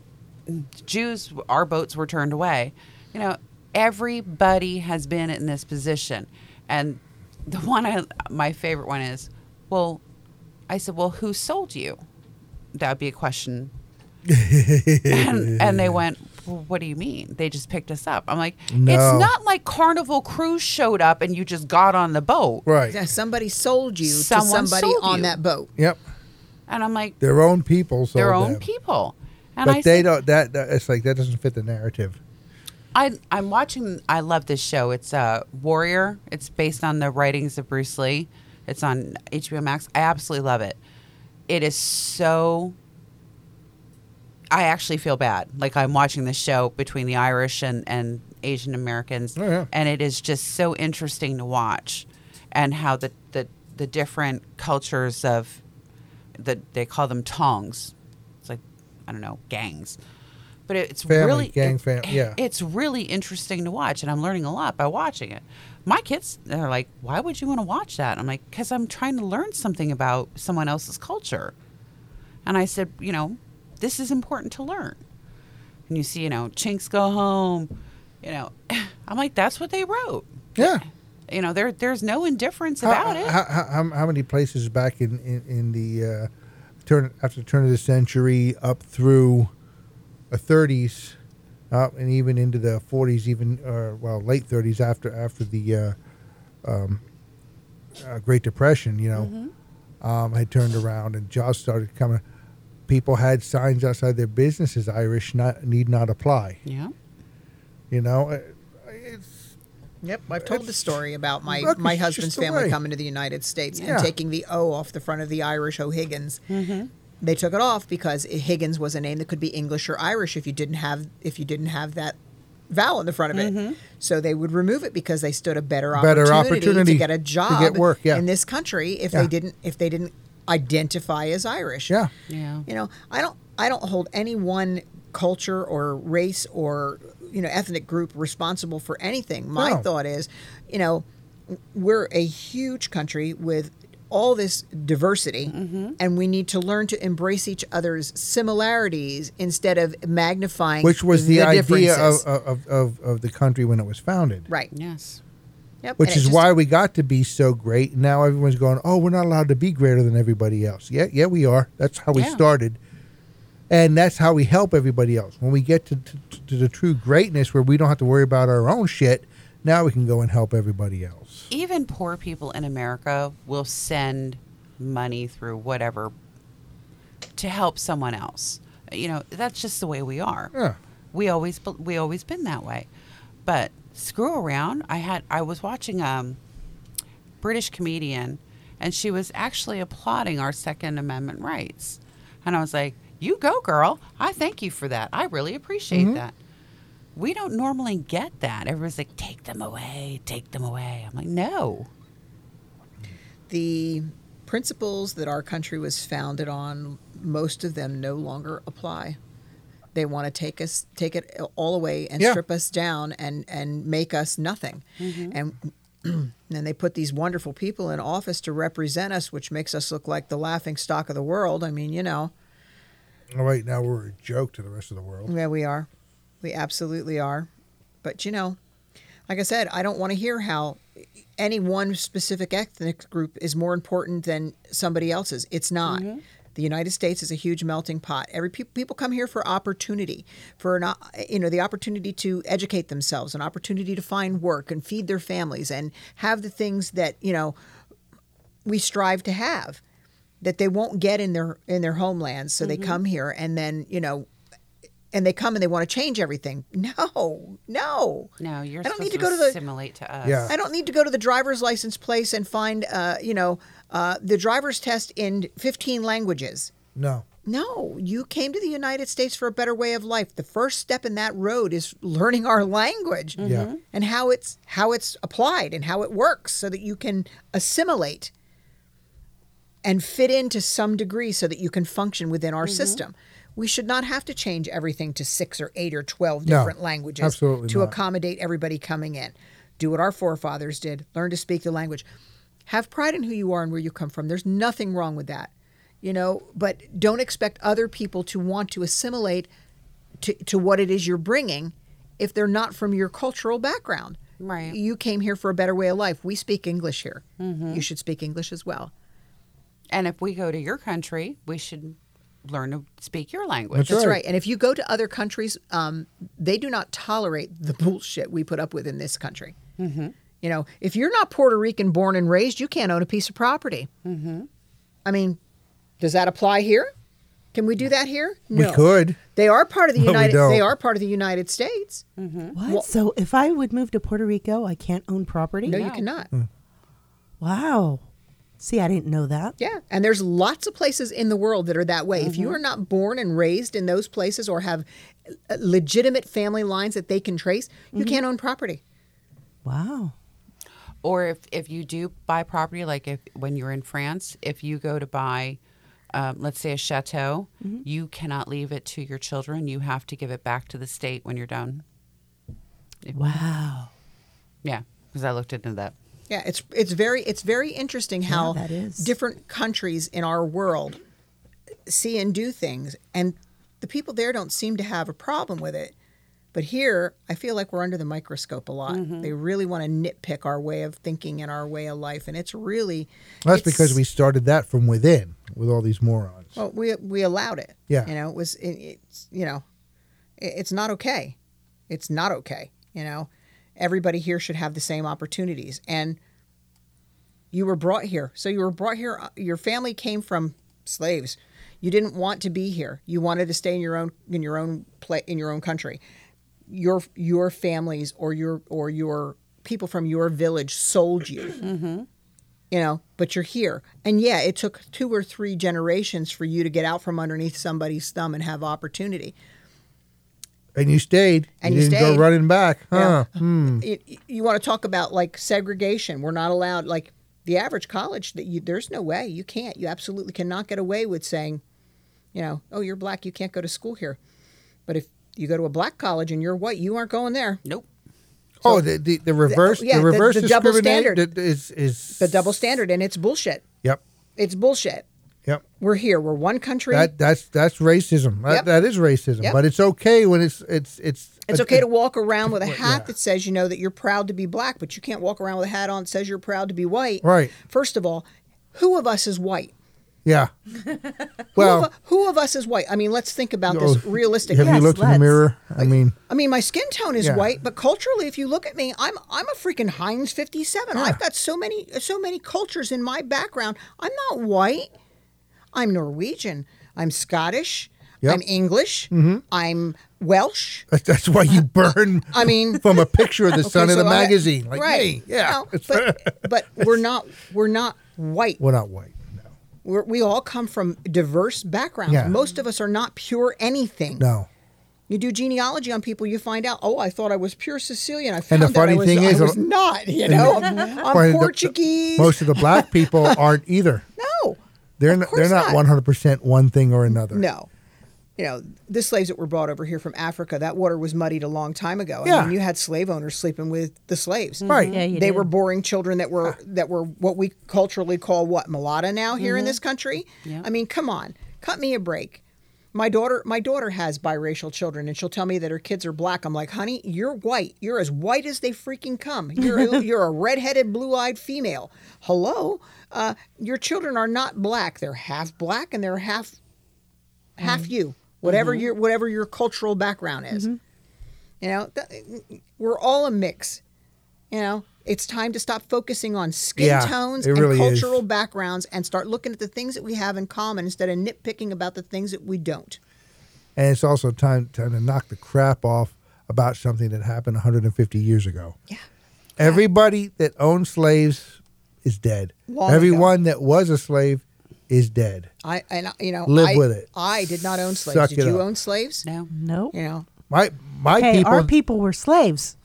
Speaker 8: jews our boats were turned away you know everybody has been in this position and the one i my favorite one is well i said well who sold you that would be a question and, and they went, well, "What do you mean? They just picked us up." I'm like,
Speaker 4: No.
Speaker 8: "It's not like Carnival Cruise showed up and you just got on the boat."
Speaker 4: Right.
Speaker 7: Yeah, somebody sold you
Speaker 8: Someone
Speaker 7: to somebody
Speaker 8: sold
Speaker 7: on
Speaker 8: you.
Speaker 7: that boat
Speaker 4: Yep.
Speaker 8: And I'm like,
Speaker 4: Their own people. Sold
Speaker 8: "Their own
Speaker 4: them.
Speaker 8: people." And
Speaker 4: But
Speaker 8: I
Speaker 4: they
Speaker 8: said-
Speaker 4: don't. That, that it's like that doesn't fit the narrative.
Speaker 8: I, I'm watching. I love this show. It's uh, Warrior. It's based on the writings of Bruce Lee. It's on HBO Max. I absolutely love it. It is so. I actually feel bad. Like I'm watching this show between the Irish and and Asian Americans,
Speaker 4: Oh, yeah.
Speaker 8: and it is just so interesting to watch, and how the the, the different cultures of the they call them tongs. It's like I don't know gangs. But it- it's
Speaker 4: Family,
Speaker 8: really
Speaker 4: gang
Speaker 8: it-
Speaker 4: fam- yeah.
Speaker 8: it's really interesting to watch and i'm learning a lot by watching it my kids they're like why would you want to watch that i'm like because i'm trying to learn something about someone else's culture and i said you know this is important to learn and you see you know chinks go home you know i'm like that's what they wrote
Speaker 4: Yeah.
Speaker 8: you know there there's no indifference about it
Speaker 4: How, how, how, how many places back in in, in the uh, turn after the turn of the century up through the 30s, uh, and even into the 40s, even uh, well late 30s after after the uh, um, uh, Great Depression, you know, um, had turned around and jobs started coming. People had signs outside their businesses: "Irish not, need not apply."
Speaker 8: yeah
Speaker 4: You know, Uh, it's
Speaker 7: yep i've told the story about my
Speaker 4: Look,
Speaker 7: my
Speaker 4: it's
Speaker 7: husband's
Speaker 4: just the
Speaker 7: family
Speaker 4: way.
Speaker 7: coming to the united states
Speaker 4: Yeah. Mm-hmm.
Speaker 7: and taking the o off the front of the irish o'higgins they took it off because higgins was a name that could be english or irish if you didn't have if you didn't have that vowel in the front of it so they would remove it because they stood a better opportunity,
Speaker 4: Mm-hmm. Better opportunity
Speaker 7: to get a
Speaker 4: to
Speaker 7: job
Speaker 4: get work, yeah.
Speaker 7: in this country if
Speaker 4: Yeah.
Speaker 7: they didn't if they didn't identify as irish
Speaker 4: yeah.
Speaker 8: yeah
Speaker 7: you know i don't i don't hold any one culture or race or you know ethnic group responsible for anything my
Speaker 4: No.
Speaker 7: thought is you know we're a huge country with all this diversity,
Speaker 4: Mm-hmm.
Speaker 7: and we need to learn to embrace each other's similarities instead of magnifying
Speaker 4: Which was the, idea of, uh,
Speaker 7: differences.
Speaker 4: of, of, of the country when it was founded.
Speaker 7: right.
Speaker 8: Yes.
Speaker 7: Yep.
Speaker 4: Which
Speaker 7: And it
Speaker 4: is
Speaker 7: just-
Speaker 4: why we got to be so great. Now everyone's going, oh, we're not allowed to be greater than everybody else. Yeah, yeah, we are. That's how we
Speaker 8: Yeah.
Speaker 4: started. And that's how we help everybody else. When we get to, to, to the true greatness where we don't have to worry about our own shit, now we can go and help everybody else.
Speaker 8: Even poor people in America will send money through whatever to help someone else. You know, that's just the way we are.
Speaker 4: Yeah.
Speaker 8: We always bel- we always been that way. But screw around. I had I was watching um British comedian, and she was actually applauding our Second Amendment rights. And I was like, You go, girl. I thank you for that. I really appreciate that. We don't normally get that. Everybody's like, Take them away, take them away. I'm like, No.
Speaker 7: the principles that our country was founded on, most of them no longer apply. They want to take us, take it all away, and
Speaker 4: Yeah.
Speaker 7: strip us down, and and make us nothing. And and they put these wonderful people in office to represent us, which makes us look like the laughing stock of the world. I mean, you know,
Speaker 4: All right, now we're a joke to the rest of the world.
Speaker 7: yeah, we are, we absolutely are. But you know, like I said, I don't want to hear how any one specific ethnic group is more important than somebody else's. It's not. The United States is a huge melting pot. Every peop people come here for opportunity, for an, o- you know the opportunity to educate themselves, an opportunity to find work and feed their families, and have the things that you know we strive to have that they won't get in their in their homelands. So they come here and then you know. And they come and they want to change everything. No, no,
Speaker 8: No, you're
Speaker 7: I don't need
Speaker 8: supposed
Speaker 7: to
Speaker 8: to,
Speaker 7: go to the
Speaker 8: assimilate to us.
Speaker 4: Yeah.
Speaker 7: I don't need to go to the driver's license place and find, uh, you know, uh, the driver's test in 15 languages.
Speaker 4: No.
Speaker 7: No, you came to the United States for a better way of life. The first step in that road is learning our language
Speaker 4: Yeah.
Speaker 7: and how it's how it's applied and how it works so that you can assimilate and fit into some degree so that you can function within our system. We should not have to change everything to 6 or 8 or 12
Speaker 4: No,
Speaker 7: different languages
Speaker 4: absolutely
Speaker 7: to
Speaker 4: not.
Speaker 7: accommodate everybody coming in. Do what our forefathers did, learn to speak the language. Have pride in who you are and where you come from. There's nothing wrong with that. You know, but don't expect other people to want to assimilate to, to what it is you're bringing if they're not from your cultural background.
Speaker 8: Right.
Speaker 7: You came here for a better way of life. We speak English here. You should speak English as well.
Speaker 8: And if we go to your country, we should learn to speak your language.
Speaker 4: That's
Speaker 7: That's
Speaker 4: right.
Speaker 7: right. And if you go to other countries, um, they do not tolerate the bullshit we put up with in this country. Mm-hmm. You know, if you're not Puerto Rican born and raised, you can't own a piece of property. Mm-hmm. I mean, does that apply here? Can we do that here?
Speaker 4: We
Speaker 7: No.
Speaker 4: could.
Speaker 7: They are part of the
Speaker 4: But we
Speaker 7: United.
Speaker 4: don't.
Speaker 7: They are part of the United States.
Speaker 5: What? so if I would move to Puerto Rico, I can't own property?
Speaker 7: No, you cannot.
Speaker 4: Mm.
Speaker 5: Wow. See, I didn't know that.
Speaker 7: Yeah, and there's lots of places in the world that are that way. If
Speaker 4: Mm-hmm.
Speaker 7: you are not born and raised in those places or have uh, legitimate family lines that they can trace, you
Speaker 4: Mm-hmm.
Speaker 7: can't own property.
Speaker 5: Wow.
Speaker 8: or if, if you do buy property, like if when you're in France, if you go to buy, um, let's say a chateau,
Speaker 7: Mm-hmm.
Speaker 8: you cannot leave it to your children. You have to give it back to the state when you're done.
Speaker 5: Wow.
Speaker 8: Yeah, because I looked into that.
Speaker 7: Yeah, it's it's very it's very interesting how
Speaker 5: that is.
Speaker 7: different countries in our world see and do things, and the people there don't seem to have a problem with it. But here, I feel like we're under the microscope a lot.
Speaker 5: Mm-hmm.
Speaker 7: They really want to nitpick our way of thinking and our way of life, and it's really
Speaker 4: That's
Speaker 7: it's-
Speaker 4: because we started that from within with all these morons.
Speaker 7: Well, we we allowed it.
Speaker 4: Yeah.
Speaker 7: You know, it was it, it's you know, it, it's not okay. It's not okay. You know, everybody here should have the same opportunities. And you were brought here, so you were brought here. uh, Your family came from slaves. You didn't want to be here. You wanted to stay in your own in your own pla in your own country. Your your families or your or your people from your village sold you you know, but you're here. And yeah, it took two or three generations for you to get out from underneath somebody's thumb and have opportunity.
Speaker 4: And you stayed.
Speaker 7: And
Speaker 4: you,
Speaker 7: you
Speaker 4: didn't
Speaker 7: stayed.
Speaker 4: go running back. Huh.
Speaker 7: Yeah. It, you want to talk about like segregation. We're not allowed like the average college that you there's no way you can't. You absolutely cannot get away with saying, you know, oh, you're black, you can't go to school here. But if you go to a black college and you're white, you aren't going there.
Speaker 8: Nope.
Speaker 4: oh, the, the, the reverse, the,
Speaker 7: yeah, the-
Speaker 4: reverse
Speaker 7: the double
Speaker 4: discrimination
Speaker 7: standard.
Speaker 4: is is
Speaker 7: The double standard, and it's bullshit.
Speaker 4: Yep,
Speaker 7: It's bullshit.
Speaker 4: yep.
Speaker 7: We're here. We're one country.
Speaker 4: That that's that's racism. That,
Speaker 7: Yep.
Speaker 4: that is racism.
Speaker 7: Yep.
Speaker 4: But it's okay when it's it's it's
Speaker 7: it's
Speaker 4: a-
Speaker 7: okay
Speaker 4: a-
Speaker 7: to walk around with a hat that says you know that you're proud to be black, but you can't walk around with a hat on that says you're proud to be white.
Speaker 4: Right.
Speaker 7: First of all, who of us is white?
Speaker 4: yeah.
Speaker 7: who,
Speaker 4: well,
Speaker 7: of, who of us is white? I mean, let's think about this
Speaker 4: oh,
Speaker 7: realistically.
Speaker 4: Have you looked in the
Speaker 5: let's.
Speaker 4: mirror? I mean,
Speaker 7: I mean, my skin tone is
Speaker 4: Yeah.
Speaker 7: white, but culturally, if you look at me, I'm I'm a freaking Heinz 57. I've got so many so many cultures in my background. I'm not white. I'm Norwegian. I'm Scottish.
Speaker 4: Yep. Mm-hmm.
Speaker 7: I'm English. I'm Welsh.
Speaker 4: that's, that's why you burn.
Speaker 7: I mean-
Speaker 4: from a picture of the sun
Speaker 7: Okay,
Speaker 4: in
Speaker 7: so
Speaker 4: a
Speaker 7: I-
Speaker 4: magazine, like
Speaker 7: right?
Speaker 4: me. Yeah,
Speaker 7: No, but but we're not we're not white.
Speaker 4: we're not white. No,
Speaker 7: We're, we all come from diverse backgrounds.
Speaker 4: Yeah.
Speaker 7: Most of us are not pure anything.
Speaker 4: no.
Speaker 7: You do genealogy on people, you find out, oh, I thought I was pure Sicilian. I
Speaker 4: And
Speaker 7: found
Speaker 4: the
Speaker 7: out I
Speaker 4: funny
Speaker 7: was,
Speaker 4: thing
Speaker 7: I
Speaker 4: is,
Speaker 7: was
Speaker 4: uh,
Speaker 7: not, you know? I'm, I'm
Speaker 4: Why the- the-
Speaker 7: Portuguese.
Speaker 4: most of the black people aren't either.
Speaker 7: no.
Speaker 4: They're
Speaker 7: Of
Speaker 4: not,
Speaker 7: course
Speaker 4: they're not
Speaker 7: not.
Speaker 4: one hundred percent one thing or another.
Speaker 7: No. You know, the slaves that were brought over here from Africa, that water was muddied a long time ago. I
Speaker 4: Yeah.
Speaker 7: mean, you had slave owners sleeping with the slaves.
Speaker 4: Right.
Speaker 5: Yeah, you
Speaker 7: they
Speaker 5: did. Ah.
Speaker 7: were boring children that were that were what we culturally call what mulatto now here
Speaker 5: Mm-hmm.
Speaker 7: in this country. I mean, come on, cut me a break. My daughter, my daughter has biracial children, and she'll tell me that her kids are black. I'm like, honey, you're white. You're as white as they freaking come. You're a, you're a redheaded, blue-eyed female. Hello, uh, your children are not black. They're half black and they're half half
Speaker 5: Mm-hmm.
Speaker 7: you. Whatever your whatever your cultural background is, you know, th- we're all a mix. You know, it's time to stop focusing on skin
Speaker 4: Yeah,
Speaker 7: tones
Speaker 4: it really
Speaker 7: and
Speaker 4: is.
Speaker 7: cultural backgrounds and start looking at the things that we have in common instead of nitpicking about the things that we don't.
Speaker 4: And it's also time time to knock the crap off about something that happened 150 years ago. Yeah. Everybody that owned slaves is dead.
Speaker 7: Long ago.
Speaker 4: Everyone that was a slave is dead.
Speaker 7: I and I- you know,
Speaker 4: Live
Speaker 7: I,
Speaker 4: with it.
Speaker 7: I did not own slaves.
Speaker 4: Suck
Speaker 7: did
Speaker 4: it
Speaker 7: you
Speaker 4: up.
Speaker 7: own slaves?
Speaker 8: No.
Speaker 5: No.
Speaker 7: You know,
Speaker 4: My my
Speaker 5: Hey,
Speaker 4: people,
Speaker 5: our people were slaves.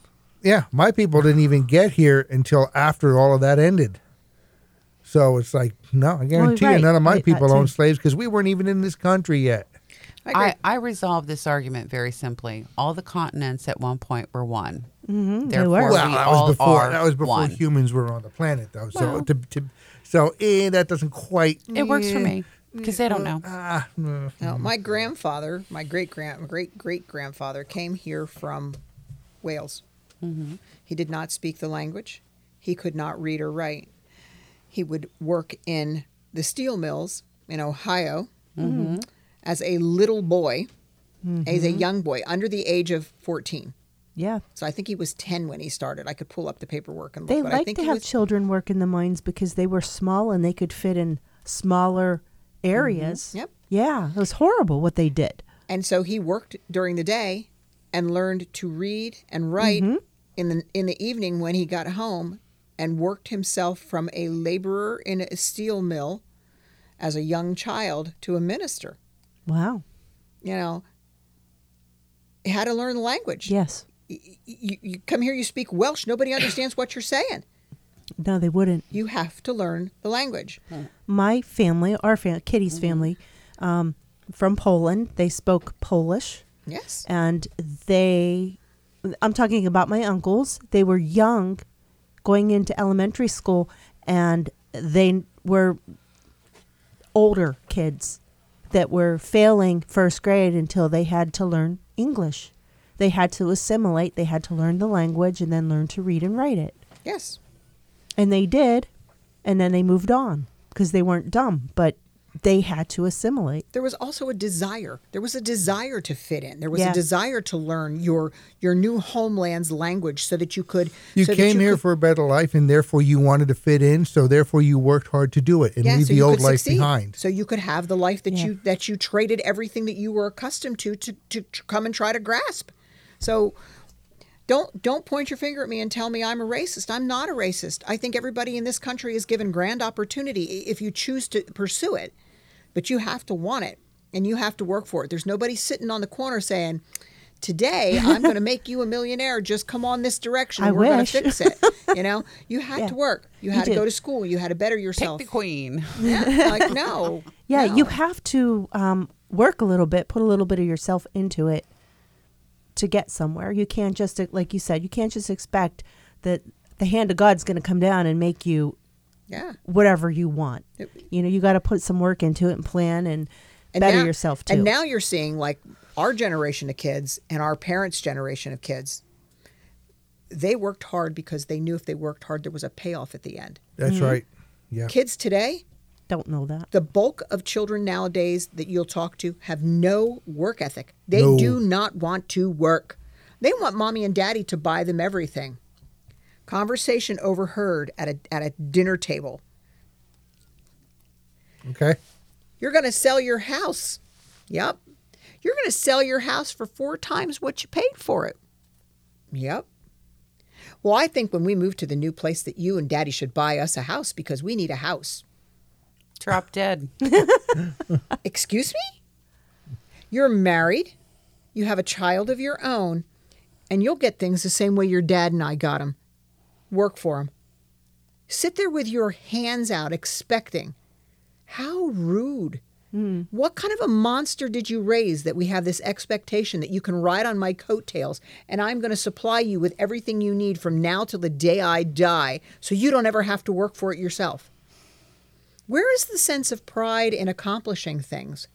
Speaker 4: yeah, my people didn't even get here until after all of that ended. So it's like, no, I guarantee
Speaker 5: right,
Speaker 4: you, none of my
Speaker 5: right, that
Speaker 4: people
Speaker 5: too.
Speaker 4: owned slaves because we weren't even in this country yet.
Speaker 7: agree.
Speaker 8: I, I resolve this argument very simply. All the continents at one point were one. Mm-hmm,
Speaker 5: they were.
Speaker 8: Therefore,
Speaker 5: Well,
Speaker 8: we
Speaker 4: that
Speaker 8: all
Speaker 4: was before.
Speaker 8: are
Speaker 4: That was before
Speaker 8: one.
Speaker 4: humans were on the planet, though. so to, to, so eh, that doesn't quite.
Speaker 8: It works for me because they don't know.
Speaker 4: uh,
Speaker 7: Now,
Speaker 5: Mm-hmm.
Speaker 7: my grandfather, my great grand, great great grandfather, came here from Wales.
Speaker 5: Mm-hmm.
Speaker 7: He did not speak the language. He could not read or write. He would work in the steel mills in Ohio
Speaker 5: Mm-hmm.
Speaker 7: as a little boy, as a young boy under the age of fourteen.
Speaker 5: Yeah.
Speaker 7: So I think he was ten when he started. I could pull up the paperwork and look.
Speaker 5: They
Speaker 7: but I
Speaker 5: liked
Speaker 7: think
Speaker 5: to
Speaker 7: he
Speaker 5: have
Speaker 7: was-
Speaker 5: children work in the mines because they were small and they could fit in smaller areas.
Speaker 7: Mm-hmm. Yep.
Speaker 5: Yeah. It was horrible what they did.
Speaker 7: And so he worked during the day and learned to read and write in the in the evening when he got home and worked himself from a laborer in a steel mill as a young child to a minister.
Speaker 5: Wow.
Speaker 7: You know, he had to learn the language.
Speaker 5: Yes.
Speaker 7: You, you come here, you speak Welsh, nobody understands what you're saying.
Speaker 5: No, they wouldn't.
Speaker 7: You have to learn the language.
Speaker 5: My family, our fam- Kitty's
Speaker 7: Mm-hmm.
Speaker 5: family, um, from Poland, they spoke Polish.
Speaker 7: Yes.
Speaker 5: and they i'm talking about my uncles they were young going into elementary school and they were older kids that were failing first grade until they had to learn english they had to assimilate they had to learn the language and then learn to read and write it
Speaker 7: Yes.
Speaker 5: and they did and then they moved on because they weren't dumb but they had to assimilate
Speaker 7: there was also a desire. There was a desire to fit in. There was
Speaker 5: Yeah.
Speaker 7: a desire to learn your your new homeland's language so that you could.
Speaker 4: You
Speaker 7: so that
Speaker 4: came here
Speaker 7: could-
Speaker 4: for a better life, and therefore you wanted to fit in. So therefore you worked hard to do it and
Speaker 7: Yeah,
Speaker 4: leave
Speaker 7: so
Speaker 4: the
Speaker 7: you
Speaker 4: old
Speaker 7: could
Speaker 4: life
Speaker 7: succeed.
Speaker 4: behind.
Speaker 7: So you could have the life that
Speaker 5: Yeah.
Speaker 7: you that you traded everything that you were accustomed to to, to to come and try to grasp. So don't don't point your finger at me and tell me I'm a racist. I'm not a racist. I think everybody in this country is given grand opportunity i- if you choose to pursue it. But you have to want it and you have to work for it. There's nobody sitting on the corner saying, "Today I'm going to make you a millionaire. Just come on this direction.
Speaker 5: I
Speaker 7: We're going
Speaker 5: wish.
Speaker 7: to fix it." You know, you had
Speaker 5: Yeah.
Speaker 7: to work. You
Speaker 5: You
Speaker 7: had to
Speaker 5: did.
Speaker 7: go to school. You had to better
Speaker 8: Pick
Speaker 7: yourself.
Speaker 8: the queen.
Speaker 7: Yeah, like no.
Speaker 5: Yeah,
Speaker 7: no.
Speaker 5: you have to um, work a little bit, put a little bit of yourself into it to get somewhere. You can't just, like you said, you can't just expect that the hand of God's going to come down and make you
Speaker 7: Yeah.
Speaker 5: whatever you want. You know, you got to put some work into it and plan and, better
Speaker 7: now-
Speaker 5: yourself too.
Speaker 7: And now you're seeing like our generation of kids and our parents' generation of kids. They worked hard because they knew if they worked hard, there was a payoff at the end.
Speaker 4: That's right. Yeah.
Speaker 7: Kids today,
Speaker 5: don't know that.
Speaker 7: the bulk of children nowadays that you'll talk to have no work ethic. They
Speaker 4: No.
Speaker 7: do not want to work. They want mommy and daddy to buy them everything. Conversation overheard at a at a dinner table.
Speaker 4: Okay.
Speaker 7: You're going to sell your house. Yep. You're going to sell your house for four times what you paid for it. Yep. Well, I think when we move to the new place that you and daddy should buy us a house because we need a house.
Speaker 8: Drop dead.
Speaker 7: Excuse me? You're married, you have a child of your own, and you'll get things the same way your dad and I got them. Work for them. Sit there with your hands out expecting. How rude. What kind of a monster did you raise that we have this expectation that you can ride on my coattails and I'm going to supply you with everything you need from now till the day I die so you don't ever have to work for it yourself? Where is the sense of pride in accomplishing things?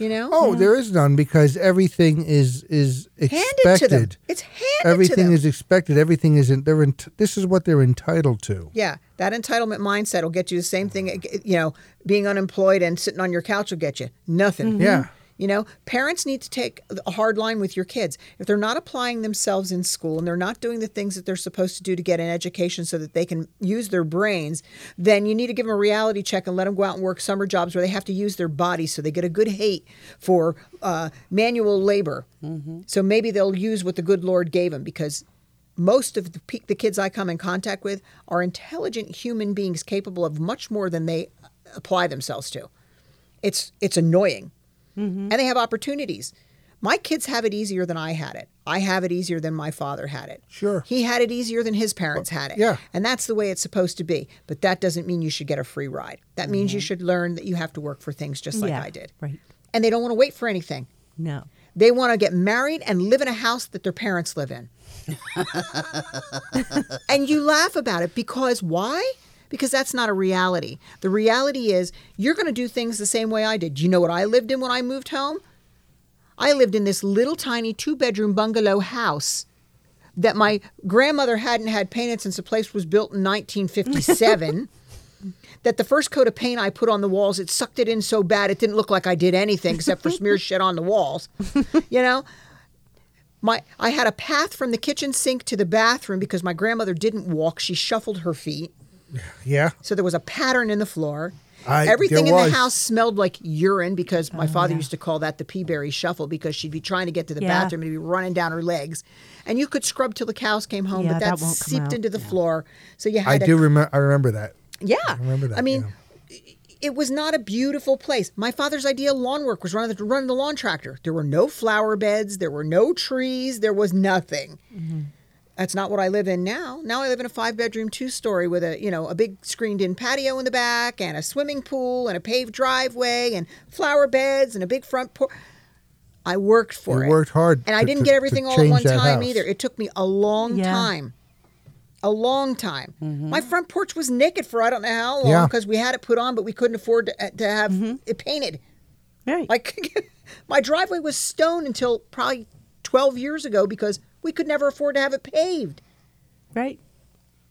Speaker 7: You know?
Speaker 4: Oh, there is none because everything is is
Speaker 7: handed
Speaker 4: expected.
Speaker 7: to them. It's handed to
Speaker 4: everything
Speaker 7: them.
Speaker 4: is expected. Everything is in, they're in, this is what they're entitled to.
Speaker 7: yeah, that entitlement mindset will get you the same thing. You know, being unemployed and sitting on your couch will get you nothing.
Speaker 4: Mm-hmm. Yeah.
Speaker 7: You know, parents need to take a hard line with your kids. If they're not applying themselves in school and they're not doing the things that they're supposed to do to get an education so that they can use their brains, then you need to give them a reality check and let them go out and work summer jobs where they have to use their bodies so they get a good hate for uh, manual labor.
Speaker 4: Mm-hmm.
Speaker 7: So maybe they'll use what the good Lord gave them because most of the, pe- the kids I come in contact with are intelligent human beings capable of much more than they apply themselves to. It's it's annoying
Speaker 4: Mm-hmm.
Speaker 7: and they have opportunities. My kids have it easier than I had it. I have it easier than my father had it.
Speaker 4: Sure.
Speaker 7: He had it easier than his parents had it.
Speaker 4: Yeah.
Speaker 7: And that's the way it's supposed to be. But that doesn't mean you should get a free ride. That means
Speaker 4: Mm-hmm.
Speaker 7: you should learn that you have to work for things just like
Speaker 5: Yeah,
Speaker 7: I did.
Speaker 5: right.
Speaker 7: And they don't want to wait for anything.
Speaker 5: No.
Speaker 7: They want to get married and live in a house that their parents live in. and you laugh about it because why? Because that's not a reality. The reality is you're going to do things the same way I did. You know what I lived in when I moved home? I lived in this little tiny two bedroom bungalow house that my grandmother hadn't had painted since the place was built in 1957. that the first coat of paint I put on the walls, it sucked it in so bad it didn't look like I did anything except for smear shit on the walls. You know? My I had a path from the kitchen sink to the bathroom because my grandmother didn't walk. She shuffled her feet.
Speaker 4: Yeah.
Speaker 7: So there was a pattern in the floor.
Speaker 4: I- there
Speaker 7: Everything in
Speaker 4: was.
Speaker 7: the house smelled like urine because
Speaker 5: Oh,
Speaker 7: my father used to call that the peaberry shuffle because she'd be trying to get to the
Speaker 5: Yeah.
Speaker 7: bathroom and it'd be running down her legs. And you could scrub till the cows came home,
Speaker 5: Yeah,
Speaker 7: but
Speaker 5: that
Speaker 7: that,
Speaker 5: won't come
Speaker 7: seeped
Speaker 5: out.
Speaker 7: into the floor. So you had
Speaker 4: I
Speaker 7: to
Speaker 4: do remember. I remember that.
Speaker 7: yeah.
Speaker 4: remember that,
Speaker 7: I mean, it was not a beautiful place. My father's idea of lawn work was running the, running the lawn tractor. There were no flower beds, there were no trees, there was nothing.
Speaker 4: Mm-hmm.
Speaker 7: That's not what I live in now. Now I live in a five bedroom, two story with a, you know, a big screened in patio in the back and a swimming pool and a paved driveway and flower beds and a big front porch. I worked for
Speaker 4: You
Speaker 7: it.
Speaker 4: worked hard
Speaker 7: And I
Speaker 4: to-
Speaker 7: didn't
Speaker 4: to-
Speaker 7: get
Speaker 4: to
Speaker 7: everything all at
Speaker 4: change
Speaker 7: one
Speaker 4: that
Speaker 7: time
Speaker 4: house.
Speaker 7: either. It took me a long
Speaker 5: Yeah.
Speaker 7: time a long time. My front porch was naked for I don't know how long
Speaker 4: Mm-hmm. Yeah. Mm-hmm.
Speaker 7: because we had it put on, but we couldn't afford to, uh, to have it painted.
Speaker 5: Right.
Speaker 7: Like my driveway was stone until probably 12 years ago because we could never afford to have it paved.
Speaker 5: right.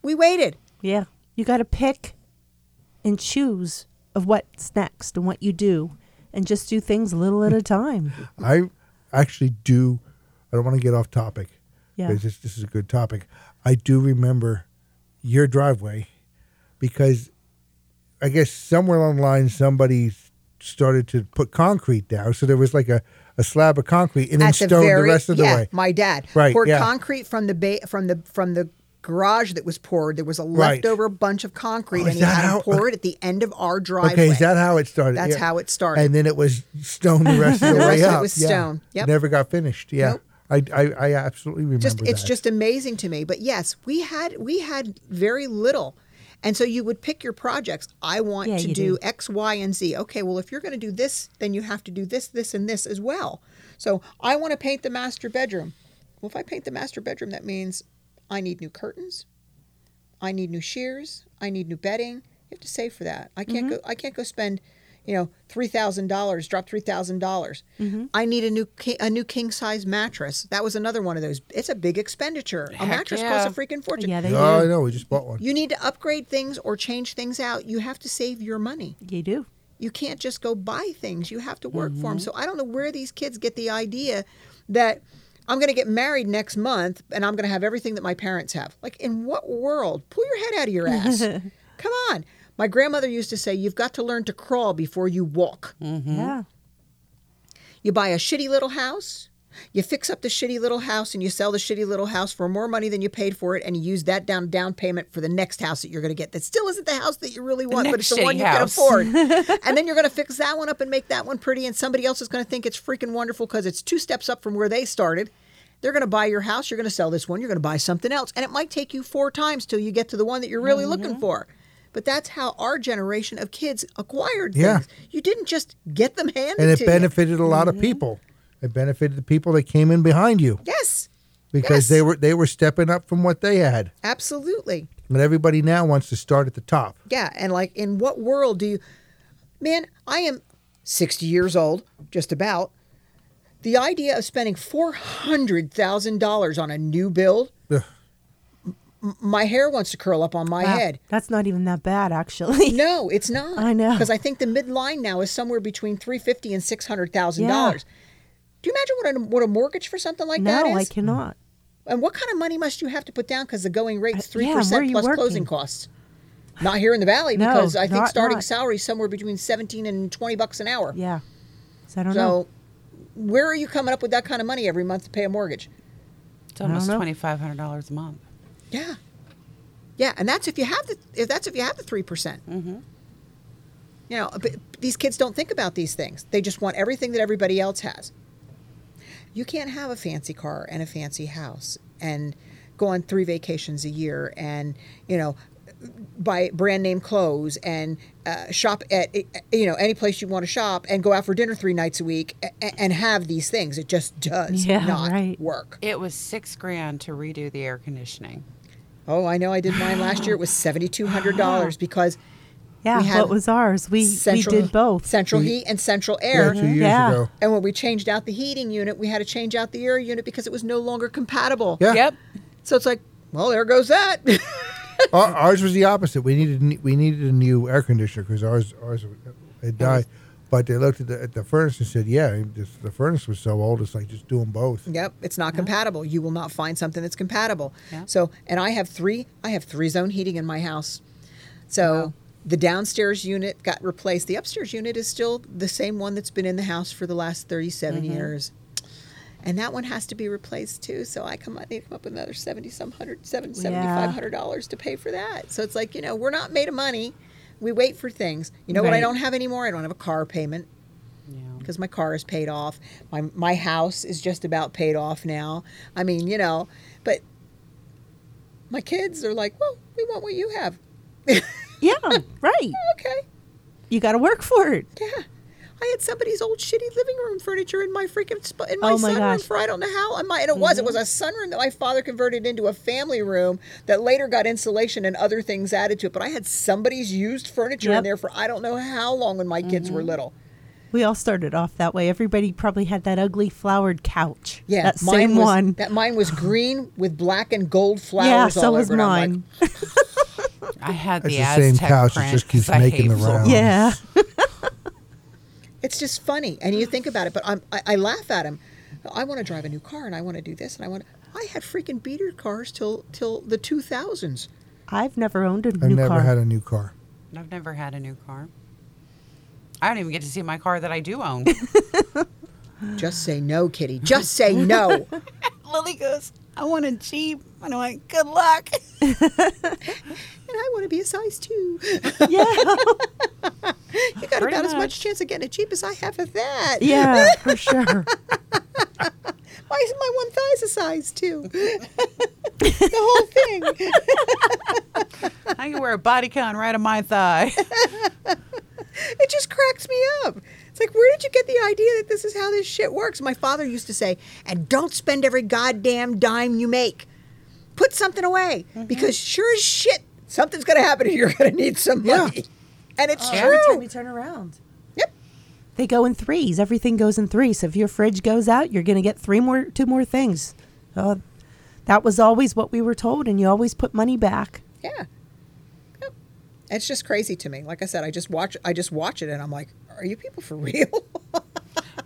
Speaker 7: We waited.
Speaker 5: Yeah. You got to pick and choose of what's next and what you do and just do things little at a time.
Speaker 4: I actually do. I don't want to get off topic.
Speaker 5: Yeah.
Speaker 4: Because this, this is a good topic. I do remember your driveway because I guess somewhere along the line somebody started to put concrete down. So there was like a, a slab of concrete and then stone the, rest of the
Speaker 7: yeah,
Speaker 4: way.
Speaker 7: My dad
Speaker 4: Right,
Speaker 7: poured
Speaker 4: yeah.
Speaker 7: concrete from the ba- from the from the garage that was poured. There was a
Speaker 4: Right.
Speaker 7: leftover bunch of concrete,
Speaker 4: Oh,
Speaker 7: and
Speaker 4: is
Speaker 7: he
Speaker 4: that
Speaker 7: had him
Speaker 4: how-
Speaker 7: pour it at the end of our driveway.
Speaker 4: Okay, is that how it started?
Speaker 7: That's how it started.
Speaker 4: And then it was stone the rest of the,
Speaker 7: The
Speaker 4: way
Speaker 7: rest of it
Speaker 4: up.
Speaker 7: was
Speaker 4: yeah.
Speaker 7: stone. Yep.
Speaker 4: Never got finished. Yeah.
Speaker 7: Nope.
Speaker 4: I, I I absolutely remember
Speaker 7: just it's
Speaker 4: that.
Speaker 7: just amazing to me but yes we had we had very little and so you would pick your projects i want
Speaker 5: Yeah,
Speaker 7: to
Speaker 5: you
Speaker 7: do
Speaker 5: do.
Speaker 7: x y and z okay well if you're going to do this then you have to do this this and this as well So I want to paint the master bedroom. Well, if I paint the master bedroom, that means I need new curtains, I need new shears, I need new bedding. You have to save for that. I
Speaker 5: Mm-hmm.
Speaker 7: can't go. I can't go spend, you know, three thousand dollars. Drop three dollars.
Speaker 5: Mm-hmm.
Speaker 7: I need a new ki- a new king size mattress. That was another one of those. It's a big expenditure. a mattress costs a freaking fortune.
Speaker 5: Yeah, they
Speaker 4: Oh, I
Speaker 5: do.
Speaker 4: know. We just bought one.
Speaker 7: You need to upgrade things or change things out. You have to save your money.
Speaker 5: They do.
Speaker 7: You can't just go buy things. You have to work for 'em. for them. So I don't know where these kids get the idea that I'm going to get married next month and I'm going to have everything that my parents have. Like, in what world? Pull your head out of your ass. Come on. My grandmother used to say, You've got to learn to crawl before you walk.
Speaker 5: Yeah.
Speaker 7: You buy a shitty little house. You fix up the shitty little house and you sell the shitty little house for more money than you paid for it, and you use that down down payment for the next house that you're going to get. That still isn't the house that you really want, but
Speaker 8: next
Speaker 7: it's the one
Speaker 8: shitty
Speaker 7: you
Speaker 8: house.
Speaker 7: can afford. and then you're going to fix that one up and make that one pretty, and somebody else is going to think it's freaking wonderful because it's two steps up from where they started. They're going to buy your house. You're going to sell this one. You're going to buy something else, and it might take you four times till you get to the one that you're
Speaker 8: Mm-hmm.
Speaker 7: really looking for. But that's how our generation of kids acquired
Speaker 4: Yeah.
Speaker 7: things. You didn't just get them handed
Speaker 4: And it
Speaker 7: to you.
Speaker 4: benefited a lot of people. It benefited the people that came in behind you
Speaker 7: Yes,
Speaker 4: because
Speaker 7: Yes.
Speaker 4: they were they were stepping up from what they had.
Speaker 7: absolutely.
Speaker 4: And everybody now wants to start at the top.
Speaker 7: Yeah, and like in what world do you Man, I am 60 years old, just about. The idea of spending $400,000 on a new build,
Speaker 4: Ugh.
Speaker 7: m- my hair wants to curl up on my
Speaker 5: Wow,
Speaker 7: head.
Speaker 5: That's not even that bad, actually.
Speaker 7: No, it's not.
Speaker 5: I know.
Speaker 7: Because I think the midline now is somewhere between 350 and $600,000. Do you imagine what a, what a mortgage for something like that
Speaker 5: no,
Speaker 7: is?
Speaker 5: I cannot.
Speaker 7: And what kind of money must you have to put down? Because the going rate's
Speaker 5: Uh,
Speaker 7: three
Speaker 5: yeah, where are
Speaker 7: percent
Speaker 5: you
Speaker 7: plus closing
Speaker 5: working?
Speaker 7: costs. Not here in the valley
Speaker 5: No,
Speaker 7: because I think
Speaker 5: not-
Speaker 7: starting
Speaker 5: not.
Speaker 7: salary somewhere between seventeen and twenty bucks an hour.
Speaker 5: Yeah. So I don't know.
Speaker 7: so, where are you coming up with that kind of money every month to pay a mortgage?
Speaker 8: It's almost
Speaker 5: know.
Speaker 8: twenty five hundred dollars a month.
Speaker 7: Yeah, yeah, and that's if you have the if that's if you have the three percent. Mm-hmm. You know, but these kids don't think about these things. They just want everything that everybody else has. you can't have a fancy car and a fancy house and go on three vacations a year and you know buy brand name clothes and uh, shop at you know any place you want to shop and go out for dinner three nights a week and, and have these things it just does
Speaker 5: Yeah,
Speaker 7: not
Speaker 5: right.
Speaker 7: work
Speaker 8: It was six grand to redo the air conditioning.
Speaker 7: oh i know i did mine last year it was $7200 because
Speaker 5: Yeah,
Speaker 7: we had
Speaker 5: what was ours? We
Speaker 7: central
Speaker 5: we did both.
Speaker 7: central heat and central air
Speaker 4: Yeah, two years
Speaker 5: Yeah.
Speaker 4: ago.
Speaker 7: and when we changed out the heating unit we had to change out the air unit because it was no longer compatible
Speaker 4: Yeah.
Speaker 8: Yep.
Speaker 7: so it's like well there goes that
Speaker 4: Our, ours was the opposite. We needed we needed a new air conditioner because ours ours had died. But they looked at the, at the furnace and said, "Yeah, this, the furnace was so old. It's like just do them both."
Speaker 7: Yep, it's not compatible. You will not find something that's compatible. So, and I have three. I have three zone heating in my house. So the downstairs unit got replaced. The upstairs unit is still the same one that's been in the house for the last 37
Speaker 5: Mm-hmm.
Speaker 7: years. And that one has to be replaced too. So I come up, need to come up with another 70 some hundred, seven,
Speaker 5: Yeah.
Speaker 7: $7,500 to pay for that. So it's like, you know, we're not made of money. We wait for things. You know what I
Speaker 8: Right.
Speaker 7: don't have anymore? I don't have a car payment because my car is paid off. My my house is just about paid off now. I mean, you know, but my kids are like, "Well, we want what you have."
Speaker 5: Yeah, right.
Speaker 7: Okay.
Speaker 5: You got to work for it.
Speaker 7: Yeah. I had somebody's old shitty living room furniture in my freaking sp- in my,
Speaker 5: Oh my
Speaker 7: sunroom
Speaker 5: gosh. Mm-hmm.
Speaker 7: for I don't know how. And, my, and it was it was a sunroom that my father converted into a family room that later got insulation and other things added to it. But I had somebody's used furniture in
Speaker 5: Yep. Mm-hmm.
Speaker 7: there for I don't know how long when my kids were little.
Speaker 5: We all started off that way. Everybody probably had that ugly flowered couch.
Speaker 7: Yeah,
Speaker 5: that
Speaker 7: mine
Speaker 5: same
Speaker 7: was,
Speaker 5: one.
Speaker 7: That mine was green with black and gold flowers.
Speaker 5: yeah,
Speaker 7: all
Speaker 5: so was
Speaker 7: over it. I'm like,
Speaker 5: mine.
Speaker 8: I had
Speaker 4: It's
Speaker 8: the,
Speaker 4: the same
Speaker 8: Aztec
Speaker 4: couch, it
Speaker 8: print
Speaker 4: just keeps
Speaker 8: 'cause I
Speaker 4: making
Speaker 8: hate
Speaker 4: the
Speaker 8: floral.
Speaker 4: rounds.
Speaker 5: yeah,
Speaker 7: it's just funny, and you think about it. But I'm, I, I laugh at him. I want to drive a new car, and I want to do this, and I want. I had freaking beater cars till till the 2000s.
Speaker 5: I've never owned a
Speaker 4: I've
Speaker 5: new
Speaker 4: never
Speaker 5: car.
Speaker 4: had a new car.
Speaker 8: I've never had a new car. I don't even get to see my car that I do own.
Speaker 7: Just say no, Kitty. Just say no.
Speaker 8: Lily goes, I want a Jeep. And I'm like, good luck.
Speaker 7: and I want to be a size two.
Speaker 5: yeah,
Speaker 7: You got about as much
Speaker 8: much.
Speaker 7: chance of getting a Jeep as I have of that.
Speaker 5: yeah, for sure.
Speaker 7: Why is my one thigh a size two? the whole thing.
Speaker 8: I can wear a body count right on my thigh.
Speaker 7: It just cracks me up. It's like, where did you get the idea that this is how this shit works? My father used to say, and don't spend every goddamn dime you make. Put something away
Speaker 5: Mm-hmm.
Speaker 7: because sure as shit, something's going to happen and you're going to need some money. And it's
Speaker 5: Every time
Speaker 7: true.
Speaker 5: you turn around.
Speaker 7: Yep.
Speaker 5: They go in threes. Everything goes in threes. So if your fridge goes out, you're going to get three more, two more things. Oh, that was always what we were told, and you always put money back.
Speaker 7: Yeah. Yep. It's just crazy to me. Like I said, I just watch I just watch it and I'm like, are you people for real?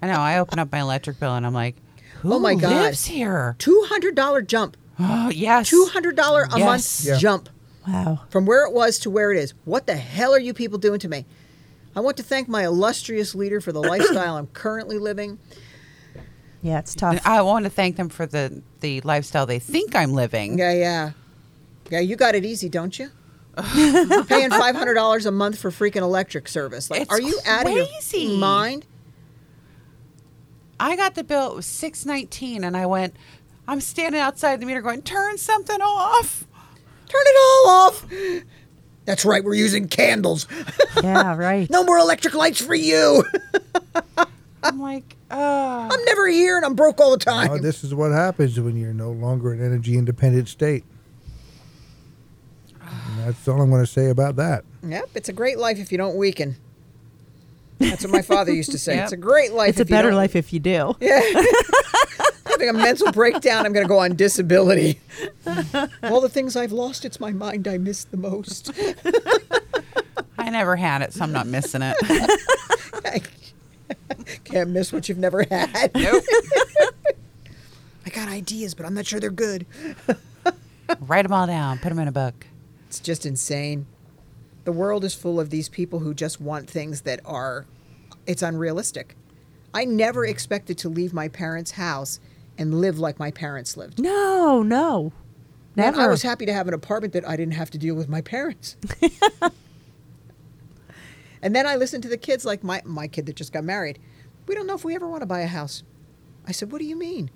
Speaker 8: I know. I open up my electric bill and I'm like, who
Speaker 7: oh my god.
Speaker 8: lives here?
Speaker 7: $200 jump.
Speaker 8: Oh, yes.
Speaker 7: $200 a
Speaker 8: Yes.
Speaker 7: month
Speaker 4: Yeah.
Speaker 7: jump.
Speaker 5: Wow.
Speaker 7: from where it was to where it is. What the hell are you people doing to me? I want to thank my illustrious leader for the lifestyle I'm currently living.
Speaker 5: Yeah, it's
Speaker 8: And
Speaker 5: tough.
Speaker 8: I want to thank them for the, the lifestyle they think I'm living.
Speaker 7: Yeah, yeah. Yeah, you got it easy, don't you? Paying five hundred dollars a month for freaking electric service. Like,
Speaker 8: It's
Speaker 7: are you out of
Speaker 8: crazy.
Speaker 7: your mind?
Speaker 8: I got the bill. It was six nineteen, and I went. I'm standing outside the meter, going, "Turn something off."
Speaker 7: Turn it all off. That's right, we're using candles.
Speaker 5: yeah, right.
Speaker 7: no more electric lights for you.
Speaker 8: I'm like, "Oh,
Speaker 7: I'm never here and I'm broke all the time.
Speaker 4: Now, this is what happens when you're no longer an energy independent state. And that's all I'm going to say about that.
Speaker 7: Yep, it's a great life if you don't weaken. That's what my father used to say. It's a great life.
Speaker 5: It's a
Speaker 7: if you
Speaker 5: better
Speaker 7: don't-
Speaker 5: life if you do.
Speaker 7: having a mental breakdown. I'm going to go on disability. All the things I've lost, it's my mind I miss the most.
Speaker 8: I never had it, so I'm not missing it."
Speaker 7: Can't miss what you've never had.
Speaker 8: nope.
Speaker 7: I got ideas, but I'm not sure they're good.
Speaker 8: Write them all down. Put them in a book.
Speaker 7: It's just insane. The world is full of these people who just want things that are, it's unrealistic. I never expected to leave my parents' house and live like my parents lived.
Speaker 5: No, no.
Speaker 7: And
Speaker 5: Never.
Speaker 7: I was happy to have an apartment that I didn't have to deal with my parents. and then I listened to the kids, like my, my kid that just got married. We don't know if we ever want to buy a house. I said, What do you mean?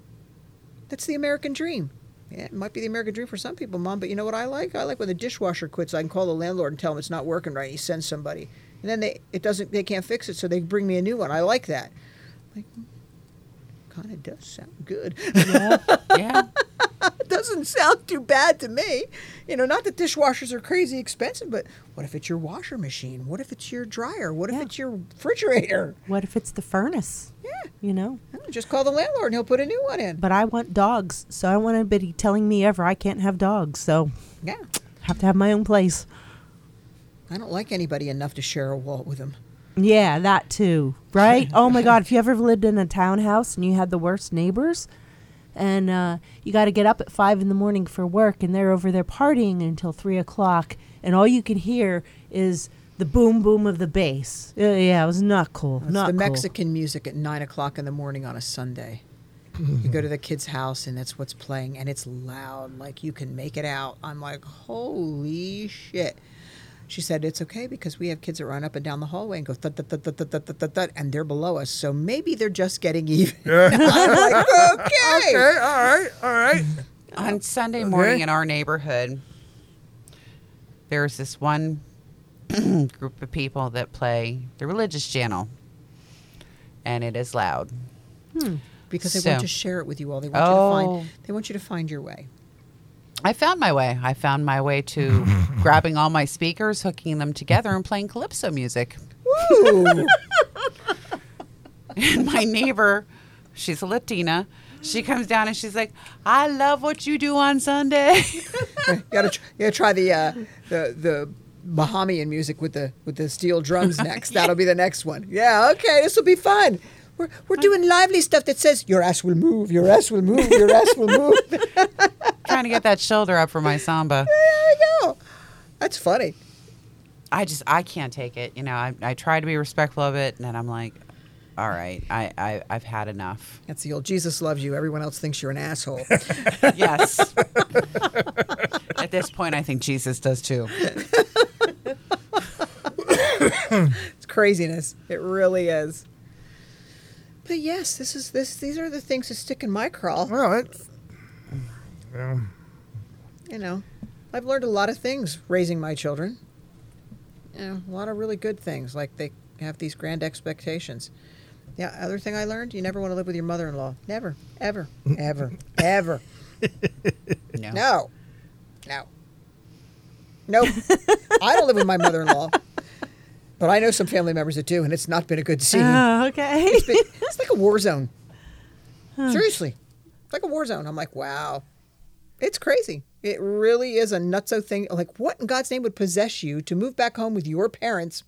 Speaker 7: That's the American dream. Yeah, it might be the American dream for some people, Mom, but you know what I like? I like when the dishwasher quits, I can call the landlord and tell him it's not working right. He sends somebody. And then they it doesn't they can't fix it, so they bring me a new one. I like that. Like kind of does sound good.
Speaker 8: Yeah.
Speaker 7: It doesn't sound too bad to me. You know, not that dishwashers are crazy expensive, but what if it's your washer machine? What if it's your dryer? What if it's your refrigerator?
Speaker 5: what if it's the furnace? Yeah. You know?
Speaker 7: I don't know, Just call the landlord and he'll put a new one in.
Speaker 5: But I want dogs, so I don't want anybody telling me ever I can't have dogs. So
Speaker 7: Yeah.
Speaker 5: have to have my own place.
Speaker 7: I don't like anybody enough to share a wall with him.
Speaker 5: Yeah, that too. Right? oh my God. If you ever lived in a townhouse and you had the worst neighbors and uh, you got to get up at five in the morning for work and they're over there partying until three o'clock and all you can hear is the boom boom of the bass. Uh, yeah, it was not cool.
Speaker 7: It's
Speaker 5: not
Speaker 7: the
Speaker 5: cool.
Speaker 7: Mexican music at nine o'clock in the morning on a Sunday. you go to the kid's house and that's what's playing, and it's loud, like you can make it out. I'm like, holy shit. She said it's okay because we have kids that run up and down the hallway and go thud thud thud thud thud thud thud, thud, thud and they're below us, so maybe they're just getting even. I'm like, okay.
Speaker 4: Okay, all right, all right.
Speaker 8: On Sunday morning
Speaker 4: Okay.
Speaker 8: in our neighborhood, there's this one group of people that play the religious channel, and it is loud.
Speaker 7: Because they want
Speaker 8: So-
Speaker 7: to share it with you all. They want you to
Speaker 8: Oh.
Speaker 7: find. They want you to find your way.
Speaker 8: I found my way. I found my way to grabbing all my speakers, hooking them together, and playing calypso music. and my neighbor, she's a Latina. She comes down and she's like, "I love what you do on Sunday."
Speaker 7: you gotta, tr- you gotta try the uh, the the Bahamian music with the with the steel drums next. That'll be the next one. Yeah, okay, this will be fun. We're we're doing lively stuff that says your ass will move, your ass will move, your ass will move. there
Speaker 8: Trying to get that shoulder up for my samba.
Speaker 7: you go. That's funny.
Speaker 8: I just I can't take it. You know, I, I try to be respectful of it, and then I'm like, "All right, I, I I've had enough."
Speaker 7: That's the old Jesus loves you. Everyone else thinks you're an asshole.
Speaker 8: Yes. At this point, I think Jesus does too.
Speaker 7: It's craziness. It really is. But yes, this is this. These are the things that stick in my crawl.
Speaker 4: Well, it, um,
Speaker 7: you know, I've learned a lot of things raising my children. You know, a lot of really good things, like they have these grand expectations. Yeah, other thing I learned, you never want to live with your mother-in-law. Never, ever, ever, ever.
Speaker 6: No.
Speaker 7: No. No. Nope. I don't live with my mother-in-law. But I know some family members that do and it's not been a good scene.
Speaker 5: Oh, okay.
Speaker 7: It's been- it's like a war zone. Seriously, it's like a war zone. I'm like, wow, it's crazy. It really is a nutso thing. Like, what in God's name would possess you to move back home with your parents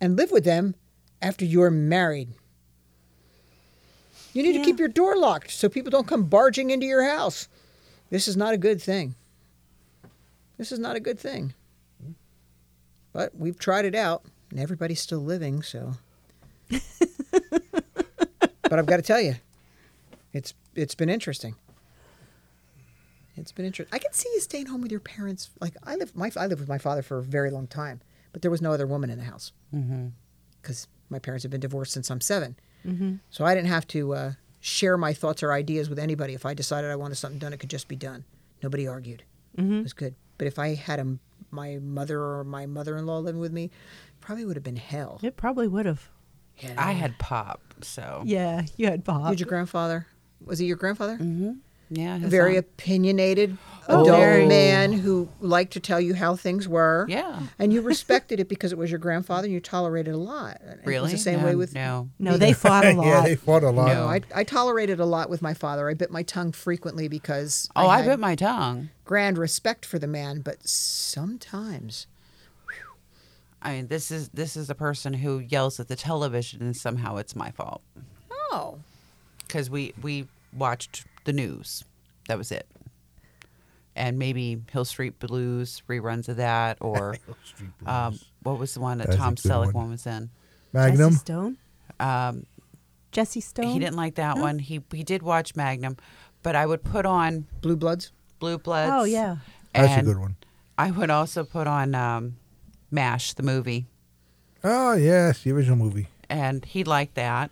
Speaker 7: and live with them after you're married? You need to keep your door locked so people don't come barging into your house. This is not a good thing. This is not a good thing. But we've tried it out, and everybody's still living, so but I've got to tell you, it's it's been interesting. It's been interesting. I can see you staying home with your parents. Like I live, my I lived with my father for a very long time, but there was no other woman in the house because my parents have been divorced since I'm 7 So I didn't have to uh, share my thoughts or ideas with anybody. If I decided I wanted something done, it could just be done. Nobody argued. It was good. But if I had a, my mother or my mother-in-law living with me, probably would have been hell.
Speaker 5: it probably would have.
Speaker 8: I had pop, so
Speaker 5: Yeah, you had Bob.
Speaker 7: Did your grandfather? Was he your grandfather?
Speaker 8: yeah, his
Speaker 7: very
Speaker 8: aunt-
Speaker 7: opinionated adult
Speaker 8: Oh, very.
Speaker 7: man who liked to tell you how things were.
Speaker 8: Yeah.
Speaker 7: And you respected it because it was your grandfather and you tolerated a lot. And It
Speaker 8: really
Speaker 7: was the same
Speaker 8: no,
Speaker 7: way with
Speaker 8: no.
Speaker 5: no, they fought a lot.
Speaker 4: yeah, they fought a lot.
Speaker 7: No, I, I tolerated a lot with my father. I bit my tongue frequently because
Speaker 8: Oh, I,
Speaker 7: had
Speaker 8: bit my tongue.
Speaker 7: grand respect for the man, but sometimes
Speaker 8: I mean, this is this is a person who yells at the television, and somehow it's my fault
Speaker 7: oh,
Speaker 8: because we we watched the news. That was it. And maybe Hill Street Blues reruns of that, or um, what was the one that
Speaker 4: That's a
Speaker 8: Tom
Speaker 4: good
Speaker 8: Selleck
Speaker 4: one.
Speaker 8: one was in?
Speaker 4: Magnum.
Speaker 5: Jesse Stone.
Speaker 8: Um,
Speaker 5: Jesse Stone.
Speaker 8: He didn't like
Speaker 5: Mm-hmm.
Speaker 8: that one. He he did watch Magnum, but I would put on
Speaker 7: blue bloods.
Speaker 8: Blue Bloods.
Speaker 5: Oh, yeah.
Speaker 4: That's a
Speaker 8: and
Speaker 4: good one.
Speaker 8: I would also put on um, Mash the movie,
Speaker 4: Oh yes, the original movie.
Speaker 8: and he liked that.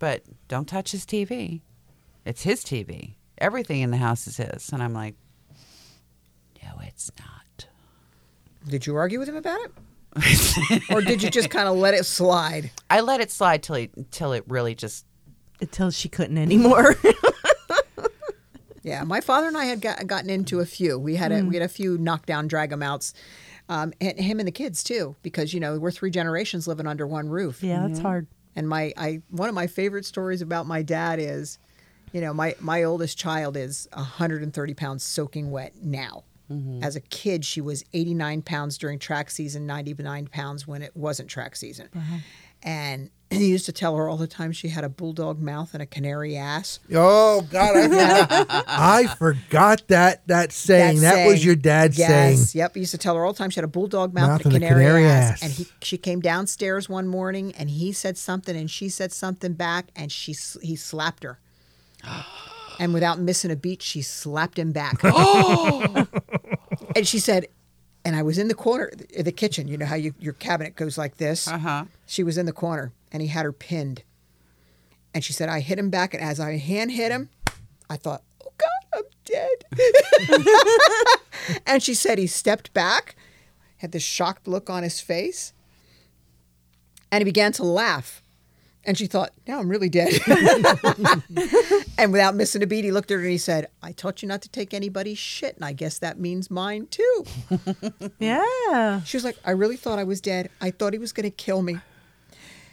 Speaker 8: But don't touch his TV. It's his TV. Everything in the house is his. And I'm like, no, it's not.
Speaker 7: Did you argue with him about it? or did you just kind of let it slide?
Speaker 8: I let it slide till he, till it really just
Speaker 5: Until she couldn't anymore.
Speaker 7: Yeah, my father and I had got, gotten into a few. We had a we had a few knockdown drag 'em outs, um, and him and the kids too, because you know we're three generations living under one roof.
Speaker 5: yeah, that's hard.
Speaker 7: And my I one of my favorite stories about my dad is, you know, my my oldest child is 130 pounds soaking wet now. As a kid, she was 89 pounds during track season, 99 pounds when it wasn't track season. And he used to tell her all the time she had a bulldog mouth and a canary ass.
Speaker 4: Oh God, I forgot, I forgot that that saying. That, was
Speaker 7: saying.
Speaker 4: your dad
Speaker 7: yes.
Speaker 4: saying.
Speaker 7: Yep. He used to tell her all the time she had a bulldog mouth,
Speaker 4: Mouth
Speaker 7: and a canary,
Speaker 4: ass.
Speaker 7: ass. And he, she came downstairs one morning and he said something and she said something back and she s- he slapped her. and without missing a beat, she slapped him back. and she said, and I was in the corner, in the kitchen. You know how you, your cabinet goes like this? Uh huh. She was in the corner and he had her pinned. And she said, I hit him back. And as I hand hit him, I thought, oh God, I'm dead. And she said he stepped back, had this shocked look on his face, and he began to laugh. And she thought, now I'm really dead. and without missing a beat, he looked at her and he said, I taught you not to take anybody's shit, and I guess that means mine too.
Speaker 5: Yeah.
Speaker 7: She was like, I really thought I was dead. I thought he was going to kill me.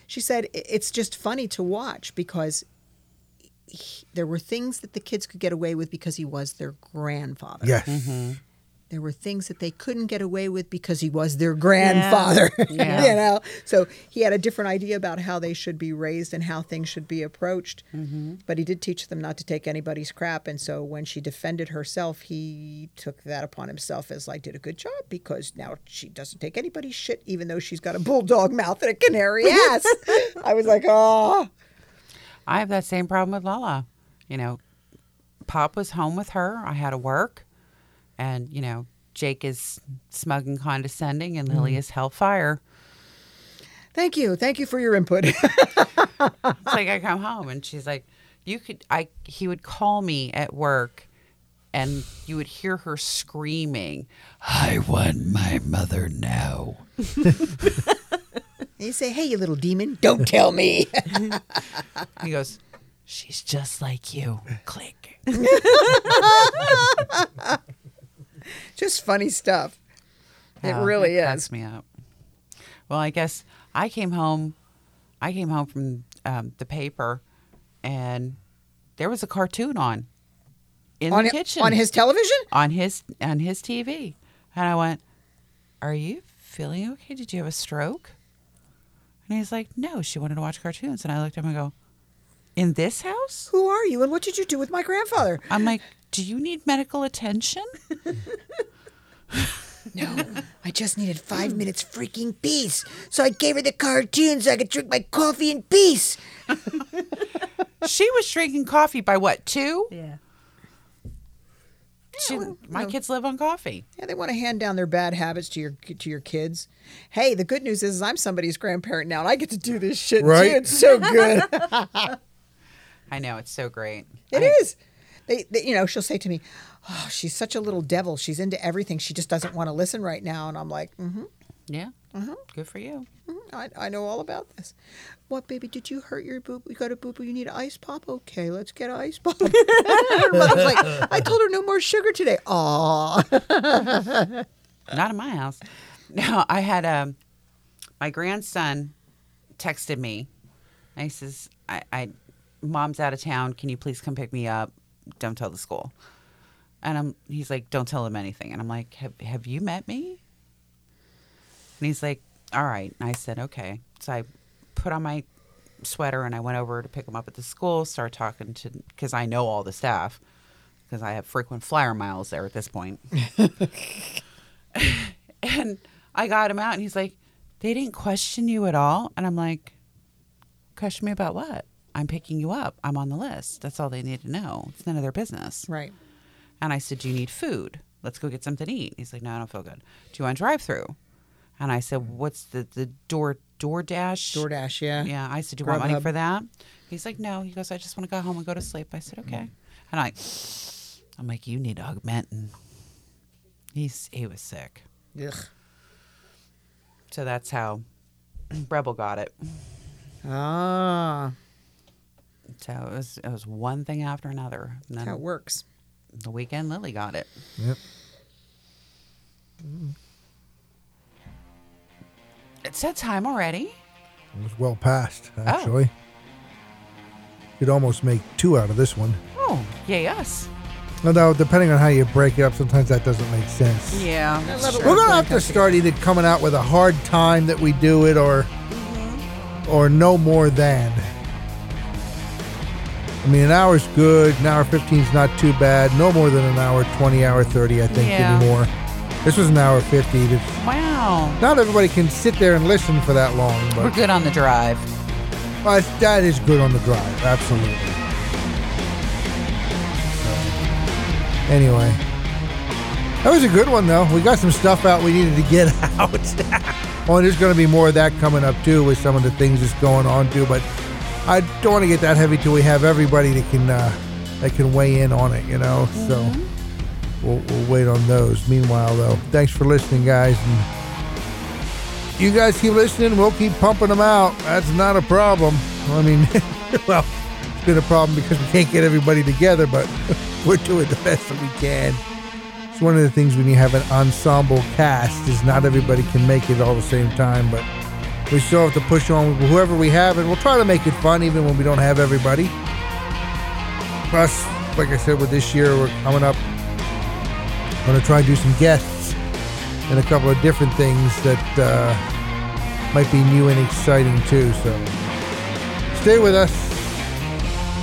Speaker 7: She said, "I- It's just funny to watch because he, there were things that the kids could get away with because he was their grandfather.
Speaker 4: Yes.
Speaker 7: there were things that they couldn't get away with because he was their grandfather. you know, so he had a different idea about how they should be raised and how things should be approached. But he did teach them not to take anybody's crap. And so when she defended herself, he took that upon himself as like did a good job because now she doesn't take anybody's shit, even though she's got a bulldog mouth and a canary ass. I was like, oh,
Speaker 8: I have that same problem with Lala. You know, Pop was home with her. I had to work. And, you know, Jake is smug and condescending, and Lily is hellfire.
Speaker 7: thank you, thank you for your input.
Speaker 8: It's like I come home and she's like, "You could." I he would call me at work, and you would hear her screaming, "I want my mother now."
Speaker 7: And you say, hey, you little demon, don't tell me.
Speaker 6: He goes,
Speaker 8: She's just like you. Click.
Speaker 7: Just funny stuff. It
Speaker 8: Yeah,
Speaker 7: really
Speaker 8: it
Speaker 7: is.
Speaker 8: cracks me up. Well, I guess I came home. I came home from um, the paper, and there was a cartoon on in
Speaker 7: On,
Speaker 8: the
Speaker 7: hi-
Speaker 8: kitchen
Speaker 7: on his television?
Speaker 8: on his on his TV, and I went, "Are you feeling okay? Did you have a stroke?" And he's like, "No, she wanted to watch cartoons." And I looked at him and go, "In this house?"
Speaker 7: Who are you and what did you do with my grandfather?
Speaker 8: I'm like, "Do you need medical attention?"
Speaker 7: I just needed five minutes freaking peace. So I gave her the cartoon so I could drink my coffee in peace.
Speaker 8: she was drinking coffee by what two?
Speaker 5: Yeah.
Speaker 8: She, my kids live on coffee.
Speaker 7: Yeah, they want to hand down their bad habits to your to your kids. Hey, the good news is, I'm somebody's grandparent now, and I get to do this shit
Speaker 4: Right?
Speaker 7: too. It's so good.
Speaker 8: I know it's so great.
Speaker 7: It is. They, they, you know, she'll say to me, "Oh, she's such a little devil. She's into everything. She just doesn't want to listen right now." And I'm like, mm-hmm,
Speaker 8: Yeah. Good for you.
Speaker 7: mm-hmm, I, I know all about this. What, baby? Did you hurt your boob? You got a boo boo. You need an ice pop. Okay, let's get an ice pop. her mother's like, "I told her no more sugar today." Aw,
Speaker 8: Not in my house. No, I had um my grandson texted me. And he says, I, I mom's out of town. Can you please come pick me up? Don't tell the school. And I'm he's like, Don't tell them anything. And I'm like, Have have you met me? And he's like, All right. And I said, Okay. So I put on my sweater and I went over to pick him up at the school, started talking to because I know all the staff. Because I have frequent flyer miles there at this point. And I got him out, and he's like, "They didn't question you at all." And I'm like, "Question me about what? I'm picking you up. I'm on the list. That's all they need to know. It's none of their business."
Speaker 7: right.
Speaker 8: And I said, "Do you need food? Let's go get something to eat." He's like, "No, I don't feel good. Do you want to drive through?" And I said, "What's the the door DoorDash?"
Speaker 7: DoorDash, yeah.
Speaker 8: Yeah. I said, "Do you want
Speaker 7: Grubhub.
Speaker 8: money for that?" He's like, "No." He goes, "I just want to go home and go to sleep." I said, "Okay." And I, I'm like, "You need augmentin." He's he was sick.
Speaker 7: Ugh.
Speaker 8: So that's how Rebel got it.
Speaker 7: Ah,
Speaker 8: So it was it was one thing after another. And
Speaker 7: that's how it
Speaker 8: then
Speaker 7: works.
Speaker 8: the weekend Lily got it.
Speaker 4: Yep.
Speaker 8: It's that time already.
Speaker 4: It was well past,
Speaker 7: Oh.
Speaker 4: actually. Could almost make two out of this one.
Speaker 8: Oh, yeah, yes.
Speaker 4: Although, depending on how you break it up, sometimes that doesn't make sense.
Speaker 8: Yeah.
Speaker 4: We're gonna have to start either coming out with a hard time that we do it, or or no more than. I mean, an hour's good. An hour fifteen's not too bad. No more than an hour twenty, hour thirty, I think
Speaker 8: Yeah.
Speaker 4: anymore. This was an hour fifty. That's-
Speaker 8: Wow.
Speaker 4: Not everybody can sit there and listen for that long,
Speaker 8: We're
Speaker 4: but
Speaker 8: good on the drive.
Speaker 4: well, it's- that is good on the drive, absolutely. So, anyway, that was a good one though. We got some stuff out we needed to get out. well, and there's going to be more of that coming up too with some of the things that's going on too. But I don't want to get that heavy till we have everybody that can uh, that can weigh in on it, you know. So we'll, we'll wait on those. Meanwhile, though, thanks for listening, guys. And, you guys keep listening. We'll keep pumping them out. That's not a problem. I mean, well, it's been a problem because we can't get everybody together, but we're doing the best that we can. It's one of the things when you have an ensemble cast is not everybody can make it all the same time, but we still have to push on with whoever we have, and we'll try to make it fun even when we don't have everybody. Plus, like I said, with this year, we're coming up. I'm going to try and do some guests and a couple of different things that uh, might be new and exciting too. So stay with us.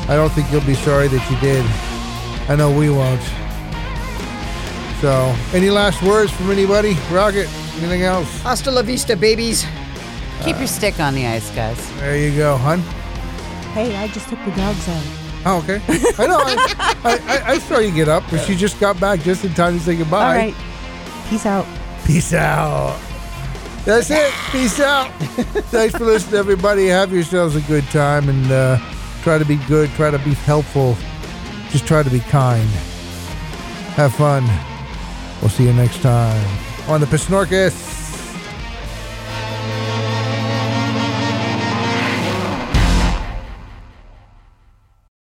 Speaker 4: I don't think you'll be sorry that you did. I know we won't. So, any last words from anybody? Rocket? Anything else?
Speaker 7: Hasta la vista, babies.
Speaker 8: Keep your stick on the ice, guys.
Speaker 4: There you go, hun.
Speaker 5: Hey, I just took the dogs out.
Speaker 4: Oh, okay. I know. I, I, I, I saw you get up, but she just got back just in time to say goodbye.
Speaker 5: All right. Peace out.
Speaker 4: Peace out. That's it. Peace out. Thanks for listening, everybody. Have yourselves a good time and uh, try to be good. Try to be helpful. Just try to be kind. Have fun. We'll see you next time on the Pisnorcus.